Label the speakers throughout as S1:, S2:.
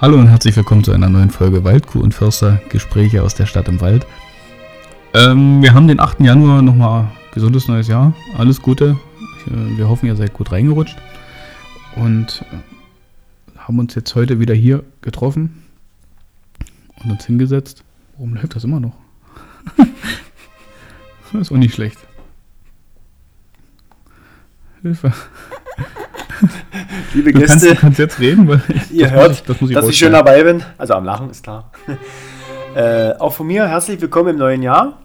S1: Hallo und herzlich willkommen zu einer neuen Folge Waldkuh und Förster Gespräche aus der Stadt im Wald. Ähm, wir haben den 8. Januar nochmal gesundes neues Jahr. Alles Gute. Ich, äh, wir hoffen, ihr seid gut reingerutscht. Und äh, haben uns jetzt heute wieder hier getroffen und uns hingesetzt. Warum läuft das immer noch? das ist auch nicht schlecht. Hilfe.
S2: Liebe
S1: Du kannst, du
S2: Gäste,
S1: kannst jetzt reden, weil
S2: ihr
S1: das muss
S2: hört,
S1: ich- das muss ich
S2: dass ich schön
S1: rausschneiden.
S2: dabei bin. Also am Lachen ist klar. äh, auch von mir herzlich willkommen im neuen Jahr.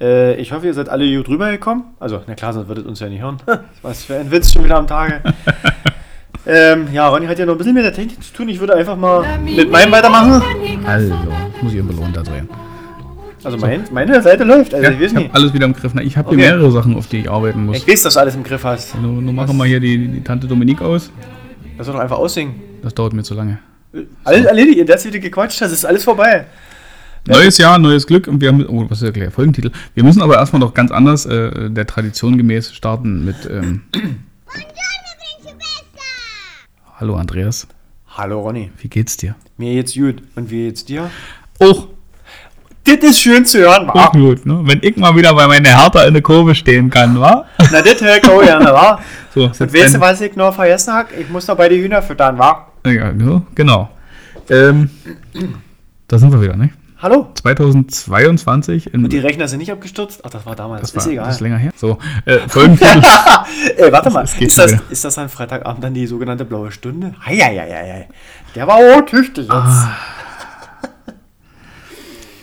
S2: Äh, ich hoffe, ihr seid alle gut rübergekommen. Also, na klar, sonst würdet ihr uns ja nicht hören. Was für ein Witz schon wieder am Tage. ähm, ja, Ronny hat ja noch ein bisschen mit der Technik zu tun. Ich würde einfach mal mit meinem weitermachen.
S1: Also, muss ich immer runter drehen.
S2: Also, mein, meine Seite läuft. Also,
S1: Ja,
S2: ich weiß
S1: ich habe
S2: nicht.
S1: alles wieder im Griff. Na, Ich habe hier
S2: Okay.
S1: mehrere Sachen, auf die ich arbeiten muss.
S2: Ich weiß, dass du alles im Griff hast.
S1: Nur, nur machen wir hier die, die Tante Dominik aus.
S2: Lass doch einfach aussingen.
S1: Das dauert mir zu lange.
S2: Alles erledigt, ihr das wieder gequatscht hast, ist alles vorbei.
S1: Neues Jahr, neues Glück und wir haben, oh, was ist der gleiche Folgentitel? Wir müssen aber erstmal noch ganz anders äh, der Tradition gemäß starten mit ähm, Hallo Andreas,
S2: Hallo, Ronny.
S1: wie geht's dir?
S2: Mir geht's gut. Und wie geht's dir? Ah.
S1: Och,
S2: Das ist schön zu hören. wa?
S1: auch gut, ne? Wenn ich mal wieder bei meiner Hertha in der Kurve stehen kann, wa?
S2: Na, das höre ich auch gerne, wa?
S1: So,
S2: Und
S1: setz
S2: weißt du,
S1: dein-
S2: was ich noch vergessen habe? Ich muss noch bei den Hühner füttern, wa?
S1: Ja, ja, genau. Ähm, da sind wir wieder, ne?
S2: Hallo?
S1: 2022 in
S2: Die Rechner sind nicht abgestürzt? Ach, das war damals.
S1: das
S2: ist
S1: war,
S2: egal.
S1: Das ist länger her. So, äh, Folgentitel.
S2: Ey, warte mal.
S1: es geht
S2: ist,
S1: schon
S2: das,
S1: wieder.
S2: ist das an Freitagabend dann die sogenannte blaue Stunde? Heieieiei. Der war auch tüchtig jetzt.
S1: Ah.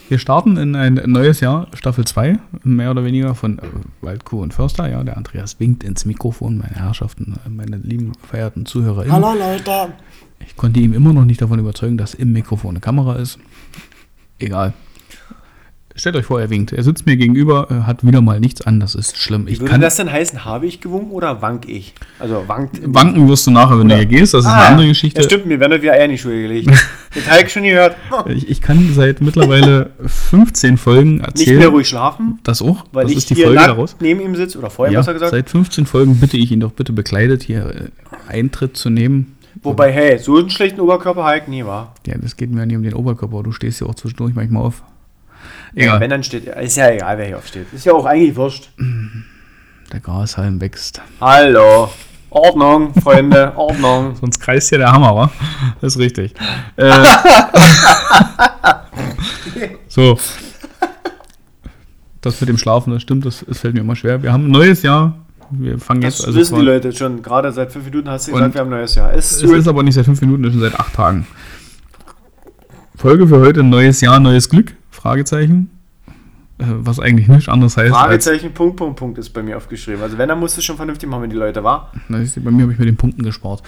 S1: Wir starten in ein neues Jahr, Staffel 2, mehr oder weniger von äh, Waldkuh und Förster. Ja, der Andreas winkt ins Mikrofon, meine Herrschaften, äh, meine lieben verehrten ZuhörerInnen. Hallo Leute! Ich konnte ihm immer noch nicht davon überzeugen, dass im Mikrofon eine Kamera ist. Egal. Stellt euch vor, er winkt. Er sitzt mir gegenüber, äh, hat wieder mal nichts an, das ist schlimm. Ich
S2: Würde
S1: kann
S2: das denn heißen, habe ich gewunken oder wank ich? Also wankt.
S1: wanken wirst du nachher, wenn du hier gehst, das ist eine andere Geschichte.
S2: Ja, Ah, stimmt, mir werden wir eher in die Schule gelegt. das habe ich schon gehört.
S1: Ich, ich kann seit mittlerweile 15 Folgen
S2: Nicht
S1: erzählen.
S2: mehr ruhig schlafen,
S1: Das auch?
S2: weil
S1: das
S2: ich
S1: ist die
S2: hier
S1: Folge
S2: nackt
S1: daraus?
S2: neben ihm sitze oder vor ihm,
S1: Ja,
S2: besser gesagt.
S1: seit 15 Folgen bitte ich ihn doch bitte bekleidet hier äh, Eintritt zu nehmen.
S2: Wobei, hey, so einen schlechten Oberkörper habe ich nie, wa?
S1: Ja, das geht mir ja nicht um den Oberkörper, du stehst ja auch zwischendurch manchmal auf. Egal,
S2: Wenn dann steht, ist ja egal, wer hier aufsteht. Ist ja auch eigentlich wurscht.
S1: der Grashalm wächst.
S2: Hallo. Ordnung, Freunde, Ordnung.
S1: Sonst kreist ja der Hammer, wa? Das ist richtig. Äh, so. Das mit dem Schlafen, das stimmt, das, das fällt mir immer schwer. Wir haben ein neues Jahr. Wir fangen
S2: Das
S1: jetzt also
S2: wissen
S1: quasi-
S2: die Leute schon. Gerade seit fünf Minuten hast du
S1: Und-
S2: gesagt, wir haben ein neues Jahr. Es ist
S1: Es
S2: gut.
S1: ist aber nicht seit fünf Minuten, das ist schon seit acht Tagen. Folge für heute, neues Jahr, neues Glück? Fragezeichen. Äh, Was eigentlich nicht anders heißt.
S2: Fragezeichen, Punkt, Punkt, Punkt ist bei mir aufgeschrieben. Also wenn, dann musst du schon vernünftig machen, wenn die Leute war.
S1: Als, na, siehst du, bei mir habe ich mit den Punkten gespart.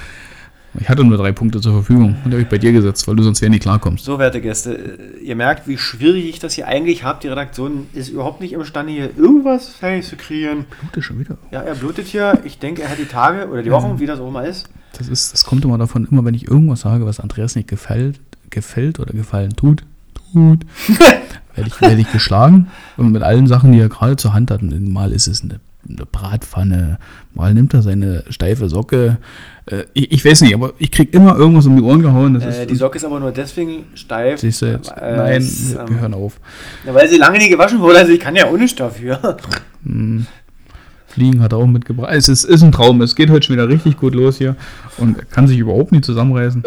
S1: Ich hatte nur drei Punkte zur Verfügung und die habe ich bei dir gesetzt, weil du sonst ja nicht klarkommst.
S2: So, werte Gäste, äh, ihr merkt, wie schwierig ich das hier eigentlich habe. Die Redaktion ist überhaupt nicht imstande, hier irgendwas fertig zu kriegen.
S1: Punkte schon wieder.
S2: Ja, er blutet hier. Ich denke, er hat die Tage oder die Wochen, wie das auch immer ist.
S1: Das, ist, das kommt immer davon, immer wenn ich irgendwas sage, was Andreas nicht gefällt, gefällt oder gefallen tut, tut, werde ich, werde ich geschlagen. Und mit allen Sachen, die er gerade zur Hand hat, mal ist es eine, eine Bratpfanne, mal nimmt er seine steife Socke. Äh, ich, ich weiß nicht, aber ich kriege immer irgendwas um die Ohren gehauen. Das
S2: Äh,
S1: ist,
S2: die Socke ist aber nur deswegen steif.
S1: siehst du jetzt?
S2: äh,
S1: Nein,
S2: es,
S1: wir
S2: ähm,
S1: hören auf.
S2: Ja, weil sie lange nicht gewaschen wurde, also ich kann ja ohne Stoff hier.
S1: Fliegen hat er auch mitgebracht. Es ist, ist ein Traum. Es geht heute schon wieder richtig gut los hier und er kann sich überhaupt nicht zusammenreißen.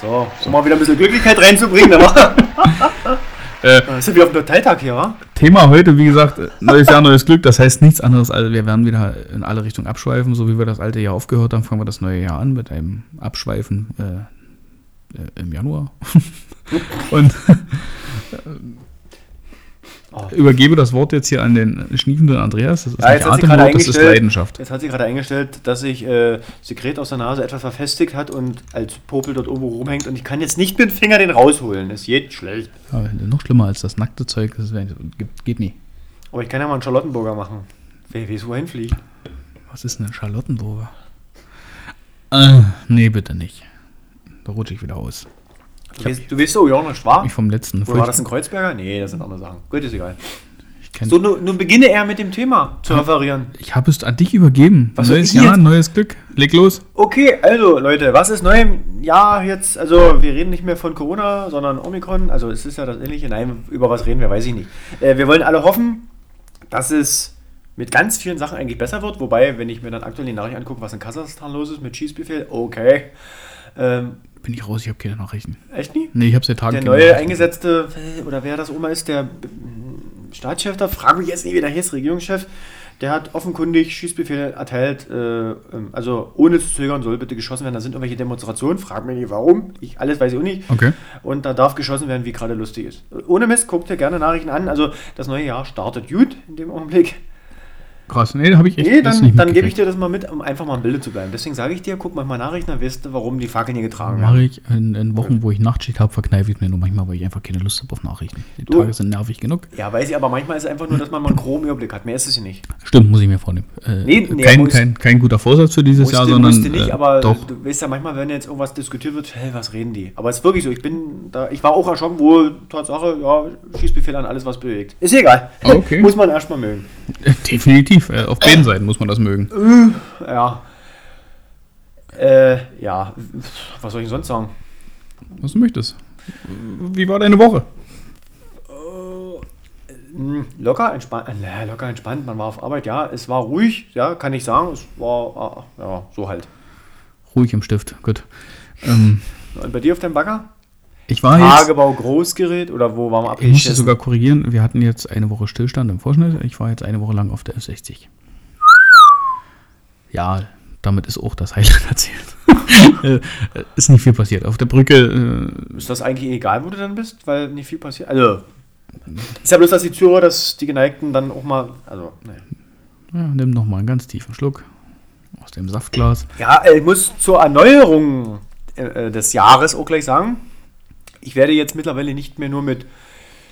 S2: So, um mal wieder ein bisschen Glücklichkeit reinzubringen, aber.
S1: Äh.
S2: Das ist ja wie auf dem Parteitag hier, wa?
S1: Thema heute, wie gesagt, neues Jahr, neues Glück. Das heißt nichts anderes, als wir werden wieder in alle Richtungen abschweifen. So wie wir das alte Jahr aufgehört haben, fangen wir das neue Jahr an mit einem Abschweifen äh, äh, im Januar. Und äh, übergebe das Wort jetzt hier an den schniefenden Andreas. Das ist
S2: Oh. Ja,
S1: nicht
S2: jetzt hat sie gerade
S1: Atemwort, das ist
S2: eingestellt.
S1: Leidenschaft.
S2: Jetzt hat sie gerade eingestellt, dass sich äh, Sekret aus der Nase etwas verfestigt hat und als Popel dort oben rumhängt und ich kann jetzt nicht mit dem Finger den rausholen. Ist geht schlecht.
S1: Ja, noch schlimmer als das nackte Zeug, das wär, geht, geht nie.
S2: Aber ich kann ja mal einen Charlottenburger machen. Wer weiß, wohin fliegt.
S1: Was ist denn ein Charlottenburger? Äh, nee, bitte nicht. Da rutsche ich wieder aus.
S2: Du weißt, du weißt oh ja, nicht wahr?
S1: Ich vom letzten
S2: Oder war
S1: furcht-
S2: das ein Kreuzberger? Nee, das sind andere Sachen. Gut, ist egal.
S1: Ich Ich kann
S2: So, nun, nun beginne er mit dem Thema zu referieren.
S1: Ich habe es an dich übergeben.
S2: Was
S1: neues
S2: soll ich
S1: Jahr,
S2: jetzt?
S1: neues Glück. Leg los.
S2: Okay, also Leute, was ist neu im Jahr jetzt? Also wir reden nicht mehr von Corona, sondern Omikron. Also es ist ja das Ähnliche. Nein, über was reden wir, weiß ich nicht. Äh, wir wollen alle hoffen, dass es mit ganz vielen Sachen eigentlich besser wird. Wobei, wenn ich mir dann aktuell die Nachricht angucke, was in Kasachstan los ist mit Schießbefehl, okay. Ähm,
S1: Bin ich raus, ich habe keine Nachrichten.
S2: echt nie?
S1: Nee, ich habe seit Tagen
S2: Der
S1: keine
S2: neue
S1: Nachrichten.
S2: eingesetzte, äh, oder wer das Oma ist, der mm, Staatschef da, frag mich jetzt nicht, wie der hieß, Regierungschef, der hat offenkundig Schießbefehl erteilt, äh, ähm, also ohne zu zögern soll bitte geschossen werden. Da sind irgendwelche Demonstrationen, frag mich nicht warum, ich, alles weiß ich auch nicht.
S1: Okay.
S2: Und da darf geschossen werden, wie gerade lustig ist. Ohne Mist, guckt ihr gerne Nachrichten an. Also das neue Jahr startet gut in dem Augenblick.
S1: Krass. Nee, da habe ich echt
S2: Nee,
S1: das
S2: dann, dann gebe ich
S1: mitgekriegt.
S2: dir das mal mit, um einfach mal im Bilde zu bleiben. Deswegen sage ich dir, guck manchmal Nachrichten, dann weißt du, warum die Fackeln hier getragen werden.
S1: Mache ich in, in Wochen, wo ich Nachtschicht habe, verkneife ich mir nur manchmal, weil ich einfach keine Lust habe auf Nachrichten. Die
S2: Du.
S1: Tage sind nervig genug.
S2: Ja, weiß ich, aber manchmal ist es einfach nur, dass man mal einen groben Überblick hat. Mehr ist es hier nicht.
S1: Stimmt, muss ich mir vornehmen. Äh,
S2: Nee, nee,
S1: kein,
S2: musst-
S1: kein, kein guter Vorsatz für dieses
S2: Musste,
S1: Jahr, sondern.
S2: musste nicht,
S1: äh,
S2: aber
S1: doch.
S2: du weißt ja manchmal, wenn jetzt irgendwas diskutiert wird, hey, was reden die? Aber es ist wirklich so, ich bin da, ich war auch erschrocken, wo Tatsache, ja, Schießbefehl an alles, was bewegt. Ist egal.
S1: Ah, Okay.
S2: Muss man erstmal mögen.
S1: Definitiv. Äh, auf beiden Seiten muss man das mögen.
S2: Ja. Äh, ja, was soll ich denn sonst sagen?
S1: Was du möchtest. Wie war deine Woche?
S2: Hm, Locker entspannt, äh, na, locker entspannt, man war auf Arbeit, ja, es war ruhig, ja, kann ich sagen, es war, ah, ja, so halt.
S1: Ruhig im Stift. Gut. Ähm,
S2: Und bei dir auf dem Bagger?
S1: ich war Ah, jetzt.
S2: Tagebau Großgerät oder wo waren wir
S1: Ich musste
S2: abgeschissen?
S1: sogar korrigieren, wir hatten jetzt eine Woche Stillstand im Vorschnitt. Ich war jetzt eine Woche lang auf der F60. Ja, damit ist auch das Highlight erzählt. Äh, ist nicht viel passiert. Auf der Brücke, äh,
S2: Ist das eigentlich eh egal, wo du dann bist, weil nicht viel passiert? Also, ist ja bloß, dass die Zuhörer, dass die Geneigten dann auch mal, also, ne.
S1: äh, ja, nimm nochmal einen ganz tiefen Schluck aus dem Saftglas.
S2: Ja, äh, ich muss zur Erneuerung äh, äh, des Jahres auch gleich sagen, ich werde jetzt mittlerweile nicht mehr nur mit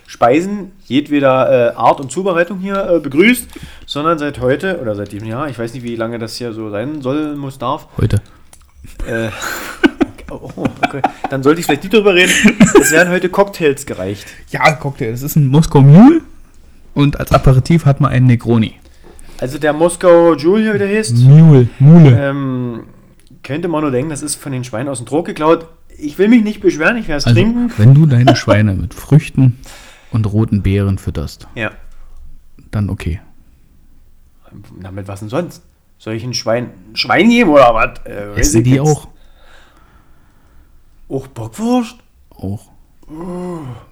S2: Speisen jedweder äh, Art und Zubereitung hier äh, begrüßt, sondern seit heute oder seit diesem Jahr, ich weiß nicht, wie lange das hier so sein soll, muss, darf,
S1: Heute.
S2: Äh, oh, okay. Dann sollte ich vielleicht nicht drüber reden. Es werden heute Cocktails gereicht.
S1: Ja, Cocktail, das ist ein Moskau Mule. Und als Aperitif hat man einen Negroni.
S2: Also der Moskau Junior, wie der heißt,
S1: Mule, Mule.
S2: ähm, könnte man nur denken, das ist von den Schweinen aus dem Druck geklaut. Ich will mich nicht beschweren, ich werde es
S1: Also,
S2: trinken.
S1: wenn du deine Schweine mit Früchten und roten Beeren fütterst,
S2: Ja.
S1: dann okay.
S2: Damit was denn sonst? Soll ich ein Schwein, Schwein geben oder was? Äh, weiß
S1: Essen
S2: ich
S1: die
S2: jetzt.
S1: auch.
S2: Auch Bockwurst?
S1: Auch.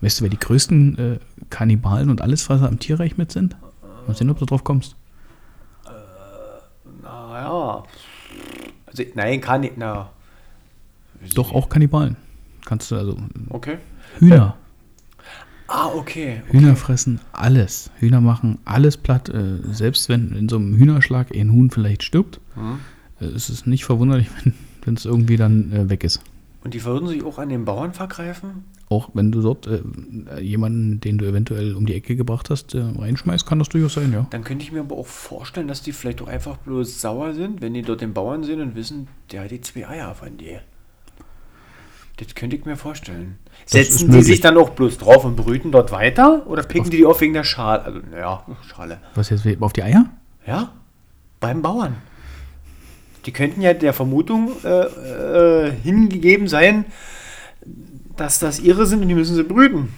S1: Weißt du, wer die größten äh, Kannibalen und Allesfresser im Tierreich mit sind? Mal sehen, ob du drauf kommst.
S2: Naja. Also, nein, kann ich. Na,
S1: Doch auch Kannibalen. Kannst du also
S2: okay.
S1: Hühner.
S2: Ah, okay.
S1: Hühner fressen alles. Hühner machen alles platt. Äh, selbst wenn in so einem Hühnerschlag ein Huhn vielleicht stirbt, äh, ist es nicht verwunderlich, wenn es irgendwie dann äh, weg ist.
S2: Und die würden sich auch an den Bauern vergreifen?
S1: Auch wenn du dort äh, jemanden, den du eventuell um die Ecke gebracht hast, äh, reinschmeißt, kann das durchaus sein, ja.
S2: Dann könnte ich mir aber auch vorstellen, dass die vielleicht doch einfach bloß sauer sind, wenn die dort den Bauern sehen und wissen, der hat die zwei Eier von dir. Das könnte ich mir vorstellen.
S1: ist
S2: Setzen die
S1: möglich.
S2: sich dann auch bloß drauf und brüten dort weiter? Oder picken die die auf wegen der Schale? Also, naja, Schale.
S1: Was jetzt auf die Eier?
S2: Ja, beim Bauern. Die könnten ja der Vermutung äh, äh, hingegeben sein, dass das ihre sind und die müssen sie brüten.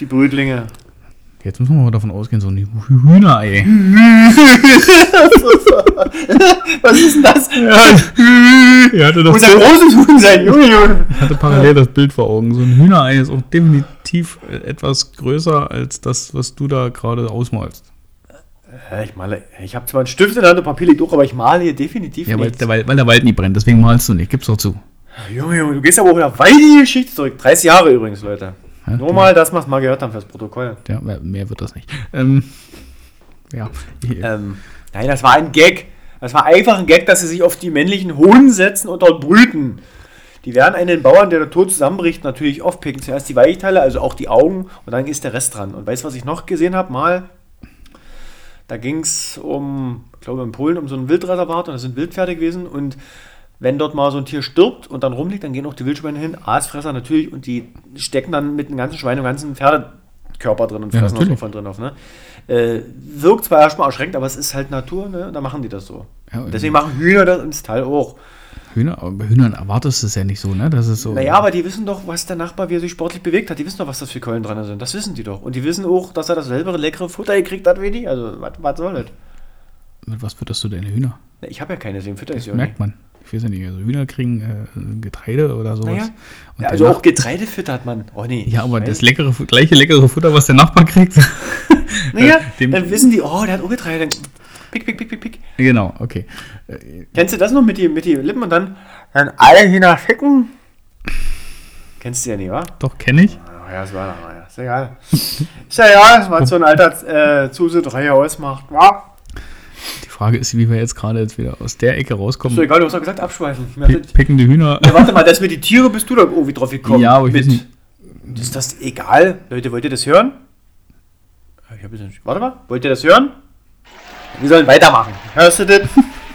S2: Die Brütlinge.
S1: Jetzt müssen wir mal davon ausgehen, so ein Hühnerei.
S2: Was ist denn das?
S1: er hatte das
S2: Muss ein großes Huhn sein, Junge, Junge.
S1: hatte parallel das Bild vor Augen. So ein Hühnerei ist auch definitiv äh, etwas größer als das, was du da gerade ausmalst.
S2: Ja, Äh, ich male, ich habe zwar einen Stift in der Hand und Papier liegt auch, aber ich male hier definitiv
S1: Ja, weil
S2: nichts.
S1: der, Wald- weil der Wald nie brennt, deswegen malst du nicht. Gib's doch zu.
S2: Junge, Junge, du gehst aber auch wieder weit in die Geschichte zurück. 30 Jahre übrigens, Leute.
S1: Ja,
S2: Nur mal, dass wir es mal gehört haben fürs Protokoll.
S1: Ja, mehr- mehr wird das nicht. Ähm, ja.
S2: Ähm, nein, das war ein Gag. Das war einfach ein Gag, dass sie sich auf die männlichen Hohn setzen und dort brüten. Die werden einen Bauern, der da tot zusammenbricht, natürlich aufpicken. Zuerst die Weichteile, also auch die Augen, und dann ist der Rest dran. Und weißt du, was ich noch gesehen habe? Mal, da ging es um, ich glaube in Polen, um so ein Wildreservat und da sind Wildpferde gewesen. Und wenn dort mal so ein Tier stirbt und dann rumliegt, dann gehen auch die Wildschweine hin, Aasfresser natürlich, und die stecken dann mit den ganzen Schweinen und ganzen Pferde Körper drin und
S1: Ja,
S2: fressen auch
S1: natürlich.
S2: Opfern drin auf. Ne? Äh, wirkt zwar erstmal erschreckend, aber es ist halt Natur, ne? da machen die das so.
S1: Ja, und-
S2: Deswegen machen Hühner das im Stall auch.
S1: äh, Hühner, aber bei Hühnern erwartest du es ja nicht so, ne? Das ist so.
S2: Naja, aber die wissen doch, was der Nachbar, wie er sich sportlich bewegt hat. Die wissen doch, was das für Keulen dran sind. Das wissen die doch. Und die wissen auch, dass er dasselbe leckere Futter gekriegt hat wie die. Also, was, was soll das?
S1: Mit was fütterst du deine Hühner?
S2: Na, Ich habe ja keine, deswegen fütter ich
S1: Das
S2: sie auch nicht.
S1: merkt man. Ich weiß ja nicht, also Hühner kriegen äh, Getreide oder sowas.
S2: Naja.
S1: Und
S2: Ja,
S1: der
S2: also
S1: Nach-
S2: auch Getreide füttert man. Oh nee.
S1: ja, aber
S2: Nein.
S1: das leckere, Fu- gleiche leckere Futter, was der Nachbar kriegt.
S2: Naja,
S1: dem-
S2: dann wissen die, oh, der hat auch Getreide. Pick, pick, pick, pick, pick.
S1: genau, okay.
S2: Kennst du das noch mit den mit die Lippen und dann, dann alle Hühner ficken? Kennst du ja nicht, wa?
S1: Doch, kenne ich.
S2: Ah, Ja, das war doch, ja. Ist ja egal. Ist ja egal, dass man so ein alter äh, Zuse 3 ausmacht, wa?
S1: Die Frage ist, wie wir jetzt gerade jetzt wieder aus der Ecke
S2: Ist doch
S1: rauskommen.
S2: egal, du hast doch gesagt, abschweifen. Mir
S1: Pi-
S2: hat das-
S1: Pickende Hühner.
S2: Ja, warte mal, das mit die Tiere bist du da irgendwie drauf gekommen.
S1: Ja, aber ich
S2: mit.
S1: weiß nicht.
S2: Ist das egal? Leute, wollt ihr das hören? Ich hab jetzt nicht. Warte mal, wollt ihr das hören? Wir sollen weitermachen. Hörst du das?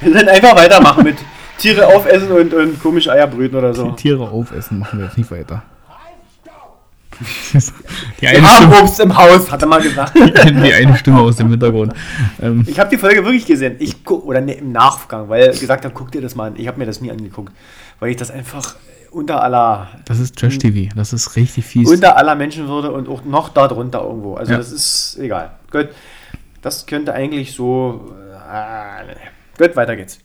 S2: Wir sollen einfach weitermachen mit Tiere aufessen und, und komische Eier brüten oder so.
S1: Tiere aufessen, machen wir jetzt nicht weiter. Die
S2: Wir
S1: eine,
S2: haben
S1: Stimme,
S2: Obst im Haus, hat er mal gesagt.
S1: die eine Stimme aus dem Hintergrund. Ähm,
S2: Ich habe die Folge wirklich gesehen. Ich gu- oder nee, im Nachgang, weil er gesagt hat, guck dir das mal an. Ich habe mir das nie angeguckt, weil ich das einfach unter aller
S1: das ist Trash-TV. Das ist richtig fies.
S2: unter aller Menschenwürde und auch noch darunter irgendwo. Also
S1: Ja.
S2: das ist egal. Gut, das könnte eigentlich so. Äh, nee. gut, weiter geht's.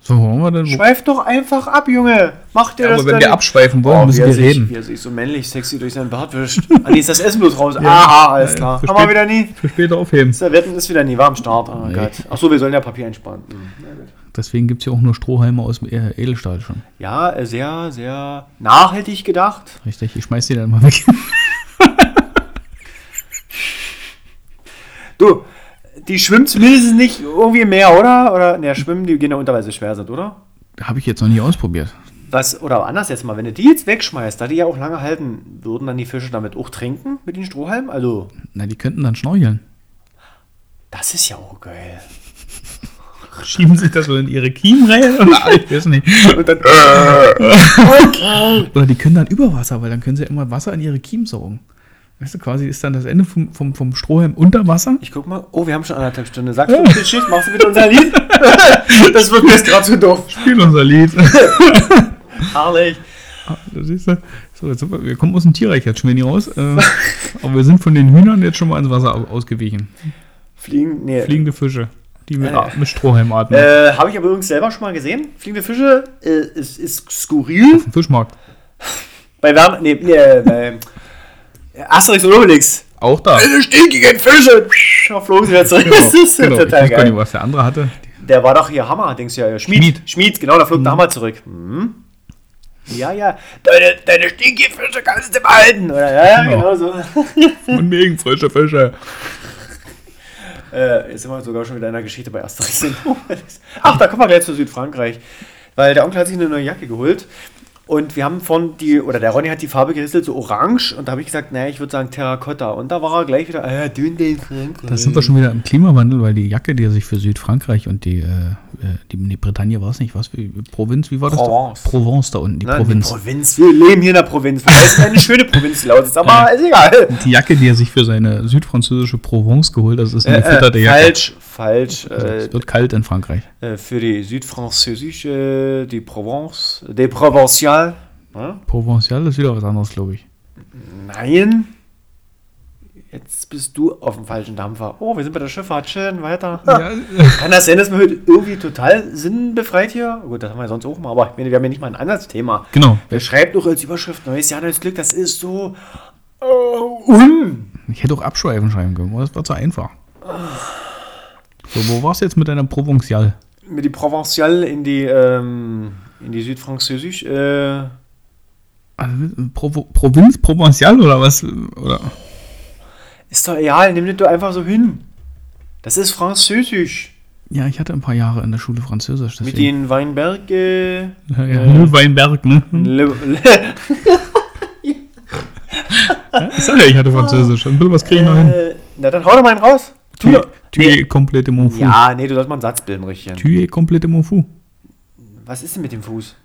S1: so, wo wollen wir denn? Wo,
S2: Schweif doch einfach ab, Junge. Mach dir das. dann-
S1: abschweifen
S2: Oh, wie er sich- Wie er sich so männlich sexy durch seinen Bart wischt. Ah, nee, ist das Essen bloß raus. Aha, alles
S1: Ja,
S2: klar.
S1: versteht-
S2: Haben wir wieder nie.
S1: Für später aufheben.
S2: Servetten ist wieder nie. War am Start. Oh,
S1: Nee.
S2: Gott. Ach so, wir sollen ja Papier einsparen. Hm. Na gut.
S1: Deswegen gibt es ja auch nur Strohhalme aus äh, Edelstahl schon.
S2: Ja, äh, sehr, sehr nachhaltig gedacht.
S1: Richtig, ich schmeiß die dann mal weg.
S2: Du, die schwimmt zumindest nicht irgendwie im Meer, oder? Oder, ne, schwimmen, die gehen ja unter, weil sie schwer sind, oder?
S1: Habe ich jetzt noch nie ausprobiert.
S2: Was, oder anders jetzt mal, wenn du die jetzt wegschmeißt, da die ja auch lange halten, würden dann die Fische damit auch trinken mit den Strohhalmen? Also,
S1: Na, die könnten dann schnorcheln.
S2: das ist ja auch geil.
S1: Schieben sich das so in ihre Kiemenreihe? Oder- ich weiß nicht.
S2: Und dann, äh.
S1: Oder die können dann über Wasser, weil dann können sie ja immer Wasser in ihre Kiemen saugen. Weißt du, quasi ist dann das Ende vom, vom, vom Strohhalm unter Wasser.
S2: ich guck mal, oh, wir haben schon anderthalb Stunden. Sagst du bitte Schicht, machst du bitte unser Lied? das wird mir jetzt gerade so doof.
S1: Spiel unser Lied.
S2: Herrlich.
S1: Da siehst du. So, jetzt sind wir, wir kommen aus dem Tierreich jetzt schon wenig raus. Äh, aber wir sind von den Hühnern jetzt schon mal ins Wasser au- ausgewichen.
S2: Fliegen, nee.
S1: Fliegende Fische, die mit,
S2: Äh.
S1: mit Strohhalm atmen.
S2: Äh, Habe ich aber übrigens selber schon mal gesehen. Fliegende Fische äh, ist, ist skurril.
S1: Fischmarkt.
S2: Bei Werner, nee, nee, bei Asterix und Obelix. Äh,
S1: Auch da.
S2: Diese stinkigen Fische. Da flogen sie wieder zurück. Das ist
S1: genau. Ich
S2: total
S1: weiß gar
S2: geil.
S1: nicht, was der andere hatte.
S2: Der war doch hier Hammer, denkst du ja. ja. Schmied.
S1: Schmied.
S2: Schmied, genau, da flog der Hammer zurück. Mhm. Ja, ja. Deine, deine stinkigen Fische kannst du behalten. Oder, ja, ja,
S1: Genau.
S2: genau, so.
S1: Und wegen frische Fische.
S2: äh, jetzt sind wir sogar schon wieder in der Geschichte bei Asterix. und Obelix. Ach, da kommen wir gleich zu Südfrankreich. Weil der Onkel hat sich eine neue Jacke geholt. Und wir haben von die, oder der Ronny hat die Farbe geristelt, so orange. Und da habe ich gesagt, naja, ich würde sagen Terrakotta. Und da war er gleich wieder, äh, Dünde in Frankreich.
S1: Da sind wir schon wieder im Klimawandel, weil die Jacke, die er sich für Südfrankreich und die, äh, äh, die nee, Bretagne war es nicht, was für Provinz, wie war das?
S2: Provence.
S1: Da? Provence da unten, die
S2: Na,
S1: Provinz.
S2: Die Provinz. Wir leben hier in der Provinz. Das ist eine schöne Provinz, die Lausitz. Aber ist egal.
S1: Die Jacke, die er sich für seine südfranzösische Provence geholt hat, das ist eine
S2: Äh,
S1: gefütterte
S2: äh,
S1: Jacke. Also,
S2: falsch, falsch. Äh,
S1: Es wird kalt in Frankreich.
S2: äh, für die südfranzösische, die Provence, des Provencial. Hm?
S1: Provencial ist wieder was anderes, glaube ich.
S2: Nein. Jetzt bist du auf dem falschen Dampfer. Oh, wir sind bei der Schifffahrt. Schön, weiter. Kann das sein, dass wir heute irgendwie total sinnbefreit hier? Gut, das haben wir sonst auch mal, aber ich meine, wir haben ja nicht mal ein anderes Thema.
S1: Genau.
S2: Wer schreibt doch als Überschrift Neues Jahr, neues Glück? Das ist so. Oh, un.
S1: Ich hätte auch abschweifen schreiben können, aber das war zu einfach. So, wo warst du jetzt mit deiner Provencial?
S2: mit die Provencial in die, ähm, in die Südfranzösisch. Äh,
S1: Also, Provo Provinz Provencial oder was? Oder?
S2: ist doch egal, nimm das doch einfach so hin. Das ist Französisch.
S1: Ja, ich hatte ein paar Jahre in der Schule Französisch.
S2: Mit den Weinberg. Äh,
S1: ja, ja. Weinberg, ne?
S2: Le, Le,
S1: Ich sag ja, ich hatte Französisch. Ein bisschen was krieg ich noch hin.
S2: äh, na, dann hau doch mal einen raus. Tu
S1: Tu,
S2: doch.
S1: tu es komplett mon fou.
S2: Ja, nee, du sollst mal einen Satz bilden, richtig.
S1: Tu es komplett mon fou.
S2: Was ist denn mit dem Fuß?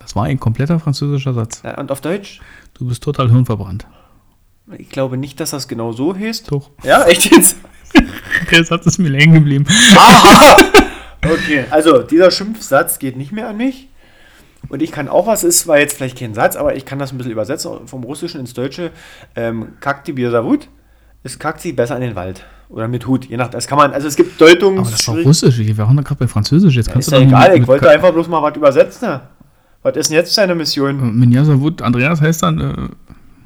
S1: Das war ein kompletter französischer Satz.
S2: Na, Und auf Deutsch?
S1: Du bist total hirnverbrannt.
S2: Ich glaube nicht, dass das genau so heißt.
S1: Doch.
S2: Ja, echt jetzt?
S1: Chris hat es mir hängen geblieben.
S2: Aha! Okay, also dieser Schimpfsatz geht nicht mehr an mich. Und ich kann auch was, ist zwar jetzt vielleicht kein Satz, aber ich kann das ein bisschen übersetzen vom Russischen ins Deutsche. Ähm, Kakti Birsavut ist Kakti besser an den Wald. Oder mit Hut, je nach. Das kann man, also es gibt Deutungs.
S1: Aber das war Russisch. Wir waren da gerade bei Französisch. Jetzt kannst
S2: Ist
S1: du
S2: ja
S1: doch
S2: egal,
S1: mit-
S2: ich
S1: mit
S2: wollte einfach bloß mal was übersetzen. Was ist denn jetzt seine Mission?
S1: Minjasa Wood, Andreas heißt dann, äh,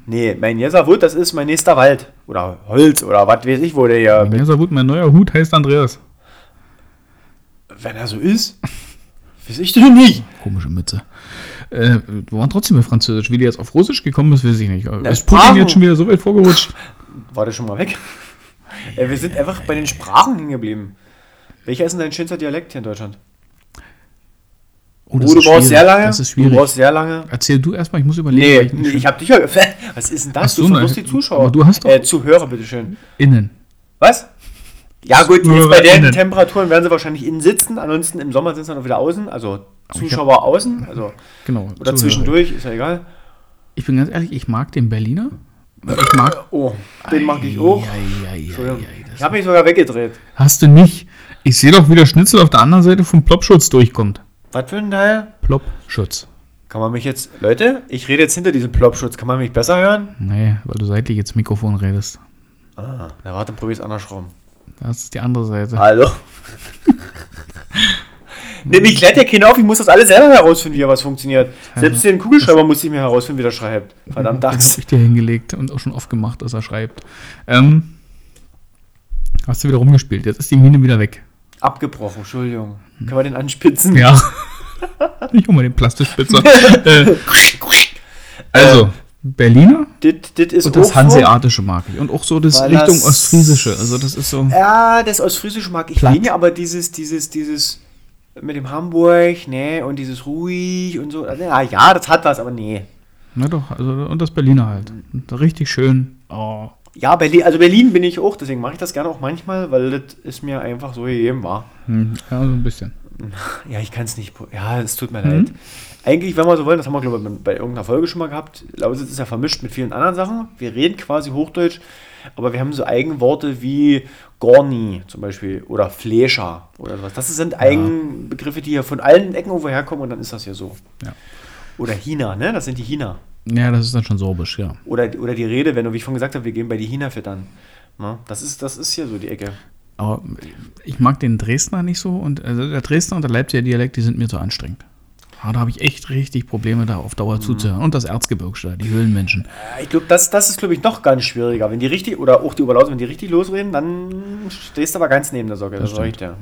S2: Nee, mein Jesavut, das ist mein nächster Wald. Oder Holz oder was weiß ich, wo der ja.
S1: Minjasa Wood, mein neuer Hut heißt Andreas.
S2: Wenn er so ist, weiß ich denn nicht.
S1: Komische Mütze. Äh, wir waren trotzdem bei Französisch. Wie die jetzt auf Russisch gekommen ist, weiß ich nicht. Aber Ist Putin
S2: Sprachen-
S1: jetzt schon wieder so weit vorgerutscht?
S2: War der schon mal weg? Äh, Wir sind einfach bei den Sprachen hängen geblieben. Welcher ist denn dein schönster Dialekt hier in Deutschland?
S1: Oh,
S2: Oh, du brauchst
S1: schwierig.
S2: sehr lange.
S1: Das ist
S2: Du
S1: schwierig.
S2: brauchst sehr lange.
S1: Erzähl du erstmal, ich muss überlegen.
S2: Nee,
S1: weil ich nicht
S2: ich hab dich ja. Was ist denn das?
S1: Ach so,
S2: du verlust
S1: nein.
S2: die Zuschauer.
S1: Aber du hast doch-
S2: Äh, Zuhörer, bitteschön.
S1: innen.
S2: Was? Ja, gut, jetzt bei
S1: ZuhörerInnen.
S2: den Temperaturen werden sie wahrscheinlich innen sitzen. Ansonsten im Sommer sind sie dann auch wieder außen. Also Zuschauer außen. Also,
S1: Genau.
S2: oder
S1: Oh, Zuhörer.
S2: zwischendurch, ist ja egal.
S1: Ich bin ganz ehrlich, ich mag den Berliner. Ich mag.
S2: Oh, den mag ich auch.
S1: Ei, ei, ei,
S2: Entschuldigung.
S1: ei,
S2: Ich habe mich sogar weggedreht.
S1: das- Hast du nicht. Ich sehe doch, wie der Schnitzel auf der anderen Seite vom Ploppschutz durchkommt.
S2: Was für ein Teil?
S1: Ploppschutz.
S2: Kann man mich jetzt. Leute, ich rede jetzt hinter diesem Plopschutz. Kann man mich besser hören?
S1: Nee, weil du seitlich jetzt Mikrofon redest.
S2: Ah, na warte, probier's andersrum.
S1: Das ist die andere Seite.
S2: Hallo. Nimm mich klärt ja keiner auf, ich muss das alles selber herausfinden, wie hier was funktioniert. Selbst den Kugelschreiber muss ich mir herausfinden, wie der schreibt. Verdammt,
S1: Das
S2: Axt.
S1: hab ich dir hingelegt und auch schon oft gemacht, dass er schreibt. Ähm, hast du wieder rumgespielt. Jetzt ist die Mine wieder weg.
S2: Abgebrochen, Entschuldigung. Können wir den anspitzen?
S1: Ja. ich hol mal den Plastikspitzer. äh, also, Berliner
S2: Dit, dit ist
S1: und das
S2: auch
S1: Hanseatische mag ich. Und auch so das
S2: Weil
S1: Richtung
S2: das-
S1: Ostfriesische. Also, das ist so.
S2: so- Ja, das Ostfriesische mag ich
S1: Platt.
S2: weniger, aber dieses, dieses, dieses mit dem Hamburg, ne, und dieses ruhig und so. also, Ja, ja, das hat was, aber nee.
S1: Na doch, also, und das Berliner halt. Richtig schön. Oh.
S2: Ja, Berlin, also Berlin bin ich auch, deswegen mache ich das gerne auch manchmal, weil das ist mir einfach so gegeben war.
S1: Hm, ja, so ein bisschen.
S2: Ja, ich kann es nicht. po- Ja, es tut mir leid. Eigentlich, wenn wir so wollen, das haben wir, glaube ich, bei- bei irgendeiner Folge schon mal gehabt. Lausitz ist ja vermischt mit vielen anderen Sachen. Wir reden quasi Hochdeutsch, aber wir haben so Eigenworte wie Gorni zum Beispiel oder Flescher oder sowas. Das sind Eigenbegriffe, die hier von allen Ecken irgendwo herkommen und dann ist das hier so.
S1: Ja.
S2: Oder China, ne? Das sind die China.
S1: Ja, das ist dann schon sorbisch, ja.
S2: Oder, oder die Rede, wenn du, wie ich schon gesagt habe, wir gehen bei die China füttern. Ne? Das, ist, das ist hier so die Ecke.
S1: Aber ich mag den Dresdner nicht so und also der Dresdner und der Leipziger Dialekt, die sind mir zu anstrengend. Ah, da habe ich echt richtig Probleme, da auf
S2: Mhm.
S1: Dauer zuzuhören. Und das Erzgebirgsche, die Höhlenmenschen.
S2: Ja, Ich glaube, das, das ist, glaube ich, noch ganz schwieriger. Wenn die richtig, oder auch die Oberlausitz, wenn die richtig losreden, dann stehst du aber ganz neben der Socke. Das sag ich dir.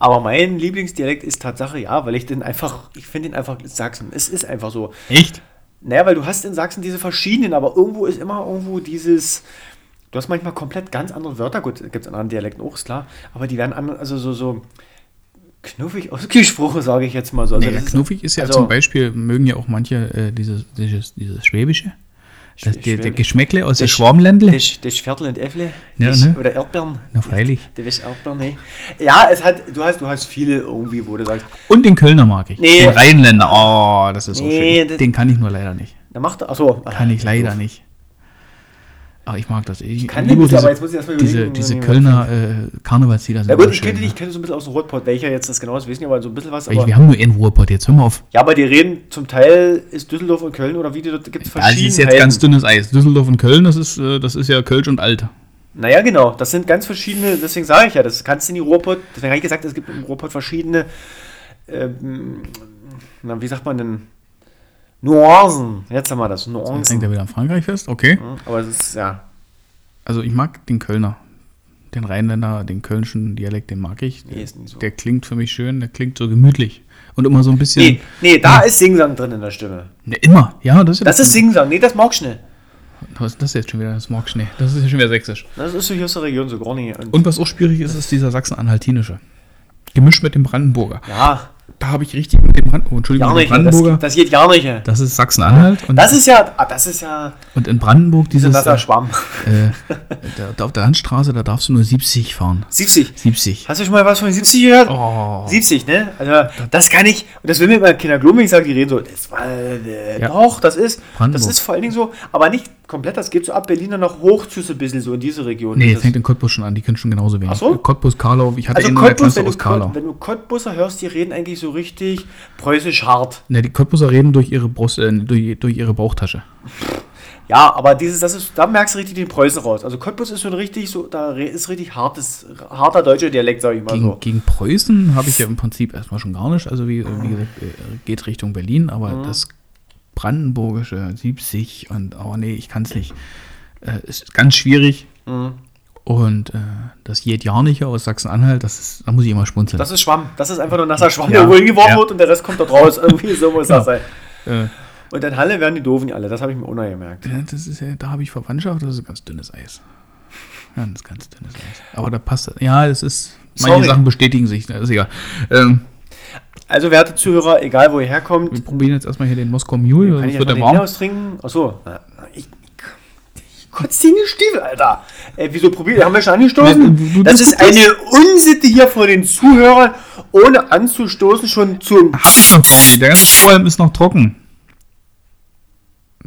S2: Aber mein Lieblingsdialekt ist Tatsache, ja, weil ich den einfach, ich finde den einfach Sachsen. Es ist einfach so.
S1: Echt?
S2: Naja, weil du hast in Sachsen diese verschiedenen, aber irgendwo ist immer irgendwo dieses. Du hast manchmal komplett ganz andere Wörter. Gut, gibt es in anderen Dialekten auch, ist klar. Aber die werden anders, also so, so knuffig ausgesprochen, sage ich jetzt mal so. Also
S1: Nee, ja,
S2: das ist-
S1: knuffig ist ja
S2: also-
S1: zum Beispiel, mögen ja auch manche äh, dieses, dieses, dieses Schwäbische. Das, der, der
S2: Schwäbisch.
S1: Geschmäckle aus der
S2: Das-
S1: Schwarmländle.
S2: Das, das Viertel und Äffle.
S1: Ja,
S2: das,
S1: ne?
S2: Oder Erdbeeren.
S1: Na, freilich.
S2: Du bist Erdbeeren, ne? Ja, es hat, du, hast, du hast viele irgendwie, wo du sagst,
S1: Und den Kölner mag ich.
S2: Nee.
S1: Den Rheinländer. Oh, das ist so
S2: Nee,
S1: schön.
S2: das-
S1: Den kann ich nur leider nicht.
S2: da macht er, achso.
S1: Kann ich leider nicht. Aber ich mag das. Ich
S2: kann
S1: liebe
S2: den nicht,
S1: diese,
S2: aber jetzt muss ich erst mal
S1: diese,
S2: überlegen,
S1: diese
S2: wenn ich-
S1: Kölner äh, Karnevalslieder sind
S2: Ja gut,
S1: immer
S2: ich
S1: schön,
S2: kenne
S1: ne?
S2: dich, kenne so ein bisschen aus dem Ruhrpott, welcher jetzt das genau ist, wissen ja aber so ein bisschen was,
S1: Weil ich-
S2: aber,
S1: Wir haben nur einen Ruhrpott jetzt. Hör mal auf.
S2: ja, aber die reden zum Teil, ist Düsseldorf und Köln oder wie, da gibt
S1: Das
S2: es verschiedene.
S1: ist jetzt ganz dünnes Eis. Düsseldorf und Köln, das ist, äh, das ist ja Kölsch und Alt.
S2: Naja, genau, das sind ganz verschiedene, deswegen sage ich ja, das kannst du in die Ruhrpott, deswegen habe ich gesagt, es gibt im Ruhrpott verschiedene, ähm, na, wie sagt man denn, Nuancen, jetzt haben wir das,
S1: Jetzt hängt
S2: Nuancen.
S1: er wieder in Frankreich fest. Okay.
S2: Aber es ist, ja,
S1: Also ich mag den Kölner. Den Rheinländer, den kölnischen Dialekt, den mag ich. Der,
S2: Nee, ist nicht so.
S1: der klingt für mich schön, der klingt so gemütlich. Und immer so ein bisschen.
S2: Nee, nee, da ist Singsang drin in der Stimme.
S1: Ne, Immer, ja, das ist ja
S2: Das ist Singsang, nee, das mag schnell.
S1: Was ist das jetzt schon wieder? Das mag Schnee. Das ist ja schon wieder sächsisch.
S2: Das ist so hier aus der Region so gar nicht. Und,
S1: Und was auch schwierig ist, ist dieser Sachsen-Anhaltinische. Gemischt mit dem Brandenburger.
S2: ja,
S1: da habe ich richtig mit dem Brand oh, Entschuldigung,
S2: Gar
S1: mit dem
S2: nicht, das,
S1: Brandenburger.
S2: das geht gar nicht. ey.
S1: Das ist Sachsen-Anhalt und,
S2: Das ist ja, ah, das ist ja
S1: und in Brandenburg
S2: so ein
S1: dieses,
S2: nasser
S1: äh,
S2: Schwamm.
S1: äh, da, da auf der Landstraße, da darfst du nur 70 fahren.
S2: 70.
S1: 70.
S2: Hast du schon mal was von 70 gehört?
S1: Oh.
S2: 70, ne? Also, das kann ich, und das will mir immer Kinder Glooming sagen, die reden so, das war, äh,
S1: Ja.
S2: doch, das ist, das
S1: Brandenburg.
S2: ist vor allen Dingen so, aber nicht komplett, das geht so ab Berliner noch hoch zu so ein bisschen so in diese Region.
S1: Nee,
S2: Das-
S1: es fängt in Cottbus schon an, die können schon genauso wenig.
S2: Ach so?
S1: Cottbus, Karlau, ich hatte
S2: also
S1: einen in
S2: Cottbus, wenn
S1: der Klasse aus
S2: du,
S1: Karlau.
S2: Kott- wenn du Cottbuser hörst, die reden eigentlich so richtig preußisch hart.
S1: Ne, die Cottbuser reden durch ihre Brust, äh, durch, durch ihre Bauchtasche.
S2: Ja, aber dieses, das ist, da merkst du richtig den Preußen raus. Also Cottbus ist schon richtig so, da re- ist richtig hartes, harter deutscher Dialekt, sag ich mal
S1: Gegen,
S2: so.
S1: gegen Preußen habe ich ja im Prinzip erstmal schon gar nicht. Also wie,
S2: Ah.
S1: wie gesagt, äh, geht Richtung Berlin, aber
S2: Mhm.
S1: das brandenburgische 70 und oh nee, ich kann es nicht. Äh, ist ganz schwierig.
S2: Mhm.
S1: Und äh, das Jedjarniche aus Sachsen-Anhalt, das ist, da muss ich immer schmunzeln.
S2: Das ist Schwamm, das ist einfach nur nasser Schwamm,
S1: Ja,
S2: der wohl geworfen
S1: ja.
S2: wird und der Rest kommt dort raus. Irgendwie so muss das sein.
S1: äh,
S2: Und in Halle werden die Doofen alle, das habe ich mir ohne gemerkt.
S1: das ist ja, da habe ich Verwandtschaft, das ist ganz dünnes Eis. Ganz, ganz dünnes Eis. Aber da passt, ja, das ist, manche
S2: Sorry.
S1: Sachen bestätigen sich, das ist egal. Ähm,
S2: Also, werte Zuhörer, egal wo ihr herkommt,
S1: Wir probieren jetzt erstmal hier den Moskau Mule,
S2: kann
S1: das
S2: ich
S1: wird der
S2: einfach den
S1: warm.
S2: Hinaus trinken. Achso, ich, ich, ich kotze dir in die Stiefel, Alter. Ey, wieso probiert? Haben wir schon
S1: Du- du-
S2: angestoßen? Das
S1: du-
S2: ist eine Unsitte hier vor den Zuhörern, ohne anzustoßen, schon zum.
S1: Ey, Der ganze Strohhalm ist noch trocken.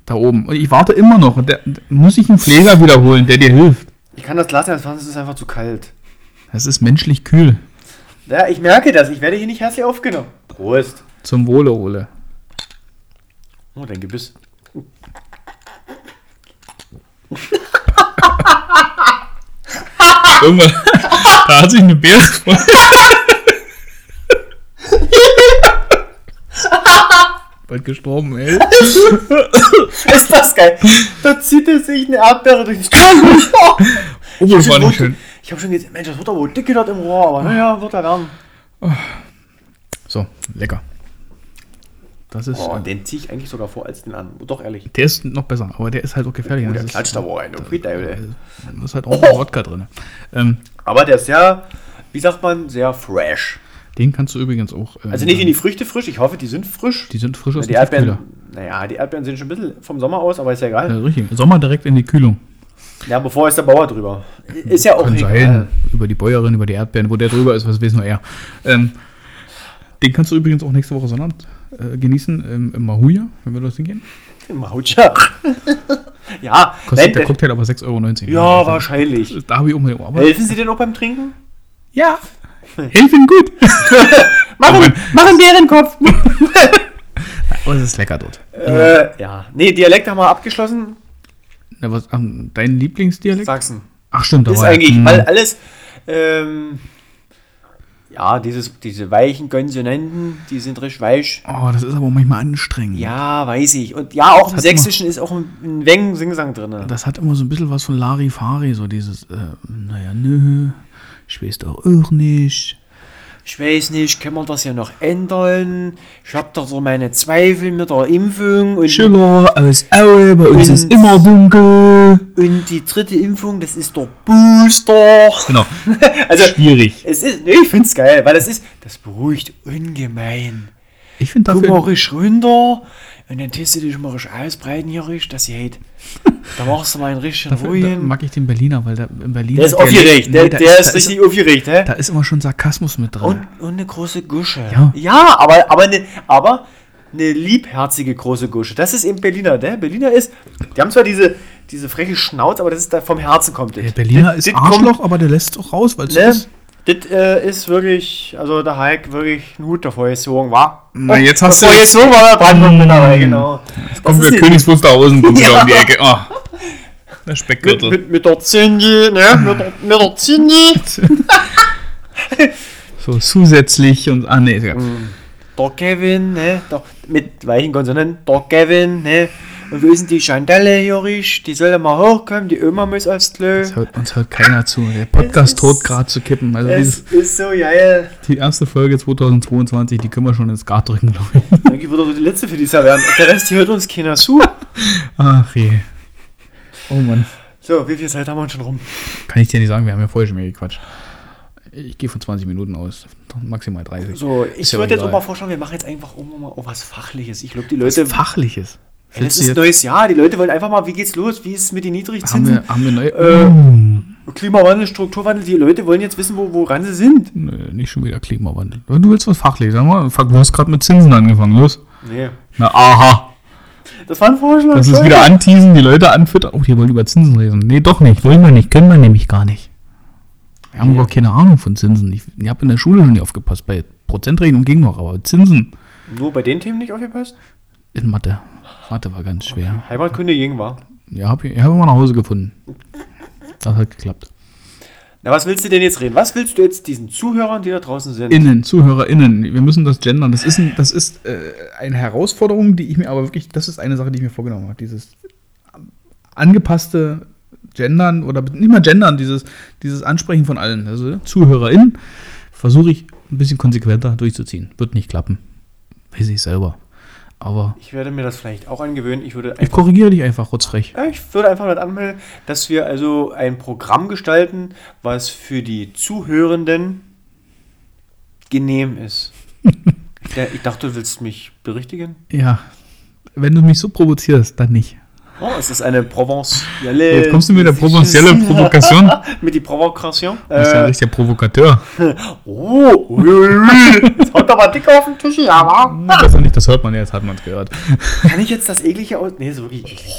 S1: Da oben. Und ich warte immer noch. Und Der, der- muss ich einen Pfleger wiederholen, der dir hilft?
S2: Ich kann das Glas nicht anfassen, es ist einfach zu kalt.
S1: Das ist menschlich kühl.
S2: Ja, ich merke das, ich werde hier nicht herzlich aufgenommen. Prost.
S1: Zum Wohle, Ole.
S2: Oh, dein Gebiss.
S1: Irgendwann, da hat sich eine Bär gefreut. Bald gestorben, ey.
S2: Ist das geil? Da zieht es sich eine Erdbeere durch den
S1: Oh, das war nicht schön.
S2: Ich habe schon gesagt, Mensch, das wird doch wohl dicke dort im Rohr, aber naja, wird er werden.
S1: So, lecker. Das ist. äh,
S2: Boah, den ziehe ich eigentlich sogar vor als den anderen. Oh, Doch, ehrlich.
S1: Der ist noch besser, aber der ist halt auch gefährlich.
S2: Oh,
S1: Das
S2: der
S1: ist- äh,
S2: klatscht aber auch einen. Okay, der, der.
S1: Da ist halt auch ein Wodka drin. Ähm,
S2: Aber der ist sehr, wie sagt man, sehr fresh.
S1: den kannst du übrigens auch. äh,
S2: Also nicht in die Früchte frisch, ich hoffe, die sind frisch.
S1: Die sind frisch aus
S2: die
S1: dem Tiefkühler.
S2: Erdbeeren, naja, die Erdbeeren sehen schon ein bisschen vom Sommer aus, aber ist ja egal.
S1: Ja, richtig. Sommer direkt in die Kühlung.
S2: Ja, bevor ist der Bauer drüber. Ist ja auch
S1: Kann
S2: egal.
S1: sein. Über die Bäuerin, über die Erdbeeren. Wo der drüber ist, was weiß nur er. Ähm, den kannst du übrigens auch nächste Woche Sonnabend äh, genießen im, im Mahuja, wenn wir dort hingehen.
S2: Mautscher. ja,
S1: Kostet der
S2: nein, der-
S1: Cocktail aber 6,90 Euro. Also,
S2: ja, wahrscheinlich.
S1: Da habe ich auch mal. Aber
S2: Helfen Sie denn auch beim Trinken? Äh,
S1: ja, helfen gut.
S2: Machen, machen Bärenkopf.
S1: Oh, es ist lecker dort.
S2: äh, ja, nee, Dialekt haben wir abgeschlossen.
S1: Na, was, ähm, dein Lieblingsdialekt?
S2: Sachsen.
S1: Ach, stimmt. da
S2: ist
S1: war ja-
S2: eigentlich,
S1: Hm.
S2: weil alles, ähm, ja, dieses, diese weichen Konsonanten, die sind recht weich.
S1: Oh, das ist aber manchmal anstrengend.
S2: Ja, weiß ich. Und ja, auch im
S1: hat immer-
S2: Sächsischen ist auch ein, ein Weng Singsang drin.
S1: Das hat immer so ein bisschen was von Larifari, so dieses, äh, naja, nö, ich weiß doch auch nicht.
S2: Ich weiß nicht, kann man das ja noch ändern? Ich hab da so meine Zweifel mit der Impfung und,
S1: Schiller aus Aue, bei uns ist immer dunkel.
S2: und die dritte Impfung, das ist der Booster.
S1: Genau,
S2: Also,
S1: schwierig.
S2: es ist, nee, ich find's geil, weil das ist, das beruhigt ungemein.
S1: Ich finde
S2: Guck mal
S1: dafür,
S2: richtig runter und dann testet dich mal richtig ausbreiten hier richtig, dass ihr hält. Da machst du mal einen richtigen
S1: dafür da
S2: Ruhigen.
S1: mag ich den Berliner, weil der in Berlin.
S2: Der ist
S1: Dialekt-
S2: aufgeregt, der,
S1: Nee, da
S2: der
S1: da
S2: ist richtig aufgeregt, hä?
S1: Da ist immer schon Sarkasmus mit drin.
S2: Und, und eine große Gusche.
S1: Ja.
S2: aber, aber, eine, aber eine liebherzige große Gusche. Das ist eben Berliner, der Berliner ist, die haben zwar diese, diese freche Schnauze, aber das ist da vom Herzen kommt
S1: der
S2: das.
S1: Berliner
S2: Das-
S1: ist
S2: das
S1: Arschloch, aber der lässt es auch raus, weil es
S2: Kommt, ne?
S1: ist.
S2: Das äh, ist wirklich, also der Hulk wirklich einen Hut davor gezogen, war.
S1: Na, jetzt hast du-
S2: davor gezogen, war der Brandenburg mit dabei, genau. Das ist eine-
S1: Königs Wusterhausen, kommt wieder um die Ecke. Oh. Der
S2: mit, mit, mit der Zinni, ne? Mit der, mit der Zinni.
S1: So zusätzlich und, ah, nee, ist egal.
S2: Mhm. Der Kevin, ne? Der, mit weichen Konsonanten, der Kevin, ne? Und wo ist denn die Chandelle hier risch? Die soll ja mal hochkommen, die Oma muss aufs Klo.
S1: Uns hört, uns hört keiner zu. Der Podcast
S2: ist-
S1: droht gerade zu kippen. Also
S2: Es
S1: dieses,
S2: ist so geil.
S1: die erste Folge 2022, die können wir schon ins Gart drücken, glaube ich.
S2: Danke, wird doch die letzte für dieses Jahr werden. Der Rest hier hört uns keiner zu.
S1: Ach je. Oh Mann.
S2: So, wie viel Zeit haben wir schon rum?
S1: Kann ich dir nicht sagen, wir haben ja vorher schon mehr gequatscht. ich gehe von 20 Minuten aus, maximal 30.
S2: So, ich
S1: Ist ja
S2: würde jetzt
S1: egal.
S2: auch mal vorschlagen, wir machen jetzt einfach auch mal oh, was Fachliches. Ich glaube, die
S1: Was
S2: Leute.
S1: Fachliches.
S2: Ey,
S1: Willst
S2: das
S1: du
S2: ist ein
S1: jetzt-
S2: neues Jahr. Die Leute wollen einfach mal, wie geht's los? Wie ist es mit den
S1: haben,
S2: Niedrigzinsen?
S1: wir, haben wir neu.
S2: Klimawandel, Strukturwandel. Die Leute wollen jetzt wissen, wo, woran sie sind.
S1: Nö, nicht schon wieder Klimawandel. Wenn du willst was Fachliches, sag mal, fuck, du hast gerade mit Zinsen angefangen, los.
S2: Nee.
S1: Na, aha.
S2: Das war ein Vorschlag.
S1: Das ist wieder anteasen, die Leute anfüttern. Oh, die wollen über Zinsen reden. Nee, doch nicht. Wollen wir nicht. Können wir nämlich gar nicht. Wir haben gar keine Ahnung von Zinsen. Ich, ich habe in der Schule schon nicht aufgepasst. Bei Prozentrechnung ging noch, aber Zinsen
S2: Nur bei den Themen nicht aufgepasst?
S1: in Mathe. Mathe war ganz schwer.
S2: Heimatkunde Jing war.
S1: Ja, habe ich hab immer nach Hause gefunden. Das hat geklappt.
S2: Na, was willst du denn jetzt reden? Was willst du jetzt diesen Zuhörern, die da draußen sind?
S1: Innen, ZuhörerInnen, wir müssen das gendern. Das ist, ein, das ist äh, eine Herausforderung, die ich mir aber wirklich, das ist eine Sache, die ich mir vorgenommen habe. Dieses angepasste Gendern oder nicht mal Gendern, dieses, dieses Ansprechen von allen. Also ZuhörerInnen versuche ich ein bisschen konsequenter durchzuziehen. Wird nicht klappen. Weiß ich selber. Aber
S2: ich werde mir das vielleicht auch angewöhnen. Ich würde
S1: ich
S2: einfach,
S1: korrigiere dich einfach rotzfrech.
S2: Ja, ich würde einfach damit anmelden, dass wir also ein Programm gestalten, was für die Zuhörenden genehm ist. ja, ich dachte, du willst mich berichtigen.
S1: Ja. Wenn du mich so provozierst, dann nicht.
S2: Oh, es ist eine provenziale.
S1: Jetzt kommst Äh, du mit der provinzielle Provokation.
S2: Mit die Provokation.
S1: Du bist ja ein
S2: Äh,
S1: richtiger Provokateur.
S2: oh, ui, ui, ui. Jetzt haut aber dick auf den Tisch, ja, wa?
S1: Das, auch nicht, das hört man ja, jetzt hat man es gehört.
S2: Kann ich jetzt das eklige aus. Nee, ist wirklich eklig.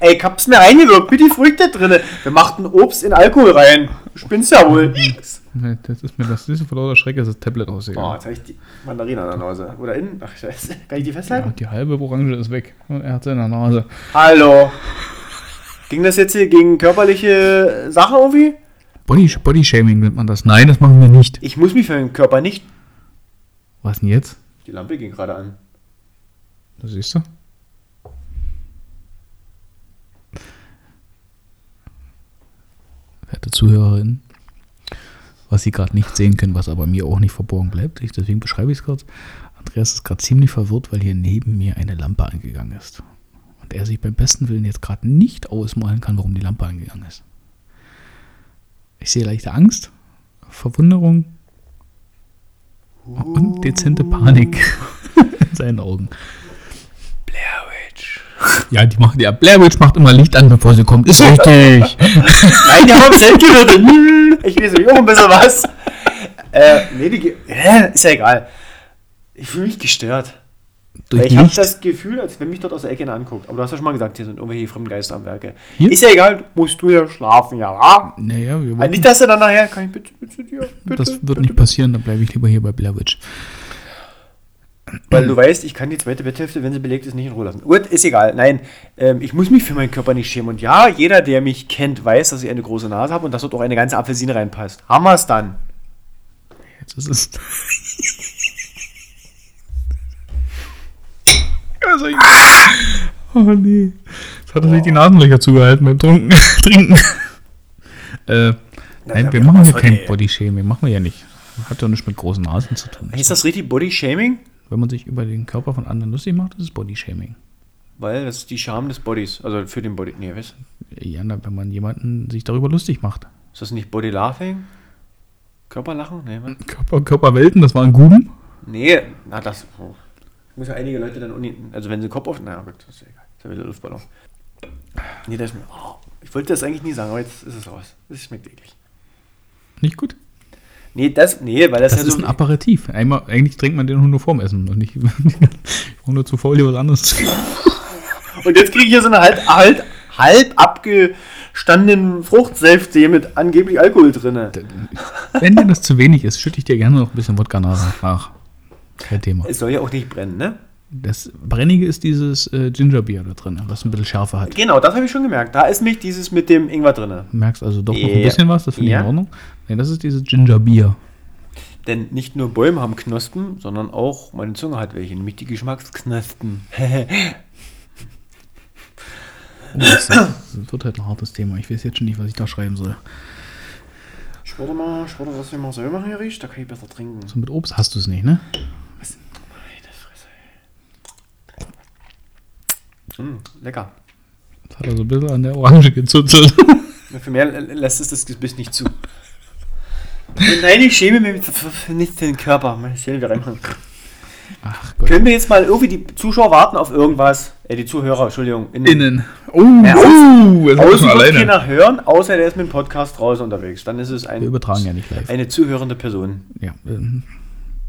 S2: Ey, ich hab's mir reingewirkt mit die Früchte drinne. Wir machten Obst in Alkohol rein. Du spinnst ja wohl. Oh,
S1: Nee, Das ist mir das ist vor lauter Schreck, ist das Tablet ausgegangen.
S2: jetzt hab ich die Mandarine an der Nase. Oder innen? Ach, scheiße. Kann ich die
S1: Ja,
S2: festhalten?
S1: die halbe Orange ist weg und er hat sie in der Nase.
S2: Hallo. Ging das jetzt hier gegen körperliche Sache irgendwie?
S1: Body, Body Shaming nennt man das. Nein, das machen wir nicht.
S2: Ich muss mich für den Körper nicht.
S1: Was denn jetzt?
S2: Die Lampe ging gerade an.
S1: Das siehst du? Werte Zuhörerinnen, was Sie gerade nicht sehen können, was aber mir auch nicht verborgen bleibt, ich, deswegen beschreibe ich es kurz. Andreas ist gerade ziemlich verwirrt, weil hier neben mir eine Lampe angegangen ist. Und er sich beim besten Willen jetzt gerade nicht ausmalen kann, warum die Lampe angegangen ist. Ich sehe leichte Angst, Verwunderung und dezente Panik in seinen Augen.
S2: Blair Witch.
S1: Ja, die machen ja. Blair Witch macht immer Licht an, bevor sie kommt. Ist richtig.
S2: Nein, die haben Selbstgewürde. Ich weiß nicht, auch ein bisschen was. Äh, nee, die, ge- Hä? ist ja egal. Ich fühle mich gestört. Weil
S1: Durch
S2: ich habe
S1: Licht.
S2: das Gefühl, als wenn mich dort aus der Ecke einer anguckt. Aber du hast ja schon mal gesagt, hier sind irgendwelche Fremdgeister am Werke.
S1: Hier?
S2: Ist ja egal, musst du ja schlafen, ja. wa?
S1: naja, wir
S2: Also Nicht, dass du dann nachher, kann ich bitte, bitte zu dir, bitte.
S1: das wird nicht passieren, dann bleibe ich lieber hier bei Blair Witch.
S2: Weil du weißt, ich kann die zweite Betthälfte, wenn sie belegt ist, nicht in Ruhe lassen. Gut, ist egal. Nein, ähm, ich muss mich für meinen Körper nicht schämen. Und ja, jeder, der mich kennt, weiß, dass ich eine große Nase habe und dass dort auch eine ganze Apfelsine reinpasst. Hammer's dann.
S1: Jetzt ist es. Also ich- oh nee. Jetzt hat er sich die Nasenlöcher zugehalten beim Trunken, Trinken. äh, nein,
S2: hab
S1: wir
S2: ich
S1: machen
S2: was
S1: ja kein
S2: vergessen.
S1: Bodyshaming. Machen wir ja nicht. Hat ja nichts mit großen Nasen zu tun.
S2: Ist das richtig Body Shaming?
S1: Wenn man sich über den Körper von anderen lustig macht, ist es Bodyshaming.
S2: Weil das ist die Scham des Bodies. Also für den Body. Nee, was?
S1: Ja, na, wenn man jemanden sich darüber lustig macht.
S2: Ist das nicht Body Laughing? Körperlachen? Nee, was?
S1: Körper, Körperwelten, das waren Guben.
S2: Nee, na das. Oh. Muss ja einige Leute dann uni. Also wenn sie den Kopf auf. Naja, gut, das ist ja egal. Das ist ja wieder Luftballon. Nee, das ist mir. Oh. Ich wollte das eigentlich nie sagen, aber jetzt ist es raus. Das schmeckt eklig.
S1: Nicht gut.
S2: Nee, das. Nee, weil das,
S1: Das
S2: ja
S1: ist
S2: so.
S1: ein Aperitif. Einmal, eigentlich trinkt man den Hunde vorm Essen und nicht. ich war nur zu faul, dir was anderes zu
S2: und jetzt kriege ich hier so eine halb, halb, halb abgestandenen Fruchtsäfte hier mit angeblich Alkohol drinne.
S1: Wenn dir das zu wenig ist, schütte ich dir gerne noch ein bisschen Wodka nach. nach. Kein Thema.
S2: Es soll ja auch nicht brennen, ne?
S1: Das Brennige ist dieses äh, Gingerbier da drin, was ein bisschen Schärfe hat.
S2: Genau, das habe ich schon gemerkt. Da ist nicht dieses mit dem Ingwer drinne.
S1: Du merkst also doch noch ein
S2: Ja.
S1: bisschen was, das finde ich
S2: Ja.
S1: in Ordnung. Nee, das ist dieses Gingerbier.
S2: Denn nicht nur Bäume haben Knospen, sondern auch meine Zunge hat welche, nämlich die Geschmacksknospen.
S1: Oh, das, das wird halt ein hartes Thema. Ich weiß jetzt schon nicht, was ich da schreiben soll.
S2: ich würde mal, ich würde das hier mal selber hier riecht, da kann ich besser trinken.
S1: So mit Obst hast du es nicht, ne?
S2: Meine Fresse. Mm, lecker.
S1: Das hat also ein bisschen an der Orange gezuzelt.
S2: Für mehr lä- lässt es das Gebiss nicht zu. Nein, ich schäme mich nicht den Körper. Mal sehen, wir reinmachen.
S1: Ach
S2: Können wir jetzt mal irgendwie die Zuschauer warten auf irgendwas? Äh, die Zuhörer, Entschuldigung. In
S1: Innen. Oh,
S2: Ja,
S1: oh, jetzt sind
S2: Außen
S1: wir
S2: wird
S1: alleine.
S2: keiner hören, außer der ist mit dem Podcast draußen unterwegs. Dann ist es ein,
S1: Wir übertragen ja nicht live.
S2: eine zuhörende Person.
S1: Ja, ähm,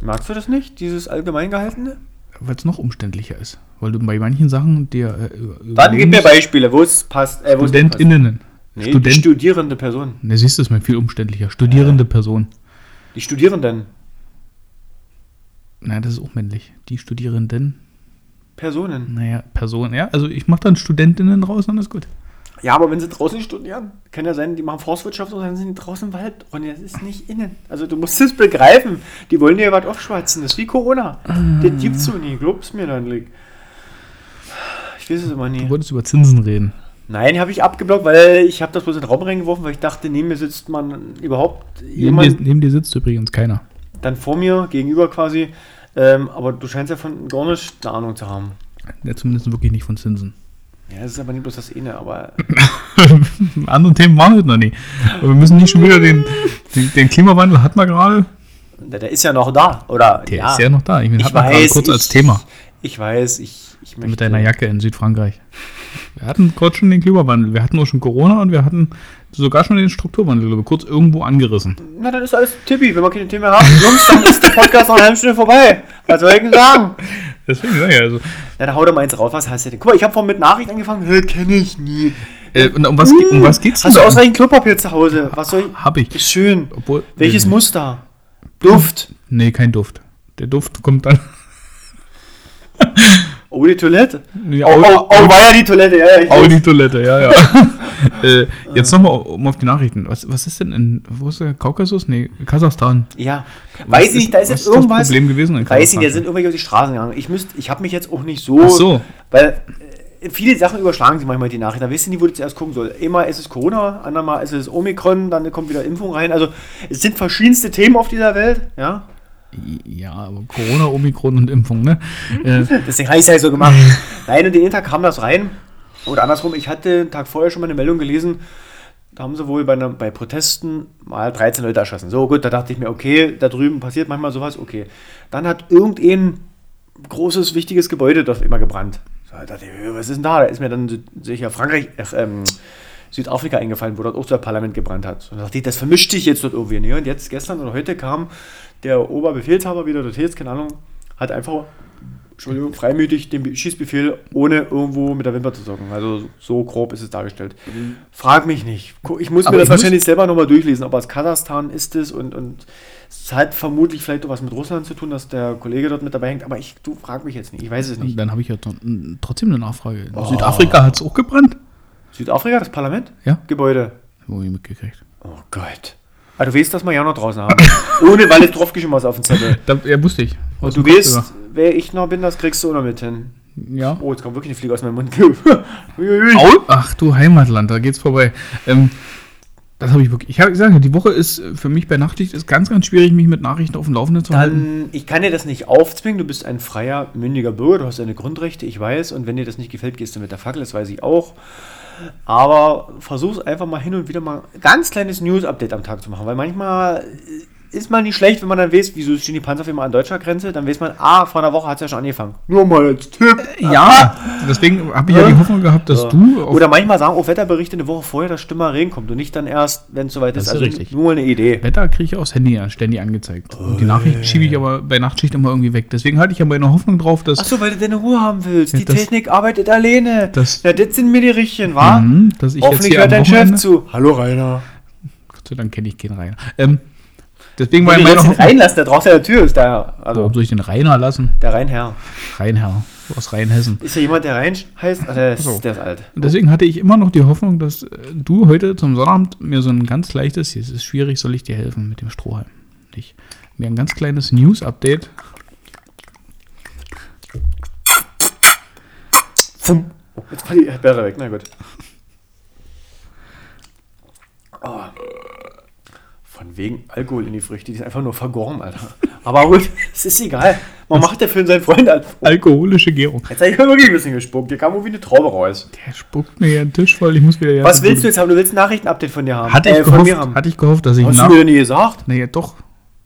S2: Magst du das nicht, dieses allgemein gehaltene?
S1: weil es noch umständlicher ist. Weil du bei manchen Sachen dir. Äh, über-
S2: Dann gib mir
S1: übernehmen
S2: Beispiele, wo es passt. Äh, wo es nicht
S1: StudentInnen.
S2: passt. Nee,
S1: Student.
S2: Die studierende Person.
S1: ne, siehst du, ist mir viel umständlicher. Studierende Person.
S2: Die Studierenden.
S1: Nein, das ist auch männlich. Die Studierenden.
S2: Personen.
S1: Naja, Person. Ja, also ich mache dann StudentInnen raus, dann ist gut.
S2: Ja, aber wenn sie draußen studieren, kann ja sein, die machen Forstwirtschaft und dann sind die draußen im Wald. Und das ist nicht innen. Also du musst es begreifen. Die wollen dir was aufschwatzen. Das ist wie Corona. Das gibt's so nie. Glaub's mir dann, Lick. Ich weiß es immer nie.
S1: Du wolltest über Zinsen reden.
S2: Nein, habe ich abgeblockt, weil ich habe das bloß in den Raum reingeworfen, weil ich dachte, neben mir sitzt man überhaupt
S1: Neben dir,
S2: jemand,
S1: neben dir sitzt übrigens keiner.
S2: dann vor mir, gegenüber quasi. Ähm, aber du scheinst ja von gar nicht eine Ahnung zu haben.
S1: Ja, zumindest wirklich nicht von Zinsen.
S2: Ja, das ist aber nicht bloß das eine, aber
S1: Andere Themen waren heute noch nie. Aber wir müssen nicht schon wieder den, den, den Klimawandel hat man gerade.
S2: der, der ist ja noch da, oder?
S1: Der ist ja noch da. Ich, meine,
S2: Ich
S1: hat man gerade
S2: weiß,
S1: kurz
S2: ich-
S1: als Thema
S2: Ich weiß, ich, ich möchte.
S1: mit deiner Jacke in Südfrankreich. Wir hatten kurz schon den Klimawandel, wir hatten auch schon Corona und wir hatten sogar schon den Strukturwandel, glaube ich, kurz irgendwo angerissen.
S2: Na, dann ist alles Tippi, wenn wir keine Themen mehr haben. Jungs, dann ist der Podcast noch eine halbe Stunde vorbei. Was soll ich denn sagen?
S1: Deswegen sag ich also.
S2: Na, dann hau doch mal eins rauf. Was hast du denn? Guck mal, ich habe vorhin mit Nachricht angefangen. Hä, kenne ich nie.
S1: Äh, und um was, ge- um was geht's
S2: Hast du
S1: denn?
S2: ausreichend Klopapier zu Hause? Was soll ich?
S1: Hab ich.
S2: Ist schön.
S1: Obwohl,
S2: Welches
S1: nee,
S2: Muster? Duft.
S1: Nee, kein Duft. Der Duft kommt dann.
S2: Oh, die Toilette.
S1: Ja,
S2: Oh, oh, oh, war ja die Toilette. Ja, ja, ich
S1: Au
S2: weiß.
S1: die Toilette, ja, ja. äh, jetzt nochmal um auf die Nachrichten. Was, was ist denn in, wo ist der Kaukasus? Nee, Kasachstan.
S2: ja.
S1: Was
S2: weiß ich nicht, da ist
S1: was
S2: jetzt irgendwas.
S1: Das Problem gewesen in
S2: weiß ich,
S1: Kasachstan?
S2: da sind irgendwelche auf die Straßen gegangen. Ich müsste, ich habe mich jetzt auch nicht so.
S1: Ach so.
S2: Weil äh, viele Sachen überschlagen sich manchmal die Nachrichten. Da wisst ihr nie, wo du zuerst gucken soll. Immer ist es Corona, andermal ist es Omikron, dann kommt wieder Impfung rein. Also es sind verschiedenste Themen auf dieser Welt. Ja.
S1: Ja, aber Corona, Omikron und Impfung, ne? äh,
S2: Deswegen habe ich es halt so gemacht. Nein, und den Tag kam das rein. Oder andersrum, ich hatte einen Tag vorher schon mal eine Meldung gelesen, da haben sie wohl bei, einer, bei Protesten mal 13 Leute erschossen. So gut, da dachte ich mir, okay, da drüben passiert manchmal sowas, okay. Dann hat irgendein großes, wichtiges Gebäude dort immer gebrannt. So, da dachte ich, äh, was ist denn da? Da ist mir dann Sü- sicher Frankreich, ach, ähm, Südafrika eingefallen, wo dort auch so ein Parlament gebrannt hat. So, da dachte ich, das vermischt sich jetzt dort irgendwie. Ne? Und jetzt, gestern oder heute kam der Oberbefehlshaber wieder dort jetzt, keine Ahnung, hat einfach Entschuldigung, freimütig den Be- Schießbefehl, ohne irgendwo mit der Wimper zu zocken. Also so grob ist es dargestellt. Frag mich nicht. Gu- Ich muss
S1: Mhm. Aber
S2: mir das
S1: ich muss-
S2: wahrscheinlich selber nochmal durchlesen, ob aus Kasachstan ist es und, und es hat vermutlich vielleicht auch was mit Russland zu tun, dass der Kollege dort mit dabei hängt. Aber ich, du frag mich jetzt nicht. Ich weiß es nicht.
S1: dann habe ich ja tro- n- trotzdem eine Nachfrage. In Südafrika hat es auch gebrannt?
S2: Südafrika, das Parlament?
S1: Ja.
S2: Gebäude.
S1: Wo ich mitgekriegt.
S2: Oh Gott. Ah, du weißt, dass wir ja noch draußen haben. Ohne, weil es draufgeschrieben hast auf dem Zettel.
S1: Da, ja, wusste ich. Aus
S2: Du
S1: dem Kopf
S2: weißt, wer ich noch bin, das kriegst du auch noch mit hin.
S1: sogar. Ja.
S2: Oh, jetzt kommt wirklich eine Fliege aus meinem Mund. Uiuiui.
S1: Au! Ach du Heimatland, da geht's vorbei. Ähm, das habe ich wirklich. Ich habe gesagt, die Woche ist äh, für mich bei Nachtschicht ist ganz, ganz schwierig, mich mit Nachrichten auf dem Laufenden zu halten.
S2: Dann, Ähm, ich kann dir das nicht aufzwingen. Du bist ein freier, mündiger Bürger. Du hast deine Grundrechte, ich weiß. Und wenn dir das nicht gefällt, gehst du mit der Fackel, das weiß ich auch. Aber versuch's einfach mal hin und wieder mal ein ganz kleines News-Update am Tag zu machen. Weil manchmal äh, ist man nicht schlecht, wenn man dann weiß, wieso stehen die Panzer auf einmal an deutscher Grenze. Dann weiß man, ah, vor einer Woche hat's ja schon angefangen. Nur mal als Tipp. Also,
S1: Ja, Ah, deswegen habe ich ja die Hoffnung gehabt, dass du auf
S2: Oder manchmal sagen auch Wetterberichte eine Woche vorher, dass stimmer Regen kommt und nicht dann erst, wenn es soweit ist.
S1: ist
S2: Also
S1: richtig.
S2: nur eine Idee.
S1: Wetter kriege ich aufs Handy an, ständig angezeigt. Und die Nachrichten schiebe ich aber bei Nachtschicht immer irgendwie weg. Deswegen hatte ich aber eine Hoffnung drauf, dass,
S2: Achso, weil du deine Ruhe haben willst.
S1: Ja,
S2: die
S1: das-
S2: Technik arbeitet alleine.
S1: das-
S2: Na, das sind mir die Richtchen, wa?
S1: Mhm, dass ich jetzt
S2: Hoffentlich
S1: hier am
S2: hört dein
S1: Wochenende...
S2: Chef zu. Hallo Rainer.
S1: Gott sei Dank kenne ich keinen Rainer. Ähm, deswegen war
S2: Weil
S1: meine
S2: du ihn
S1: Hoffnung...
S2: reinlassen, der draußen an der Tür ist da. Also,
S1: Warum soll ich den Rainer lassen?
S2: der Rheinherr.
S1: Rheinherr aus Rheinhessen.
S2: Ist ja jemand, der Rhein heißt? Ah, der, ist,
S1: So.
S2: der ist alt.
S1: Und deswegen hatte ich immer noch die Hoffnung, dass äh, du heute zum Sonnabend mir so ein ganz leichtes, hier, es ist schwierig, soll ich dir helfen mit dem Strohhalm? Nicht. Mir ein ganz kleines News-Update.
S2: Oh, Jetzt war die Bäre weg, na gut. Oh. Von wegen Alkohol in die Früchte, die sind einfach nur vergorben, Alter. Aber gut, es ist egal. Man macht ja für seinen Freund an.
S1: Alkoholische Gärung.
S2: Jetzt habe ich wirklich ein bisschen gespuckt. Hier kam irgendwie eine Traube raus.
S1: Der spuckt mir hier den Tisch voll. Ich muss wieder.
S2: Was willst du jetzt haben? Du willst ein Nachrichtenupdate von dir haben.
S1: Hatte ich,
S2: Äh, von
S1: gehofft,
S2: mir haben.
S1: hatte ich gehofft, dass ich
S2: Hast du
S1: nach.
S2: mir denn nie gesagt?
S1: Naja, doch.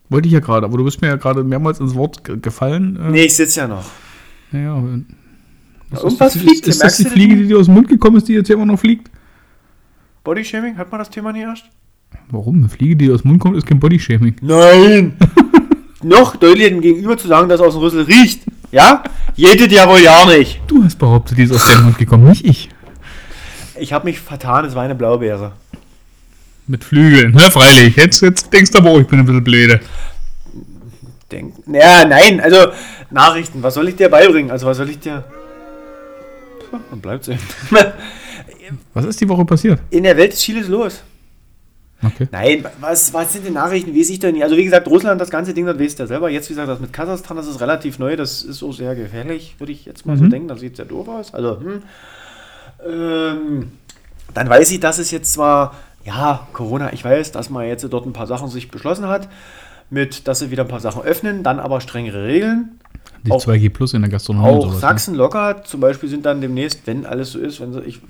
S1: Wollte ich ja gerade, aber du bist mir ja gerade mehrmals ins Wort ge- gefallen. Äh,
S2: Nee, ich sitze ja noch.
S1: Naja, wenn-
S2: Ja, irgendwas
S1: ist,
S2: fliegt
S1: Ist,
S2: hier,
S1: ist das
S2: merkst
S1: die
S2: du das
S1: Fliege,
S2: nicht?
S1: die dir aus dem Mund gekommen ist, die jetzt hier immer noch fliegt?
S2: Bodyshaming? Hat man das Thema nie erst?
S1: Warum? Eine Fliege, die aus dem Mund kommt, ist kein Bodyshaming.
S2: Nein! noch deutlicher dem Gegenüber zu sagen, dass er aus dem Rüssel riecht. Ja? Jedet ja wohl ja nicht.
S1: Du hast behauptet, die ist aus dem Mund gekommen, nicht ich.
S2: Ich habe mich vertan, es war eine Blaubeere.
S1: Mit Flügeln, ne? Freilich. Jetzt, jetzt denkst du aber, oh, ich bin ein bisschen blöde.
S2: Denk. Ja, nein, also Nachrichten, was soll ich dir beibringen? Also was soll ich dir. Tja, Dann bleibt's eben.
S1: Was ist die Woche passiert?
S2: In der Welt ist Chiles los.
S1: Okay.
S2: Nein, was, was sind denn Nachrichten? Weiß ich doch nicht. Also wie gesagt, Russland, das ganze Ding, das weißt du ja selber. Jetzt, wie gesagt, das mit Kasachstan, das ist relativ neu. Das ist auch sehr gefährlich, würde ich jetzt mal so
S1: Mhm.
S2: denken. Da sieht es ja doof aus. Also, hm. ähm, dann weiß ich, dass es jetzt zwar, ja, Corona, ich weiß, dass man jetzt dort ein paar Sachen sich beschlossen hat, mit, dass sie wieder ein paar Sachen öffnen, dann aber strengere Regeln.
S1: Die
S2: Auch-
S1: 2G Plus in der Gastronomie. und
S2: Auch
S1: sowas, ne?
S2: Sachsen locker, zum Beispiel sind dann demnächst, wenn alles so ist, wenn so ich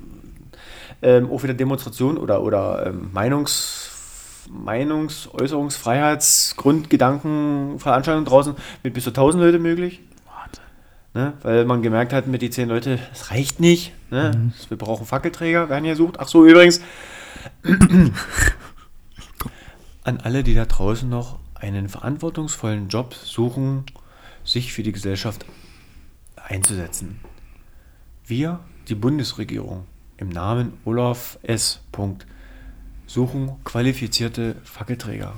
S2: ähm, auch wieder Demonstrationen oder, oder ähm, Meinungs, Meinungs-, Äußerungsfreiheits-, Grundgedanken, Veranstaltungen draußen mit bis zu 1000 Leute möglich. Ne? Weil man gemerkt hat, mit die 10 Leute, das reicht nicht. Ne?
S1: Mhm.
S2: Wir brauchen Fackelträger, werden hier gesucht. Ach so, übrigens, an alle, die da draußen noch einen verantwortungsvollen Job suchen, sich für die Gesellschaft einzusetzen. Wir, die Bundesregierung, im Namen Olaf S. Punkt, suchen qualifizierte Fackelträger.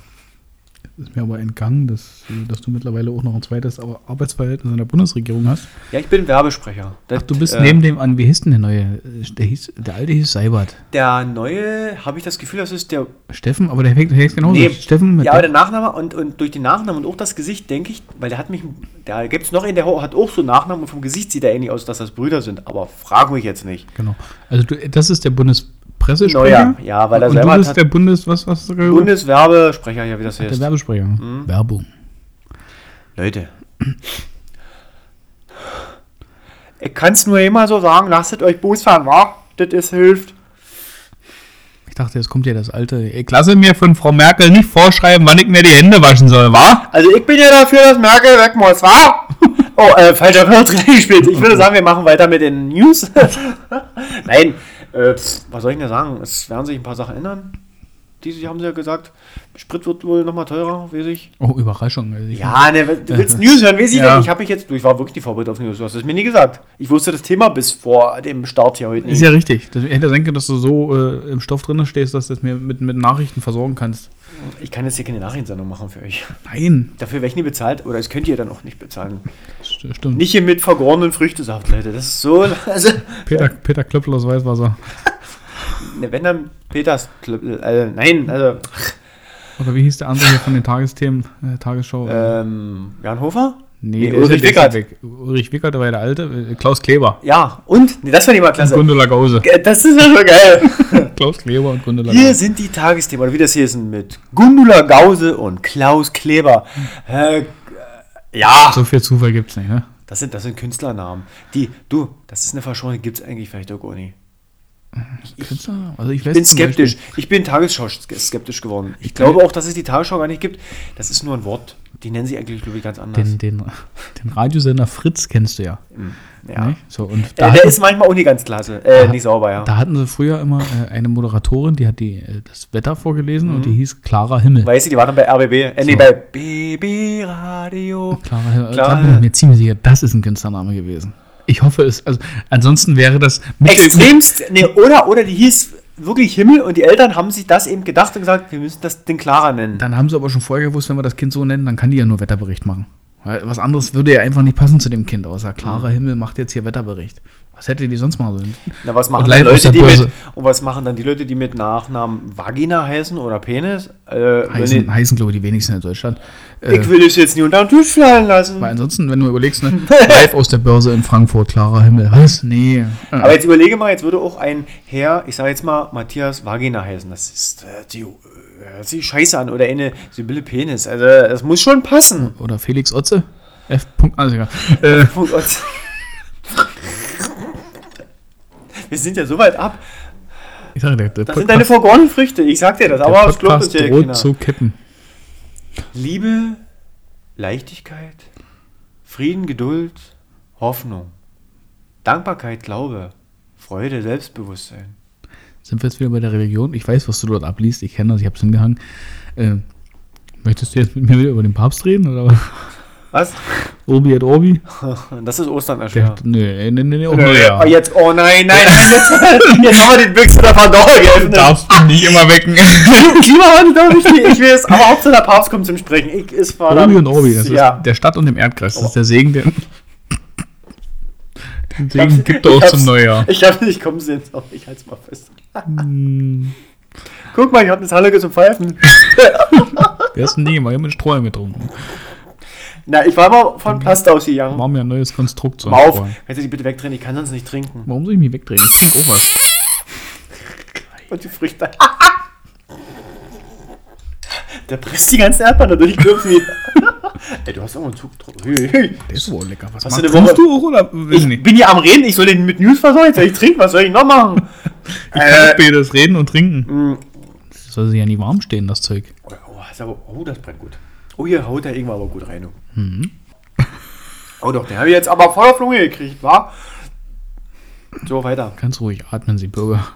S1: Ist mir aber entgangen, dass, äh, dass du mittlerweile auch noch ein zweites Ar- Arbeitsverhältnis in der Bundesregierung hast.
S2: Ja, ich bin Werbesprecher. Das,
S1: Ach, du bist
S2: äh,
S1: neben dem an, wie hieß denn der neue? Äh, Der, hieß, der alte hieß Seibert.
S2: Der neue, habe ich das Gefühl, das ist der.
S1: Steffen, aber der hängt der hängt genauso. Steffen mit
S2: ja, aber der
S1: der,
S2: Nachname und, und durch den Nachnamen und auch das Gesicht, denke ich, weil der hat mich. Da gibt es noch einen, der hat auch so einen Nachnamen und vom Gesicht sieht er ähnlich aus, dass das Brüder sind. Aber frag mich jetzt nicht.
S1: genau. Also du, das ist der Bundespressesprecher.
S2: Neuer, ja, weil er
S1: Und
S2: selber
S1: du bist
S2: hat-
S1: der Bundes, was, was hast du gesagt?
S2: Bundeswerbesprecher, ja, wie das
S1: der
S2: heißt.
S1: Werbesprecher.
S2: Mhm.
S1: Werbung.
S2: Leute. Ich kann es nur immer so sagen, lasstet euch Bus fahren, wa? Das ist hilft.
S1: Ich dachte, jetzt kommt ja das alte. Ich lasse mir von Frau Merkel nicht vorschreiben, wann ich mir die Hände waschen soll, wa?
S2: Also ich bin ja dafür, dass Merkel weg muss, wa? Oh, äh, falscher Wort gespielt. Ich würde sagen, wir machen weiter mit den News. Nein, äh, pff, was soll ich denn sagen? Es werden sich ein paar Sachen ändern. Diese haben sie ja gesagt, Sprit wird wohl nochmal teurer, weiß ich.
S1: Oh, Überraschung. Also ich-
S2: Ja, ne, du willst News hören, weiß ich
S1: Ja.
S2: nicht. Ich habe mich jetzt, du, ich war wirklich nicht vorbereitet auf News, du hast es mir nie gesagt. Ich wusste das Thema bis vor dem Start hier heute
S1: Ist
S2: nicht.
S1: ja richtig. Das- Ich hätte denken, dass du so äh, im Stoff drin stehst, dass du es mir mit, mit Nachrichten versorgen kannst.
S2: Ich kann jetzt hier keine Nachrichtensendung machen für euch.
S1: Nein,
S2: Dafür wäre ich nie bezahlt oder das könnt ihr dann auch nicht bezahlen.
S1: st stimmt.
S2: Nicht hier mit vergorenen Früchtesaft, Leute. Das ist so. Also,
S1: Peter, Peter Klöppel aus Weißwasser.
S2: ne, wenn dann Peters. Klöppel, Äh, nein, also.
S1: Oder wie hieß der andere hier von den Tagesthemen, äh, Tagesschau?
S2: Ähm, Jan Hofer?
S1: nee, der
S2: Ulrich
S1: ist ja- der ist
S2: Wickert.
S1: ja weg. Ulrich Wickert, der war ja der alte. Äh, Klaus Kleber.
S2: Ja, und? Nee, das fand ich mal klasse.
S1: Gundula Gause.
S2: Äh, Das ist ja schon geil.
S1: Klaus Kleber und Gundula
S2: Hier
S1: Gause.
S2: sind die Tagesthemen, oder wie das hier ist, mit Gundula Gause und Klaus Kleber. Äh, äh, ja,
S1: So viel Zufall gibt's nicht, ne?
S2: das sind, das sind Künstlernamen. Die, du, das ist eine Verschwörung, gibt es eigentlich vielleicht doch gar nicht.
S1: Künstler? Also ich weiß
S2: bin
S1: zum Beispiel-
S2: skeptisch. Ich bin Tagesschau-skeptisch geworden. Ich glaube auch, dass es die Tagesschau gar nicht gibt. Das ist nur ein Wort. Die nennen sie eigentlich, glaube ich, ganz anders.
S1: Den, den, den Radiosender Fritz kennst du ja.
S2: Hm, ja.
S1: ne? So, und da
S2: äh, der
S1: hatten-
S2: ist manchmal auch nicht ganz klasse. Äh, nicht sauber, ja.
S1: Da hatten sie früher immer äh, eine Moderatorin, die hat die, äh, das Wetter vorgelesen und die
S2: Mhm.
S1: hieß Clara Himmel.
S2: Weißt du, die waren dann bei RBB. Äh, nee, bei BB Radio.
S1: Clara Himmel.
S2: Clara
S1: Da bin ich mir ziemlich sicher, das ist ein Künstlername gewesen. Ich hoffe es. Also ansonsten wäre das mit,
S2: Extremst. Nee, oder, oder die hieß wirklich Himmel und die Eltern haben sich das eben gedacht und gesagt, wir müssen das Ding Clara nennen.
S1: Dann haben sie aber schon vorher gewusst, wenn wir das Kind so nennen, dann kann die ja nur Wetterbericht machen. Weil was anderes würde ja einfach nicht passen zu dem Kind, außer Clara
S2: Mhm.
S1: Himmel macht jetzt hier Wetterbericht. Was hätte die sonst machen sollen?
S2: Na, was machen
S1: Und
S2: dann
S1: live aus
S2: Leute,
S1: der
S2: die mit,
S1: Börse.
S2: und was machen dann die Leute, die mit Nachnamen Vagina heißen oder Penis? Äh, wenn
S1: Heißen,
S2: die-
S1: heißen glaube ich, die wenigsten in Deutschland. Äh,
S2: Ich will es jetzt nie unter den Tisch fallen lassen.
S1: weil ansonsten, wenn du überlegst, ne, live aus der Börse in Frankfurt, Clara Himmel, was? Nee. Äh.
S2: Aber jetzt überlege mal, jetzt würde auch ein Herr, ich sage jetzt mal Matthias Vagina heißen. Das ist äh, die, äh, hört sich scheiße an oder eine Sibylle Penis. Also das muss schon passen.
S1: Oder Felix Otze? F. Punkt, also egal. Äh,
S2: Punkt Otz. Wir sind ja so weit ab.
S1: ich sage dir, der
S2: Das sind deine vergorenen Früchte, ich sag dir das.
S1: der
S2: Aber es glaubt uns
S1: Podcast
S2: ja
S1: droht
S2: keiner.
S1: zu kippen.
S2: Liebe, Leichtigkeit, Frieden, Geduld, Hoffnung, Dankbarkeit, Glaube, Freude, Selbstbewusstsein.
S1: Sind wir jetzt wieder bei der Religion? Ich weiß, was du dort abliest. Ich kenne das, ich habe es hingehangen. Äh, möchtest du jetzt mit mir wieder über den Papst reden? Oder was?
S2: Was?
S1: Obi et Obi?
S2: Das ist Ostern
S1: Der
S2: erschwert.
S1: hat, nö, nö, nö, nö,
S2: Nö,
S1: ja.
S2: oh, jetzt, oh nein, nein, nein, jetzt, jetzt haben wir den Büchse der Pandora geöffnet.
S1: Darfst du nicht immer wecken.
S2: Klimawandel darf ich nicht, ich will es, aber Hauptsache der Papst kommt zum Sprechen. Ich ist verdammt.
S1: Obi und Obi, Oh, das
S2: ja.
S1: ist der Stadt und dem Erdkreis. Das
S2: Oh.
S1: ist der Segen, den, den Segen gibt er auch zum Neujahr.
S2: Ich hab's nicht kommen sehen, sorry, ich halt's mal fest.
S1: Hm,
S2: Guck mal, ich hab eine Halle zum Pfeifen.
S1: Wer ist denn die? Mal mit Strohhalm getrunken.
S2: Na, ich war mal von Plast ausgegangen.
S1: Machen wir ein neues Konstrukt zu
S2: Mal auf,
S1: anfangen.
S2: kannst du dich bitte wegdrehen, ich kann sonst nicht trinken.
S1: Warum soll ich mich wegdrehen? Das ist auch was.
S2: Und die Früchte. Der presst die ganzen Erdbeeren dadurch, klopfen die. Ey, du hast auch einen Zug drauf. Hui, hui.
S1: Der ist wohl lecker. Was
S2: Hast du
S1: machst
S2: eine Woche-
S1: Kommst du auch oder? Ich,
S2: Ich bin hier am Reden, ich soll den mit News versorgen, jetzt soll ich trinken, was soll ich noch machen? äh, mm.
S1: das Reden und Trinken.
S2: mh,
S1: Das soll sich ja nie warm stehen, das Zeug.
S2: oh, oh, ist aber, oh, das brennt gut. Oh, hier haut der irgendwann aber gut rein. du.
S1: Mhm.
S2: Oh doch, den habe ich jetzt aber voll auf Lunge gekriegt, wa? So, weiter.
S1: Ganz ruhig atmen Sie, Bürger.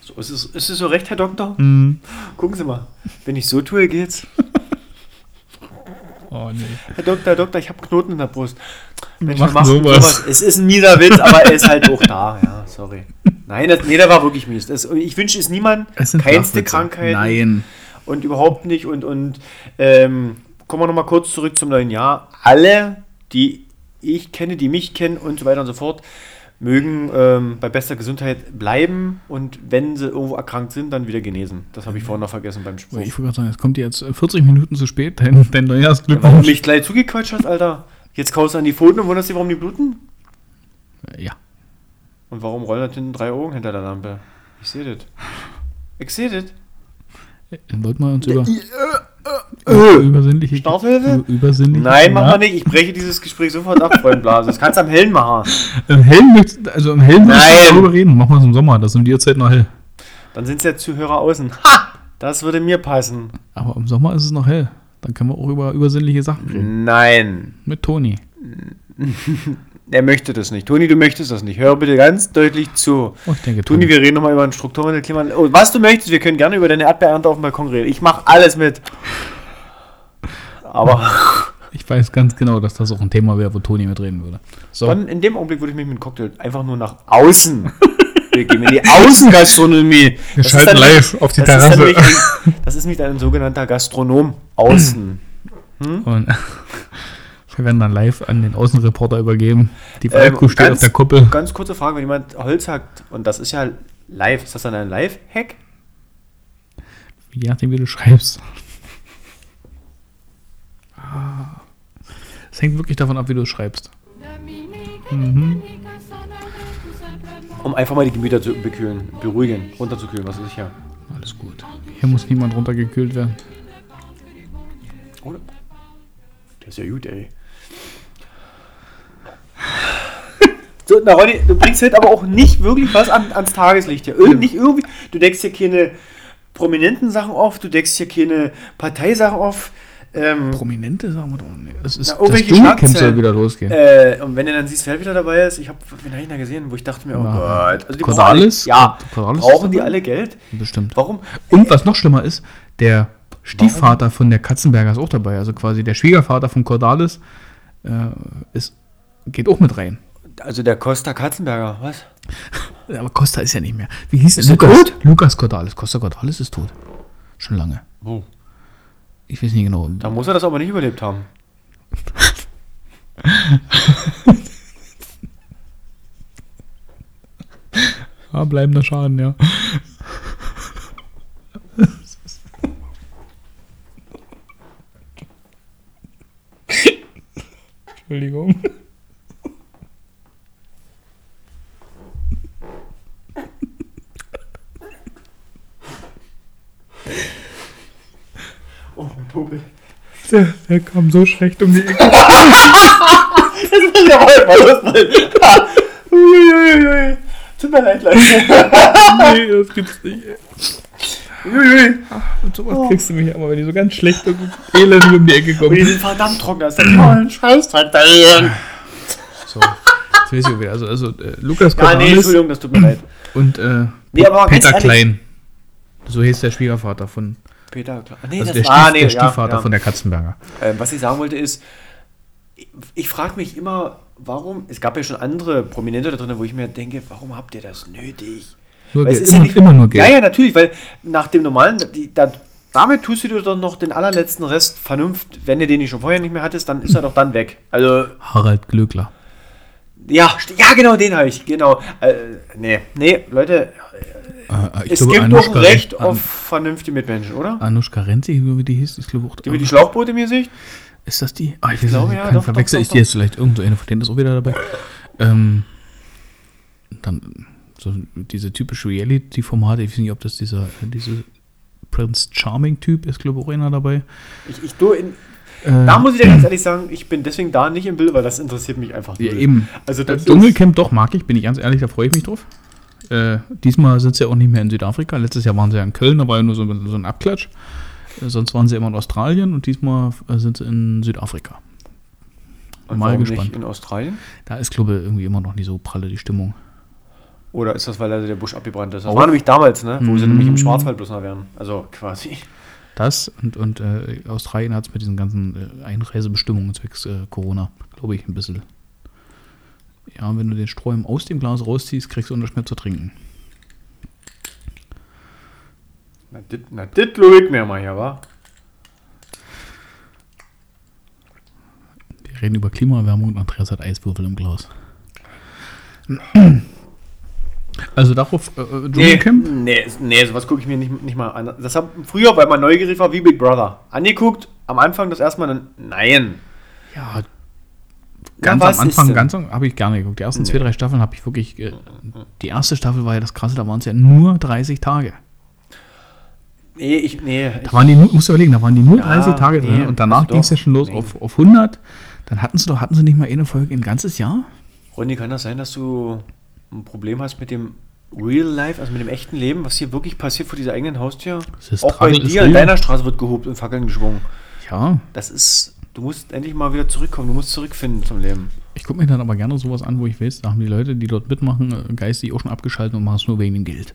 S2: So, ist, es, ist es so recht, Herr Doktor?
S1: Mhm.
S2: Gucken Sie mal, wenn ich so tue, geht's.
S1: Oh nee.
S2: Herr Doktor, Herr Doktor, ich habe Knoten in der Brust. Mensch,
S1: Macht
S2: wir machen
S1: sowas.
S2: Es ist ein mieser Witz, aber er ist halt auch da. Ja, sorry. Nein, das, nee, der war wirklich mies. Das, ich wünsche es niemand, keinste Krankheiten
S1: Nein.
S2: und überhaupt nicht. Und, und ähm, kommen wir nochmal kurz zurück zum neuen Jahr. Alle, die ich kenne, die mich kennen und so weiter und so fort, mögen ähm, bei bester Gesundheit bleiben und wenn sie irgendwo erkrankt sind, dann wieder genesen. Das habe ich vorhin noch vergessen beim Spruch.
S1: Ich wollte gerade sagen, es kommt dir jetzt 40 Minuten zu spät, dein, dein
S2: Warum du
S1: Neujahrsglückwunsch.
S2: mich gleich zugequatscht hast, Alter? Jetzt kaust du an die Pfoten und wunderst dich, warum die bluten?
S1: Ja.
S2: Und warum rollen da hinten drei Augen hinter der Lampe? Ich sehe das. Ich sehe das.
S1: Dann wollten wir uns über
S2: Äh.
S1: übersinnliche.
S2: Starthilfe?
S1: über- Übersinnliche.
S2: Nein, mach mal nicht. Ich breche dieses Gespräch sofort ab, Freund Blase. Das kannst du am hellen machen.
S1: Im Hellen möchtest also im Hellen möchtest
S2: Nein.
S1: du darüber reden. Mach mal es im Sommer, das ist um die Uhrzeit noch hell.
S2: Dann sind es ja Zuhörer außen. Ha! Das würde mir passen.
S1: Aber im Sommer ist es noch hell. Dann können wir auch über übersinnliche Sachen reden.
S2: Nein.
S1: Mit Toni.
S2: Er möchte das nicht. Toni, du möchtest das nicht. Hör bitte ganz deutlich zu.
S1: Oh, ich denke,
S2: Toni, wir reden nochmal über den Strukturwandel, Klima. Oh, was du möchtest, wir können gerne über deine Erdbeerernte auf dem Balkon reden. Ich mache alles mit. Aber
S1: Ich weiß ganz genau, dass das auch ein Thema wäre, wo Toni mitreden würde. So.
S2: dann in dem Augenblick würde ich mich mit einem Cocktail einfach nur nach außen begeben. In die Außengastronomie.
S1: Wir
S2: Das ist
S1: schalten
S2: dann-
S1: live auf die
S2: das ist,
S1: Terrasse.
S2: nämlich ein, das ist nicht ein sogenannter Gastronom außen.
S1: Und wir werden dann live an den Außenreporter übergeben. Die
S2: Ähm,
S1: Balkkuh steht auf
S2: ganz-
S1: der Kuppel.
S2: Ganz kurze Frage, wenn jemand Holz hackt und das ist ja live, ist das dann ein Live-Hack?
S1: Je nachdem, wie du schreibst. Ah. Es hängt wirklich davon ab, wie du es schreibst.
S3: Mhm.
S2: Um einfach mal die Gemüter zu bekühlen, beruhigen, runterzukühlen, was ist sicher.
S1: Alles gut. Hier muss niemand runtergekühlt werden.
S2: Oder? Der ist ja gut, ey. So, na Ronny, du bringst jetzt aber auch nicht wirklich was an, ans Tageslicht hier. Irgend, nicht irgendwie, du deckst hier keine prominenten Sachen auf, du deckst hier keine Parteisachen auf. Ähm,
S1: Prominente sagen wir doch nicht. Es ist
S2: Na,
S1: das
S2: irgendwelche
S1: Dschungelcamp soll
S2: Schlagzeilen.
S1: wieder losgehen.
S2: Äh, und wenn du dann siehst, wer wieder dabei ist, ich habe, wen hab ich da gesehen, wo ich dachte mir, oh
S1: Na,
S2: Gott. Also die brauchen alle,
S1: Cordalis?
S2: ja,
S1: Cordalis ist
S2: brauchen die
S1: dabei?
S2: alle Geld?
S1: Bestimmt.
S2: Warum?
S1: Und was noch schlimmer ist, der Stiefvater von der Katzenberger ist auch dabei. Also quasi der Schwiegervater von Cordalis äh, ist, geht auch mit rein.
S2: Also der Costa Katzenberger, was?
S1: Aber Costa ist ja nicht mehr. Wie hieß
S2: er
S1: denn Lukas?
S2: tot?
S1: Lukas Cordalis. Costa Cordalis ist tot. Schon lange.
S2: Oh.
S1: Ich weiß nicht genau.
S2: Da muss er das aber nicht überlebt haben.
S1: Ja, bleibender Schaden, ja. Entschuldigung.
S2: Oh, mein Popel.
S1: Der, der kam so schlecht um die Ecke.
S2: Das ist ja wohl mal das drin. Uiuiui. Tut mir leid, Leute.
S1: nee, das gibt's nicht. ey.
S2: Uiuiui.
S1: Und sowas
S2: Oh.
S1: kriegst du mich aber, wenn die so ganz schlecht und elendig um die Ecke
S2: Die
S1: kommen.
S2: sind verdammt trocken, da ist der Pollen. Scheiß dran.
S1: So. Jetzt weiß ich auch wieder. Also, also äh, Lukas
S2: Ja, nee,
S1: Corrales
S2: Entschuldigung, das tut mir leid.
S1: und äh,
S2: Nee, aber mal ganz
S1: Peter
S2: ehrlich.
S1: Klein. So hieß der Schwiegervater von,
S2: Peter, klar. Nee,
S1: also
S2: das
S1: der, Stief,
S2: ah, nee,
S1: der
S2: ja,
S1: Stiefvater
S2: ja.
S1: von der Katzenberger.
S2: Ähm, was ich sagen wollte ist, ich, ich frage mich immer, warum, es gab ja schon andere Prominente da drin, wo ich mir denke, warum habt ihr das nötig?
S1: Nur
S2: Weil
S1: Geld.
S2: es ist
S1: Immer,
S2: ja nicht,
S1: immer nur Geld.
S2: Ja, ja, natürlich, weil nach dem normalen, die, da, damit tust du dir doch noch den allerletzten Rest Vernunft, wenn du den nicht schon vorher nicht mehr hattest, dann ist er doch dann weg. Also,
S1: Harald Glöckler.
S2: ja, st- ja, genau, den habe ich, genau. Äh, nee, nee, Leute,
S1: Äh, ich
S2: es
S1: glaube,
S2: gibt doch ein
S1: Anuschka
S2: Recht
S1: Ren-
S2: auf vernünftige Mitmenschen, oder?
S1: An, Anuschka Renzi, wie die hieß, ich glaube auch.
S2: Die mit die Schlauchboote mir sich?
S1: Ist das die? Ah, ich, weiß
S2: glaube,
S1: nicht,
S2: ja,
S1: kann
S2: doch,
S1: verwechseln.
S2: doch,
S1: Ist
S2: doch,
S1: die jetzt vielleicht irgend so eine von denen ist auch wieder dabei? Ähm, dann so diese typische Reality-Formate. Ich weiß nicht, ob das dieser diese Prince Charming-Typ ist, glaube ich, auch einer dabei.
S2: Ich, ich, du, in,
S1: Äh,
S2: Da muss ich dir ganz ehrlich sagen, ich bin deswegen da nicht im Bild, weil das interessiert mich einfach
S1: ja,
S2: null.
S1: eben.
S2: Also das ist,
S1: Dschungelcamp doch mag ich, bin ich ganz ehrlich, da freue ich mich drauf. Äh, diesmal sind sie ja auch nicht mehr in Südafrika. Letztes Jahr waren sie ja in Köln, da war ja nur so, ein- so ein Abklatsch. Äh, sonst waren sie immer in Australien und diesmal äh, sind sie in Südafrika.
S2: und
S1: mal
S2: warum
S1: gespannt.
S2: Nicht in Australien?
S1: Da ist, glaube ich, irgendwie immer noch nicht so pralle die Stimmung.
S2: Oder ist das, weil da der Busch abgebrannt
S1: Oh.
S2: ist? Das war nämlich damals, ne? Wo
S1: Mhm.
S2: sie nämlich im Schwarzwald bloß noch wären. Also quasi.
S1: Das und, und äh, Australien hat es mit diesen ganzen äh, Einreisebestimmungen zwecks äh, Corona, glaube ich, ein bisschen. Ja, wenn du den Sträum aus dem Glas rausziehst, kriegst du auch nicht mehr zu trinken.
S2: Na, dit, na, dit logisch mir mal hier, wa?
S1: Wir reden über Klimaerwärmung und Andreas hat Eiswürfel im Glas. Also darauf, äh, äh, Dschungelcamp?
S2: nee, nee, sowas gucke ich mir nicht, nicht mal an. Das hab früher, weil man neugierig war, wie Big Brother. Angeguckt, am Anfang das erstmal, dann, nein.
S1: Ja,
S2: Na,
S1: ganz
S2: was
S1: am
S2: ist
S1: Anfang,
S2: denn?
S1: ganz am- habe ich gerne geguckt. Die ersten zwei,
S2: Nee.
S1: drei Staffeln habe ich wirklich. Äh, die erste Staffel war ja das Krasse, da waren es ja nur 30 Tage.
S2: Nee, ich, nee.
S1: Da waren die, nur- musst du überlegen, da waren die nur 30
S2: Ja,
S1: Tage drin
S2: nee,
S1: und danach
S2: doch,
S1: ging es ja schon los
S2: nee.
S1: auf, auf 100. Dann hatten sie doch, hatten sie nicht mal eine Folge ein ganzes Jahr?
S2: Ich, Ronny, kann das sein, dass du ein Problem hast mit dem Real Life, also mit dem echten Leben, was hier wirklich passiert vor dieser eigenen Haustür?
S1: Das ist
S2: Auch bei
S1: tragisch,
S2: dir
S1: ist
S2: an
S1: real.
S2: deiner Straße wird gehobt und Fackeln geschwungen.
S1: Ja,
S2: Das ist. Du musst endlich mal wieder zurückkommen. Du musst zurückfinden zum Leben.
S1: ich gucke mir dann aber gerne sowas an, wo ich weiß, da haben die Leute, die dort mitmachen, äh, geistig auch schon abgeschaltet und machen es nur wegen dem Geld.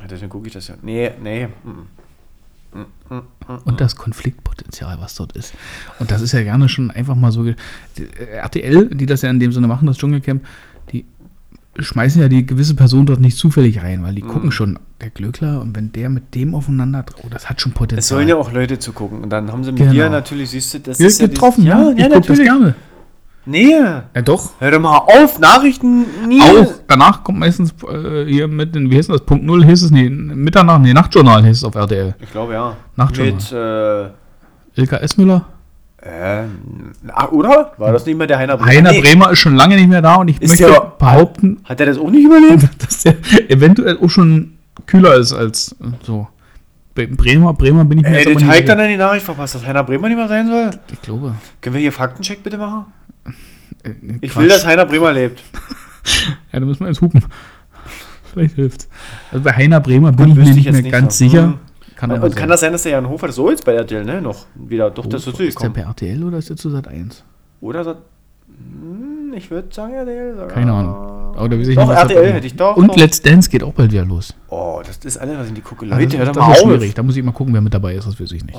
S2: Ja, Deswegen gucke ich das ja. Nee, nee. mm.
S1: Und das Konfliktpotenzial, was dort ist. Und das ist ja gerne schon einfach mal so. ge- die, äh, RTL, die das ja in dem Sinne machen, das Dschungelcamp, die schmeißen ja die gewisse Person dort nicht zufällig rein, weil die
S2: Mhm.
S1: gucken schon, der Glöckler, und wenn der mit dem aufeinander, oh, das hat schon Potenzial.
S2: Es sollen ja auch Leute zu gucken. Und dann haben sie mit
S1: Genau.
S2: dir natürlich, siehst du, das
S1: Wir
S2: ist ja.
S1: sind getroffen,
S2: dieses-
S1: ja?
S2: ja,
S1: ich guck das
S2: natürlich.
S1: gerne.
S2: Nee.
S1: Ja, doch.
S2: Hör doch mal auf, Nachrichten nie.
S1: Auch danach kommt meistens äh, hier mit den, wie heißt denn das, Punkt Null hieß es, nee, Mitternacht, nee, Nachtjournal hieß es auf RTL.
S2: Ich glaube ja.
S1: Nachtjournal.
S2: Mit, äh,
S1: Ilka Esmüller.
S2: ähm, ah, oder? War das nicht mehr der Heiner Bremer?
S1: Heiner
S2: Nee.
S1: Bremer ist schon lange nicht mehr da und ich
S2: Ist
S1: möchte
S2: der-
S1: behaupten,
S2: Hat er das auch nicht überlebt?
S1: dass der eventuell auch schon kühler ist als äh, so. Bre- Bremer, Bremer bin ich mir
S2: Ey,
S1: jetzt aber
S2: den
S1: nicht
S2: Teig
S1: sicher.
S2: dann in die Nachricht verpasst, dass Heiner Bremer nicht mehr sein soll.
S1: Ich glaube.
S2: Können wir hier Faktencheck bitte machen?
S1: Äh,
S2: Ich
S1: Quatsch.
S2: will, halt- dass Heiner Bremer lebt.
S1: Ja, da müssen wir jetzt hupen. Vielleicht hilft's. Also bei Heiner Bremer bin
S2: Gut,
S1: ich mir
S2: wüsste ich
S1: nicht
S2: jetzt
S1: mehr
S2: nicht,
S1: ganz
S2: aber-
S1: sicher.
S2: Hm.
S1: Kann
S2: und kann das sein, dass der Jan Hofer so jetzt bei RTL, ne? Noch wieder. Doch, das ist
S1: Oh, ist der
S2: dazugekommen.
S1: bei RTL oder ist der zu Sat 1?
S2: Oder so. Hm, ich würde sagen RTL. sogar.
S1: Keine Ahnung. Aber da weiß ich
S2: Doch,
S1: nicht, was da
S2: RTL
S1: kommt.
S2: hätte ich doch.
S1: Und
S2: doch.
S1: Let's Dance geht auch bald wieder los.
S2: Oh, das ist alles, was ich in die gucke.
S1: Also
S2: Leute, hör
S1: das
S2: doch
S1: ist
S2: mal
S1: das ist
S2: auf.
S1: schwierig. Da muss ich mal gucken, wer mit dabei ist. Das weiß ich nicht.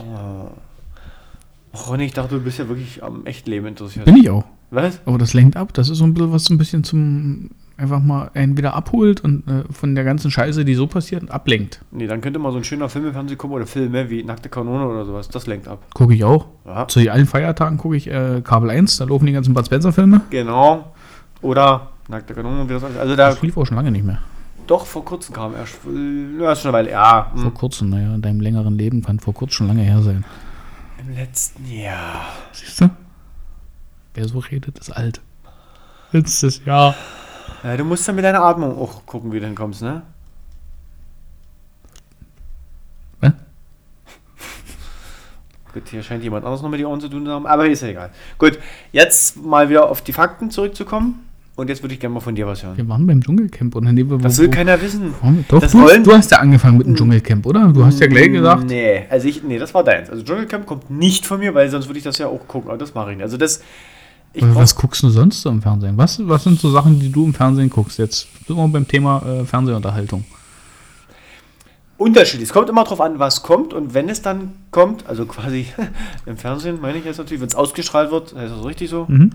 S2: Och, Ronny, ich dachte, du bist ja wirklich am echten Leben interessiert.
S1: Bin ich auch.
S2: Was?
S1: Aber das lenkt ab. Das ist so ein bisschen was so ein bisschen zum einfach mal einen wieder abholt und äh, von der ganzen Scheiße, die so passiert, ablenkt.
S2: Nee, dann könnte mal so ein schöner Film im Fernsehen kommen oder Filme wie Nackte Kanone oder sowas. Das lenkt ab.
S1: Gucke ich auch.
S2: Ja.
S1: Zu allen Feiertagen gucke ich äh, Kabel 1, da laufen die ganzen Bud Spencer-Filme.
S2: Genau. Oder Nackte Kanone, wie das alles. Also da,
S1: Das lief auch schon lange nicht mehr.
S2: doch vor kurzem kam erst. Ja, ist schon eine Weile. Ja,
S1: Vor
S2: hm.
S1: kurzem, naja, in deinem längeren Leben kann vor kurzem schon lange her sein.
S2: im letzten Jahr.
S1: Siehst du? Wer so redet, ist alt. Letztes Jahr.
S2: Ja, du musst dann mit deiner Atmung auch gucken, wie du hinkommst, ne?
S1: Hä?
S2: Gut, hier scheint jemand anderes noch mit die Ohren zu tun zu haben, aber ist ja egal. Gut, jetzt mal wieder auf die Fakten zurückzukommen. Und jetzt würde ich gerne mal von dir was hören.
S1: Wir waren beim Dschungelcamp und dann nehmen wir
S2: Das
S1: wo-
S2: will
S1: wo-
S2: keiner wissen.
S1: Warum? Doch,
S2: das
S1: du,
S2: wollen- Hm.
S1: du hast ja angefangen mit dem Dschungelcamp, oder? Du hast ja gleich gesagt.
S2: Nee, also ich, nee, das war deins. Also Dschungelcamp kommt nicht von mir, weil sonst würde ich das ja auch gucken. Aber das mache ich nicht. Also das. Ich
S1: Oder
S2: brauch-
S1: was guckst du sonst so im Fernsehen? Was, was sind so Sachen, die du im Fernsehen guckst? Jetzt sind wir beim Thema äh, Fernsehunterhaltung.
S2: unterschiedlich. Es kommt immer drauf an, was kommt und wenn es dann kommt, also quasi im Fernsehen meine ich jetzt natürlich, wenn es ausgestrahlt wird, ist das richtig so.
S1: Mhm.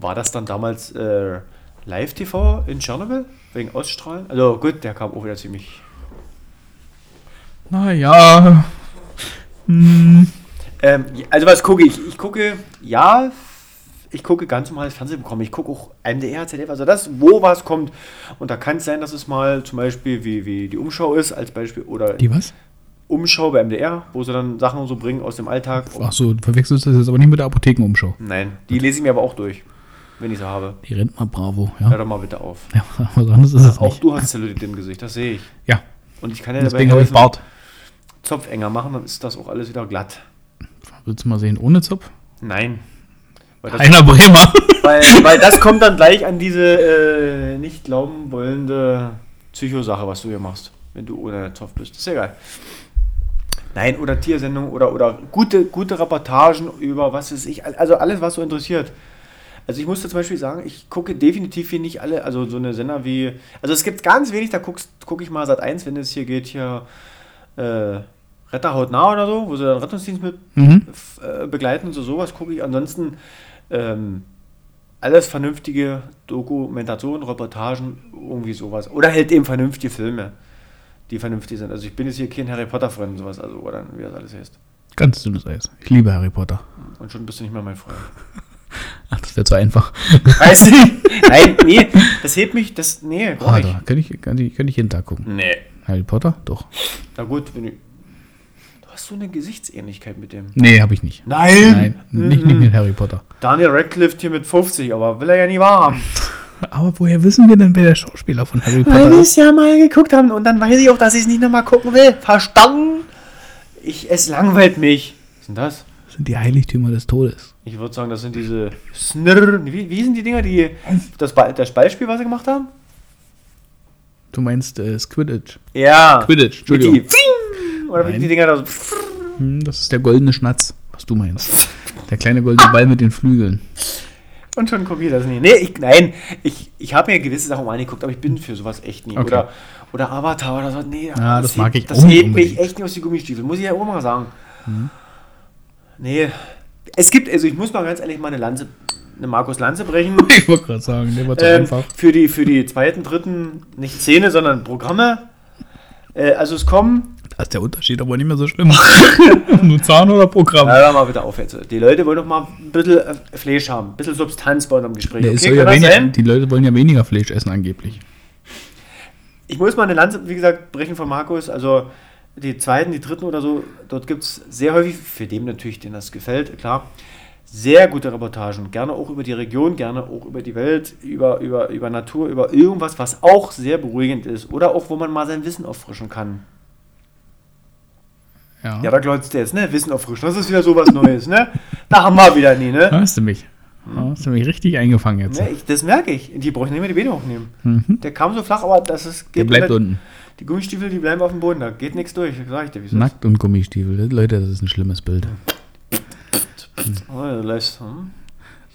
S2: War das dann damals äh, Live-TV in Tschernobyl wegen Ausstrahlen? Also gut, der kam auch wieder ziemlich.
S1: Naja. Hm,
S2: Ähm, also was gucke ich? Ich gucke, ja, ich gucke ganz normales Fernsehen bekommen. Ich gucke auch MDR, ZDF, also das, wo was kommt. Und da kann es sein, dass es mal zum Beispiel wie, wie die Umschau ist, als Beispiel, oder
S1: die was?
S2: Umschau bei MDR, wo sie dann Sachen so bringen aus dem Alltag.
S1: Ach so, du verwechselst das jetzt aber nicht mit der Apothekenumschau.
S2: Nein, die lese ich mir aber auch durch, wenn ich sie habe.
S1: Die rennt mal Bravo,
S2: Hör
S1: ja.
S2: doch mal bitte auf.
S1: Ja, aber sonst ist es
S2: Auch
S1: nicht.
S2: du hast Zellulit im Gesicht, das sehe ich.
S1: Ja,
S2: Und ich kann ja dabei
S1: deswegen habe ich
S2: helfen,
S1: Bart.
S2: Zopf enger machen, dann ist das auch alles wieder glatt.
S1: Willst du mal sehen, ohne Zopf?
S2: Nein. Weil das,
S1: Einer Bremer.
S2: weil, weil das kommt dann gleich an diese äh, nicht glauben wollende Psychosache, was du hier machst, wenn du ohne Zopf bist. Ist ja egal. Nein, oder Tiersendung oder, oder gute, gute Reportagen über was ist ich, also alles, was so interessiert. Also ich muss da zum Beispiel sagen, ich gucke definitiv hier nicht alle, also so eine Sender wie, also es gibt ganz wenig, da gucke guck ich mal Sat 1, wenn es hier geht, hier äh, Retter haut nah oder so, wo sie dann Rettungsdienst mit
S1: Mhm.
S2: f- äh, begleiten und so sowas gucke ich. Ansonsten ähm, alles vernünftige Dokumentationen, Reportagen, irgendwie sowas. Oder halt eben vernünftige Filme, die vernünftig sind. Also ich bin jetzt hier kein Harry Potter-Freund und sowas, also oder wie das alles heißt.
S1: Ganz dünnes Eis. Ich liebe Harry Potter.
S2: Und schon bist du nicht mehr mein Freund.
S1: Ach, das wäre zu einfach.
S2: Weißt du? Nein, nee, das hebt mich, das, nee, brauch
S1: Ah,
S2: ich.
S1: da könnte ich, könnte ich, könnte ich jeden Tag gucken.
S2: Nee.
S1: Harry Potter? Doch.
S2: Na gut, wenn du, du hast so eine Gesichtsähnlichkeit mit dem.
S1: Nee, habe ich nicht. Nein, nicht, nicht mit Harry Potter.
S2: Daniel Radcliffe hier mit 50, aber will er ja nie wahrhaben.
S1: Aber woher wissen wir denn, wer der Schauspieler von Harry Potter
S2: Weil wir
S1: ist?
S2: es ja mal geguckt haben und dann weiß ich auch, dass ich es nicht nochmal gucken will. Verstanden? Ich, es langweilt mich. Was sind das?
S1: Das sind die Heiligtümer des Todes.
S2: Ich würde sagen, das sind diese Snirr. Wie, wie sind die Dinger, die das, Ball, das Ballspiel, was sie gemacht haben?
S1: Du meinst äh, Squidditch.
S2: Ja.
S1: Quidditch,
S2: Mit
S1: Entschuldigung.
S2: Die, Pfing! oder wie
S1: Nein.
S2: die Dinger da so.
S1: Hm, das ist der goldene Schnatz, was du meinst. Der kleine goldene Ball mit den Flügeln.
S2: Und schon gucke ich das nie. Nee, ich, nein, ich, ich habe mir gewisse Sachen mal angeguckt, aber ich bin für sowas echt nie.
S1: Okay.
S2: Oder, oder Avatar oder so. Nee,
S1: Ja, das mag
S2: hebt-
S1: ich
S2: Das
S1: auch nicht
S2: hebt mich
S1: unbedingt. Mhm.
S2: echt nicht aus die Gummistiefel, muss ich ja auch mal sagen. Nee, es gibt, also ich muss mal ganz ehrlich mal eine Lanze, eine Markus Lanze brechen.
S1: Ich wollte gerade sagen, der war zu
S2: Ähm,
S1: einfach.
S2: für, die, für die zweiten, dritten, nicht Szene, sondern Programme. Äh, also es kommen,
S1: Da ist der Unterschied aber nicht mehr so schlimm. Äh, Nur Zahn oder Programm.
S2: Na, hör mal bitte auf jetzt. Die Leute wollen doch mal ein bisschen äh, Fleisch haben, ein bisschen Substanz bei unserem Gespräch.
S1: Der ist soll
S2: kann
S1: ja
S2: das
S1: weniger,
S2: sein?
S1: die Leute wollen ja weniger Fleisch essen angeblich.
S2: Ich muss mal eine Lanze, wie gesagt, brechen von Markus. Also die zweiten, die dritten oder so, dort gibt es sehr häufig, für den natürlich, den das gefällt, klar, sehr gute Reportagen. Gerne auch über die Region, gerne auch über die Welt, über, über, über Natur, über irgendwas, was auch sehr beruhigend ist. Oder auch, wo man mal sein Wissen auffrischen kann.
S1: Ja.
S2: Ja, da glotzt der jetzt, ne? Wissen auffrischen, das ist wieder sowas Neues, ne? Da haben wir wieder nie, ne?
S1: Da hast du mich. Da hast du mich richtig eingefangen jetzt. Mhm.
S2: ne ich, das merke ich. Die brauche ich nicht mehr die Beine hochnehmen. Der kam so flach, aber das ist...
S1: Der
S2: geht
S1: bleibt
S2: unter-
S1: unten.
S2: Die Gummistiefel, die bleiben auf dem Boden, da geht nichts durch. Sag ich dir, wieso?
S1: Nackt und Gummistiefel. Das- Leute, das ist ein schlimmes Bild.
S2: Oh, du läufst, hm?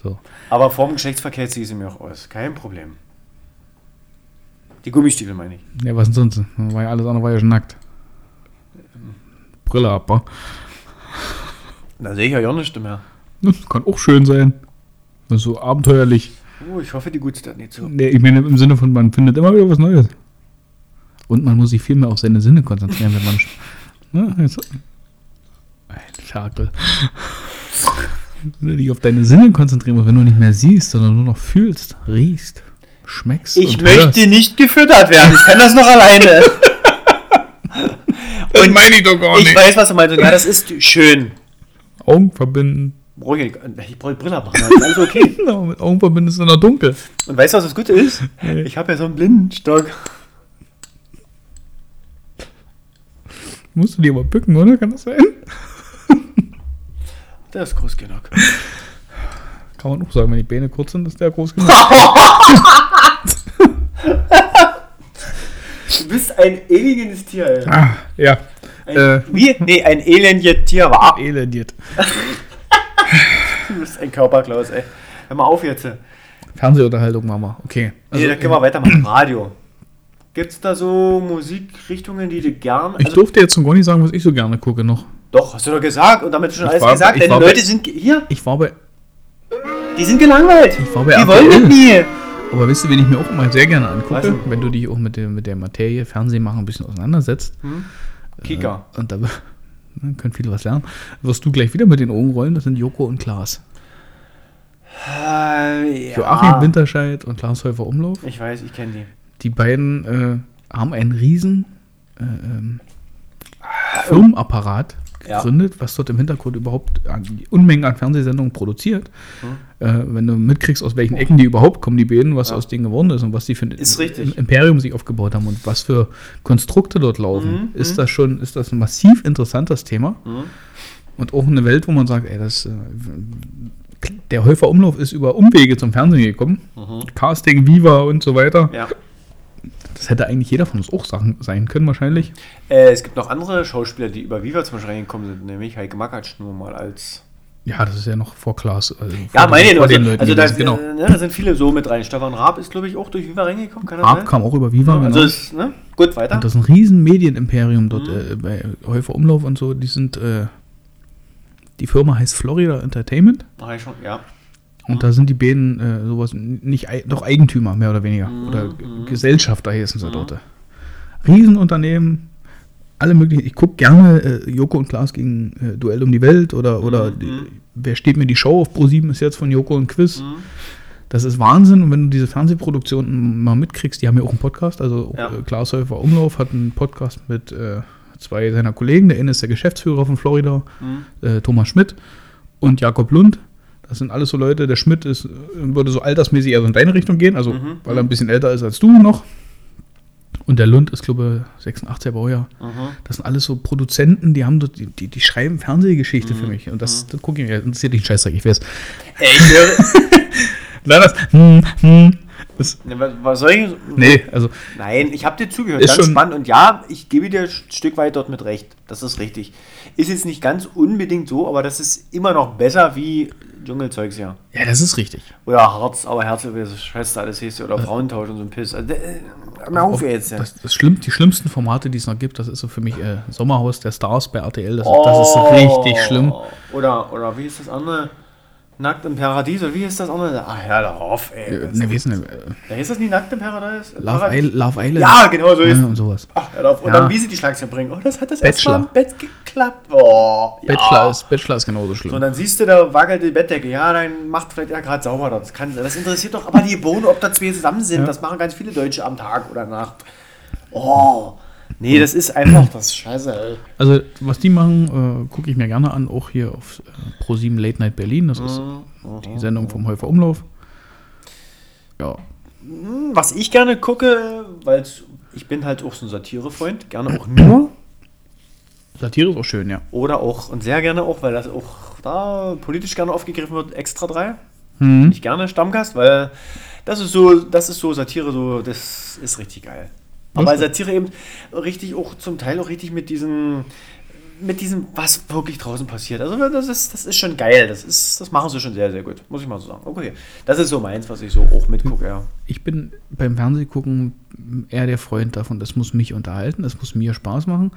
S1: So.
S2: Aber vorm Geschlechtsverkehr ziehe ich sie mir auch aus. Kein Problem. Die Gummistiefel meine ich.
S1: Ja, was denn sonst? War ja alles andere war ja schon nackt. Brille ab, wa?
S2: Da sehe ich ja auch nicht mehr.
S1: Das kann auch schön sein. Das ist so abenteuerlich.
S2: Oh, ich hoffe, die gut steht nicht so.
S1: Nee, ich meine, im Sinne von, man findet immer wieder was Neues. Und man muss sich viel mehr auf seine Sinne konzentrieren, wenn man. sch- Ne, jetzt. Ein Ferkel. Wenn du dich auf deine Sinne konzentrieren musst, wenn du nicht mehr siehst, sondern nur noch fühlst, riechst, schmeckst.
S2: Ich
S1: und hörst.
S2: möchte nicht gefüttert werden. Ich kann das noch alleine.
S1: Das meine ich doch gar
S2: ich weiß, was du meinst. Ja, das ist schön.
S1: Augen verbinden.
S2: Brauch ich nicht- ich brauche die Brille machen. Das ist alles okay.
S1: Genau, mit Augen verbinden ist es noch dunkel.
S2: Und weißt du, was das Gute ist? Ich habe ja so einen Blindenstock.
S4: Musst du dir aber bücken, oder? Kann das sein?
S2: Der ist groß genug.
S4: Kann man auch sagen, wenn die Beine kurz sind, ist der groß genug.
S2: Du bist ein elendes Tier, ey.
S4: ah, ja.
S2: Ein,
S4: Äh.
S2: Wie? Nee, ein elendes Tier war.
S4: Elendiert.
S2: Du bist ein Körperklaus, ey. Hör mal auf jetzt. Nee,
S4: Fernsehunterhaltung, Mama. Okay.
S2: da können wir weitermachen. Radio. Gibt's da so Musikrichtungen, die du gern.
S4: ich durfte jetzt zum Goni sagen, was ich so gerne gucke noch.
S2: doch, hast du doch gesagt und damit schon
S4: Ich
S2: alles
S4: war-
S2: gesagt.
S4: ich
S2: Denn die
S4: war-
S2: Leute sind ge- hier,
S4: Ich war bei.
S2: die sind gelangweilt.
S4: Ich war bei
S2: Die wollen mit mir.
S4: Aber weißt du, wen ich mir auch immer sehr gerne angucke,
S2: Weiß nicht.
S4: wenn du dich auch mit, dem, mit der Materie Fernsehen machen ein bisschen auseinandersetzt,
S2: Kika.
S4: und da ne, können viele was lernen, wirst du gleich wieder mit den Augen rollen, das sind Joko und Klaas.
S2: Äh, ja.
S4: Joachim Winterscheid und Klaas Häufer Umlauf,
S2: Ich weiß, ich kenne die.
S4: die beiden äh, haben einen riesen äh, ähm, Firmenapparat
S2: Ja.
S4: gegründet, was dort im Hintergrund überhaupt an, Unmengen an Fernsehsendungen produziert.
S2: Mhm.
S4: Äh, wenn du mitkriegst, aus welchen Ecken die überhaupt kommen, die beiden, was aus denen geworden ist und was die für ein
S2: Ist richtig.
S4: Im- Imperium sich aufgebaut haben und was für Konstrukte dort laufen,
S2: Mhm.
S4: ist das schon, ist das ein massiv interessantes Thema. Und auch eine Welt, wo man sagt, ey, das, äh, der Häufer Umlauf ist über Umwege zum Fernsehen gekommen. Casting, Viva und so weiter.
S2: Mhm. Ja.
S4: Das hätte eigentlich jeder von uns auch Sachen sein können, wahrscheinlich.
S2: Äh, es gibt noch andere Schauspieler, die über Viva zum Beispiel reingekommen sind, nämlich Heike Makatsch nur mal als.
S4: Ja, das ist ja noch vor Klaas. Also
S2: Ja,
S4: vor
S2: meine ich
S4: den,
S2: noch.
S4: vor den
S2: Also,
S4: Leuten.
S2: also da,
S4: gewesen, genau.
S2: äh, ne, da sind viele so mit rein. Stefan Raab ist, glaube ich, auch durch Viva reingekommen, kann das
S4: Raab
S2: sein?
S4: kam auch über Viva.
S2: Also,
S4: genau.
S2: ist, ne? Gut, weiter.
S4: Und das ist ein riesen Medienimperium dort äh, bei Häufer Umlauf und so. Die sind, äh, die Firma heißt Florida Entertainment
S2: Mach ich schon, ja.
S4: und da sind die Bäden äh, sowas nicht ei- doch Eigentümer mehr oder weniger oder G- Gesellschafter heißen sie dort. Riesenunternehmen, alle möglichen. Ich gucke gerne äh, Joko und Klaas gegen äh, Duell um die Welt oder oder die, wer steht mir die Show auf Pro 7 ist jetzt von Joko und
S2: Mhm.
S4: Quiz. Das ist Wahnsinn. Und wenn du diese Fernsehproduktionen mal mitkriegst, die haben ja auch einen Podcast. Also
S2: Ja.
S4: äh, Klaas Häufer Umlauf hat einen Podcast mit äh, zwei seiner Kollegen. Der eine ist der Geschäftsführer von Florida,
S2: Mhm.
S4: äh, Thomas Schmidt und Jakob Lund. Das sind alles so Leute. Der Schmidt ist, äh, würde so altersmäßig eher so in deine Richtung gehen, also weil er ein bisschen älter ist als du noch. Und der Lund ist, glaube ich, 86er Baujahr. Das sind alles so Produzenten, die haben so, die, die, die schreiben Fernsehgeschichte für mich. Und das, das gucke ich mir, das interessiert dich ein Scheißdreck, ich weiß.
S2: Ey, ich höre.
S4: Nein, das, hm, hm, das,
S2: ne, was- was soll ich.
S4: nee, also
S2: Nein, ich habe dir zugehört.
S4: Ist
S2: ganz
S4: schon-
S2: spannend. Und ja, ich gebe dir ein Stück weit dort mit recht. Das ist richtig. Ist jetzt nicht ganz unbedingt so, aber das ist immer noch besser wie Dschungelzeugs, ja.
S4: Ja, das ist richtig.
S2: Oder Harz, aber Herz über das Schwester, alles hieß oder Frauentausch und so ein Piss. Also, äh, hör mal auf jetzt. Ja.
S4: Das, das schlimm, die schlimmsten Formate, die es noch gibt, das ist so für mich äh, Sommerhaus der Stars bei RTL. Das, das ist richtig schlimm.
S2: Oh. Oder, oder wie ist das andere? Nackt im Paradies, oder wie ist das andere? Ach ja, da auf, ey.
S4: Äh,
S2: Das-
S4: ne, wie ist denn, äh,
S2: Da ist das nicht nackt im Paradies?
S4: Love,
S2: Paradies?
S4: Island, Love Island.
S2: Ja, genau so ist es.
S4: Ja, und sowas.
S2: Ach, hör auf. Und
S4: Ja.
S2: dann, wie sie die Schlagzeilen bringen. Oh, das hat das
S4: Bachelor.
S2: erstmal im Bett geklappt. Oh, ja.
S4: Bachelor, ist, Bachelor ist genauso
S2: So, Und
S4: schlimm.
S2: dann siehst du, da wackelt die Bettdecke. Ja, dann macht vielleicht er gerade sauber. Das, kann, das interessiert doch aber die Bohne, ob da zwei zusammen sind. Das machen ganz viele Deutsche am Tag oder Nacht. Oh, nee, das ist einfach, das ist scheiße, ey.
S4: Also, was die machen, äh, gucke ich mir gerne an. Auch hier auf äh, Pro7 Late Night Berlin. Das ist
S2: Mhm.
S4: die Sendung vom Häufer Umlauf. Ja.
S2: Was ich gerne gucke, weil ich bin halt auch so ein Satirefreund, gerne auch nur
S4: Satire ist auch schön, ja.
S2: oder auch und sehr gerne auch, weil das auch da politisch gerne aufgegriffen wird, extra 3.
S4: Mhm.
S2: Ich gerne Stammgast, weil das ist so, das ist so Satire, so das ist richtig geil. Aber
S4: Lustig.
S2: Satire eben richtig auch zum Teil auch richtig mit diesem mit diesem, was wirklich draußen passiert. Also das ist, das ist schon geil. Das ist, das machen sie schon sehr, sehr gut. Muss ich mal so sagen. Okay. Das ist so meins, was ich so auch mitgucke, ja.
S4: Ich bin beim Fernsehgucken eher der Freund davon, das muss mich unterhalten, das muss mir Spaß machen.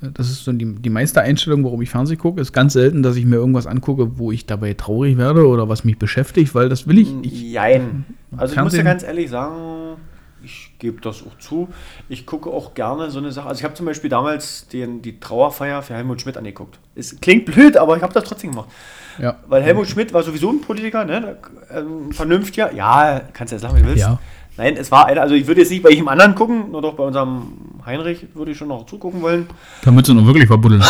S4: Das ist so die, die meiste Einstellung, warum ich Fernsehen gucke. Ist ganz selten, dass ich mir irgendwas angucke, wo ich dabei traurig werde oder was mich beschäftigt, weil das will ich.
S2: Mhm.
S4: ich
S2: Jein. Also ich muss dir
S4: Fernsehen-
S2: ganz ehrlich sagen, ich gebe das auch zu. Ich gucke auch gerne so eine Sache. Also ich habe zum Beispiel damals den, die Trauerfeier für Helmut Schmidt angeguckt. Es klingt blöd, aber ich habe das trotzdem gemacht.
S4: ja.
S2: Weil Helmut Schmidt war sowieso ein Politiker, ne? Ähm, vernünftiger. Ja, kannst du jetzt sagen, wie du willst.
S4: Ja.
S2: Nein, es war einer, also ich würde jetzt nicht bei jedem anderen gucken, nur doch bei unserem Heinrich würde ich schon noch zugucken wollen.
S4: Damit sie noch wirklich verbuddeln.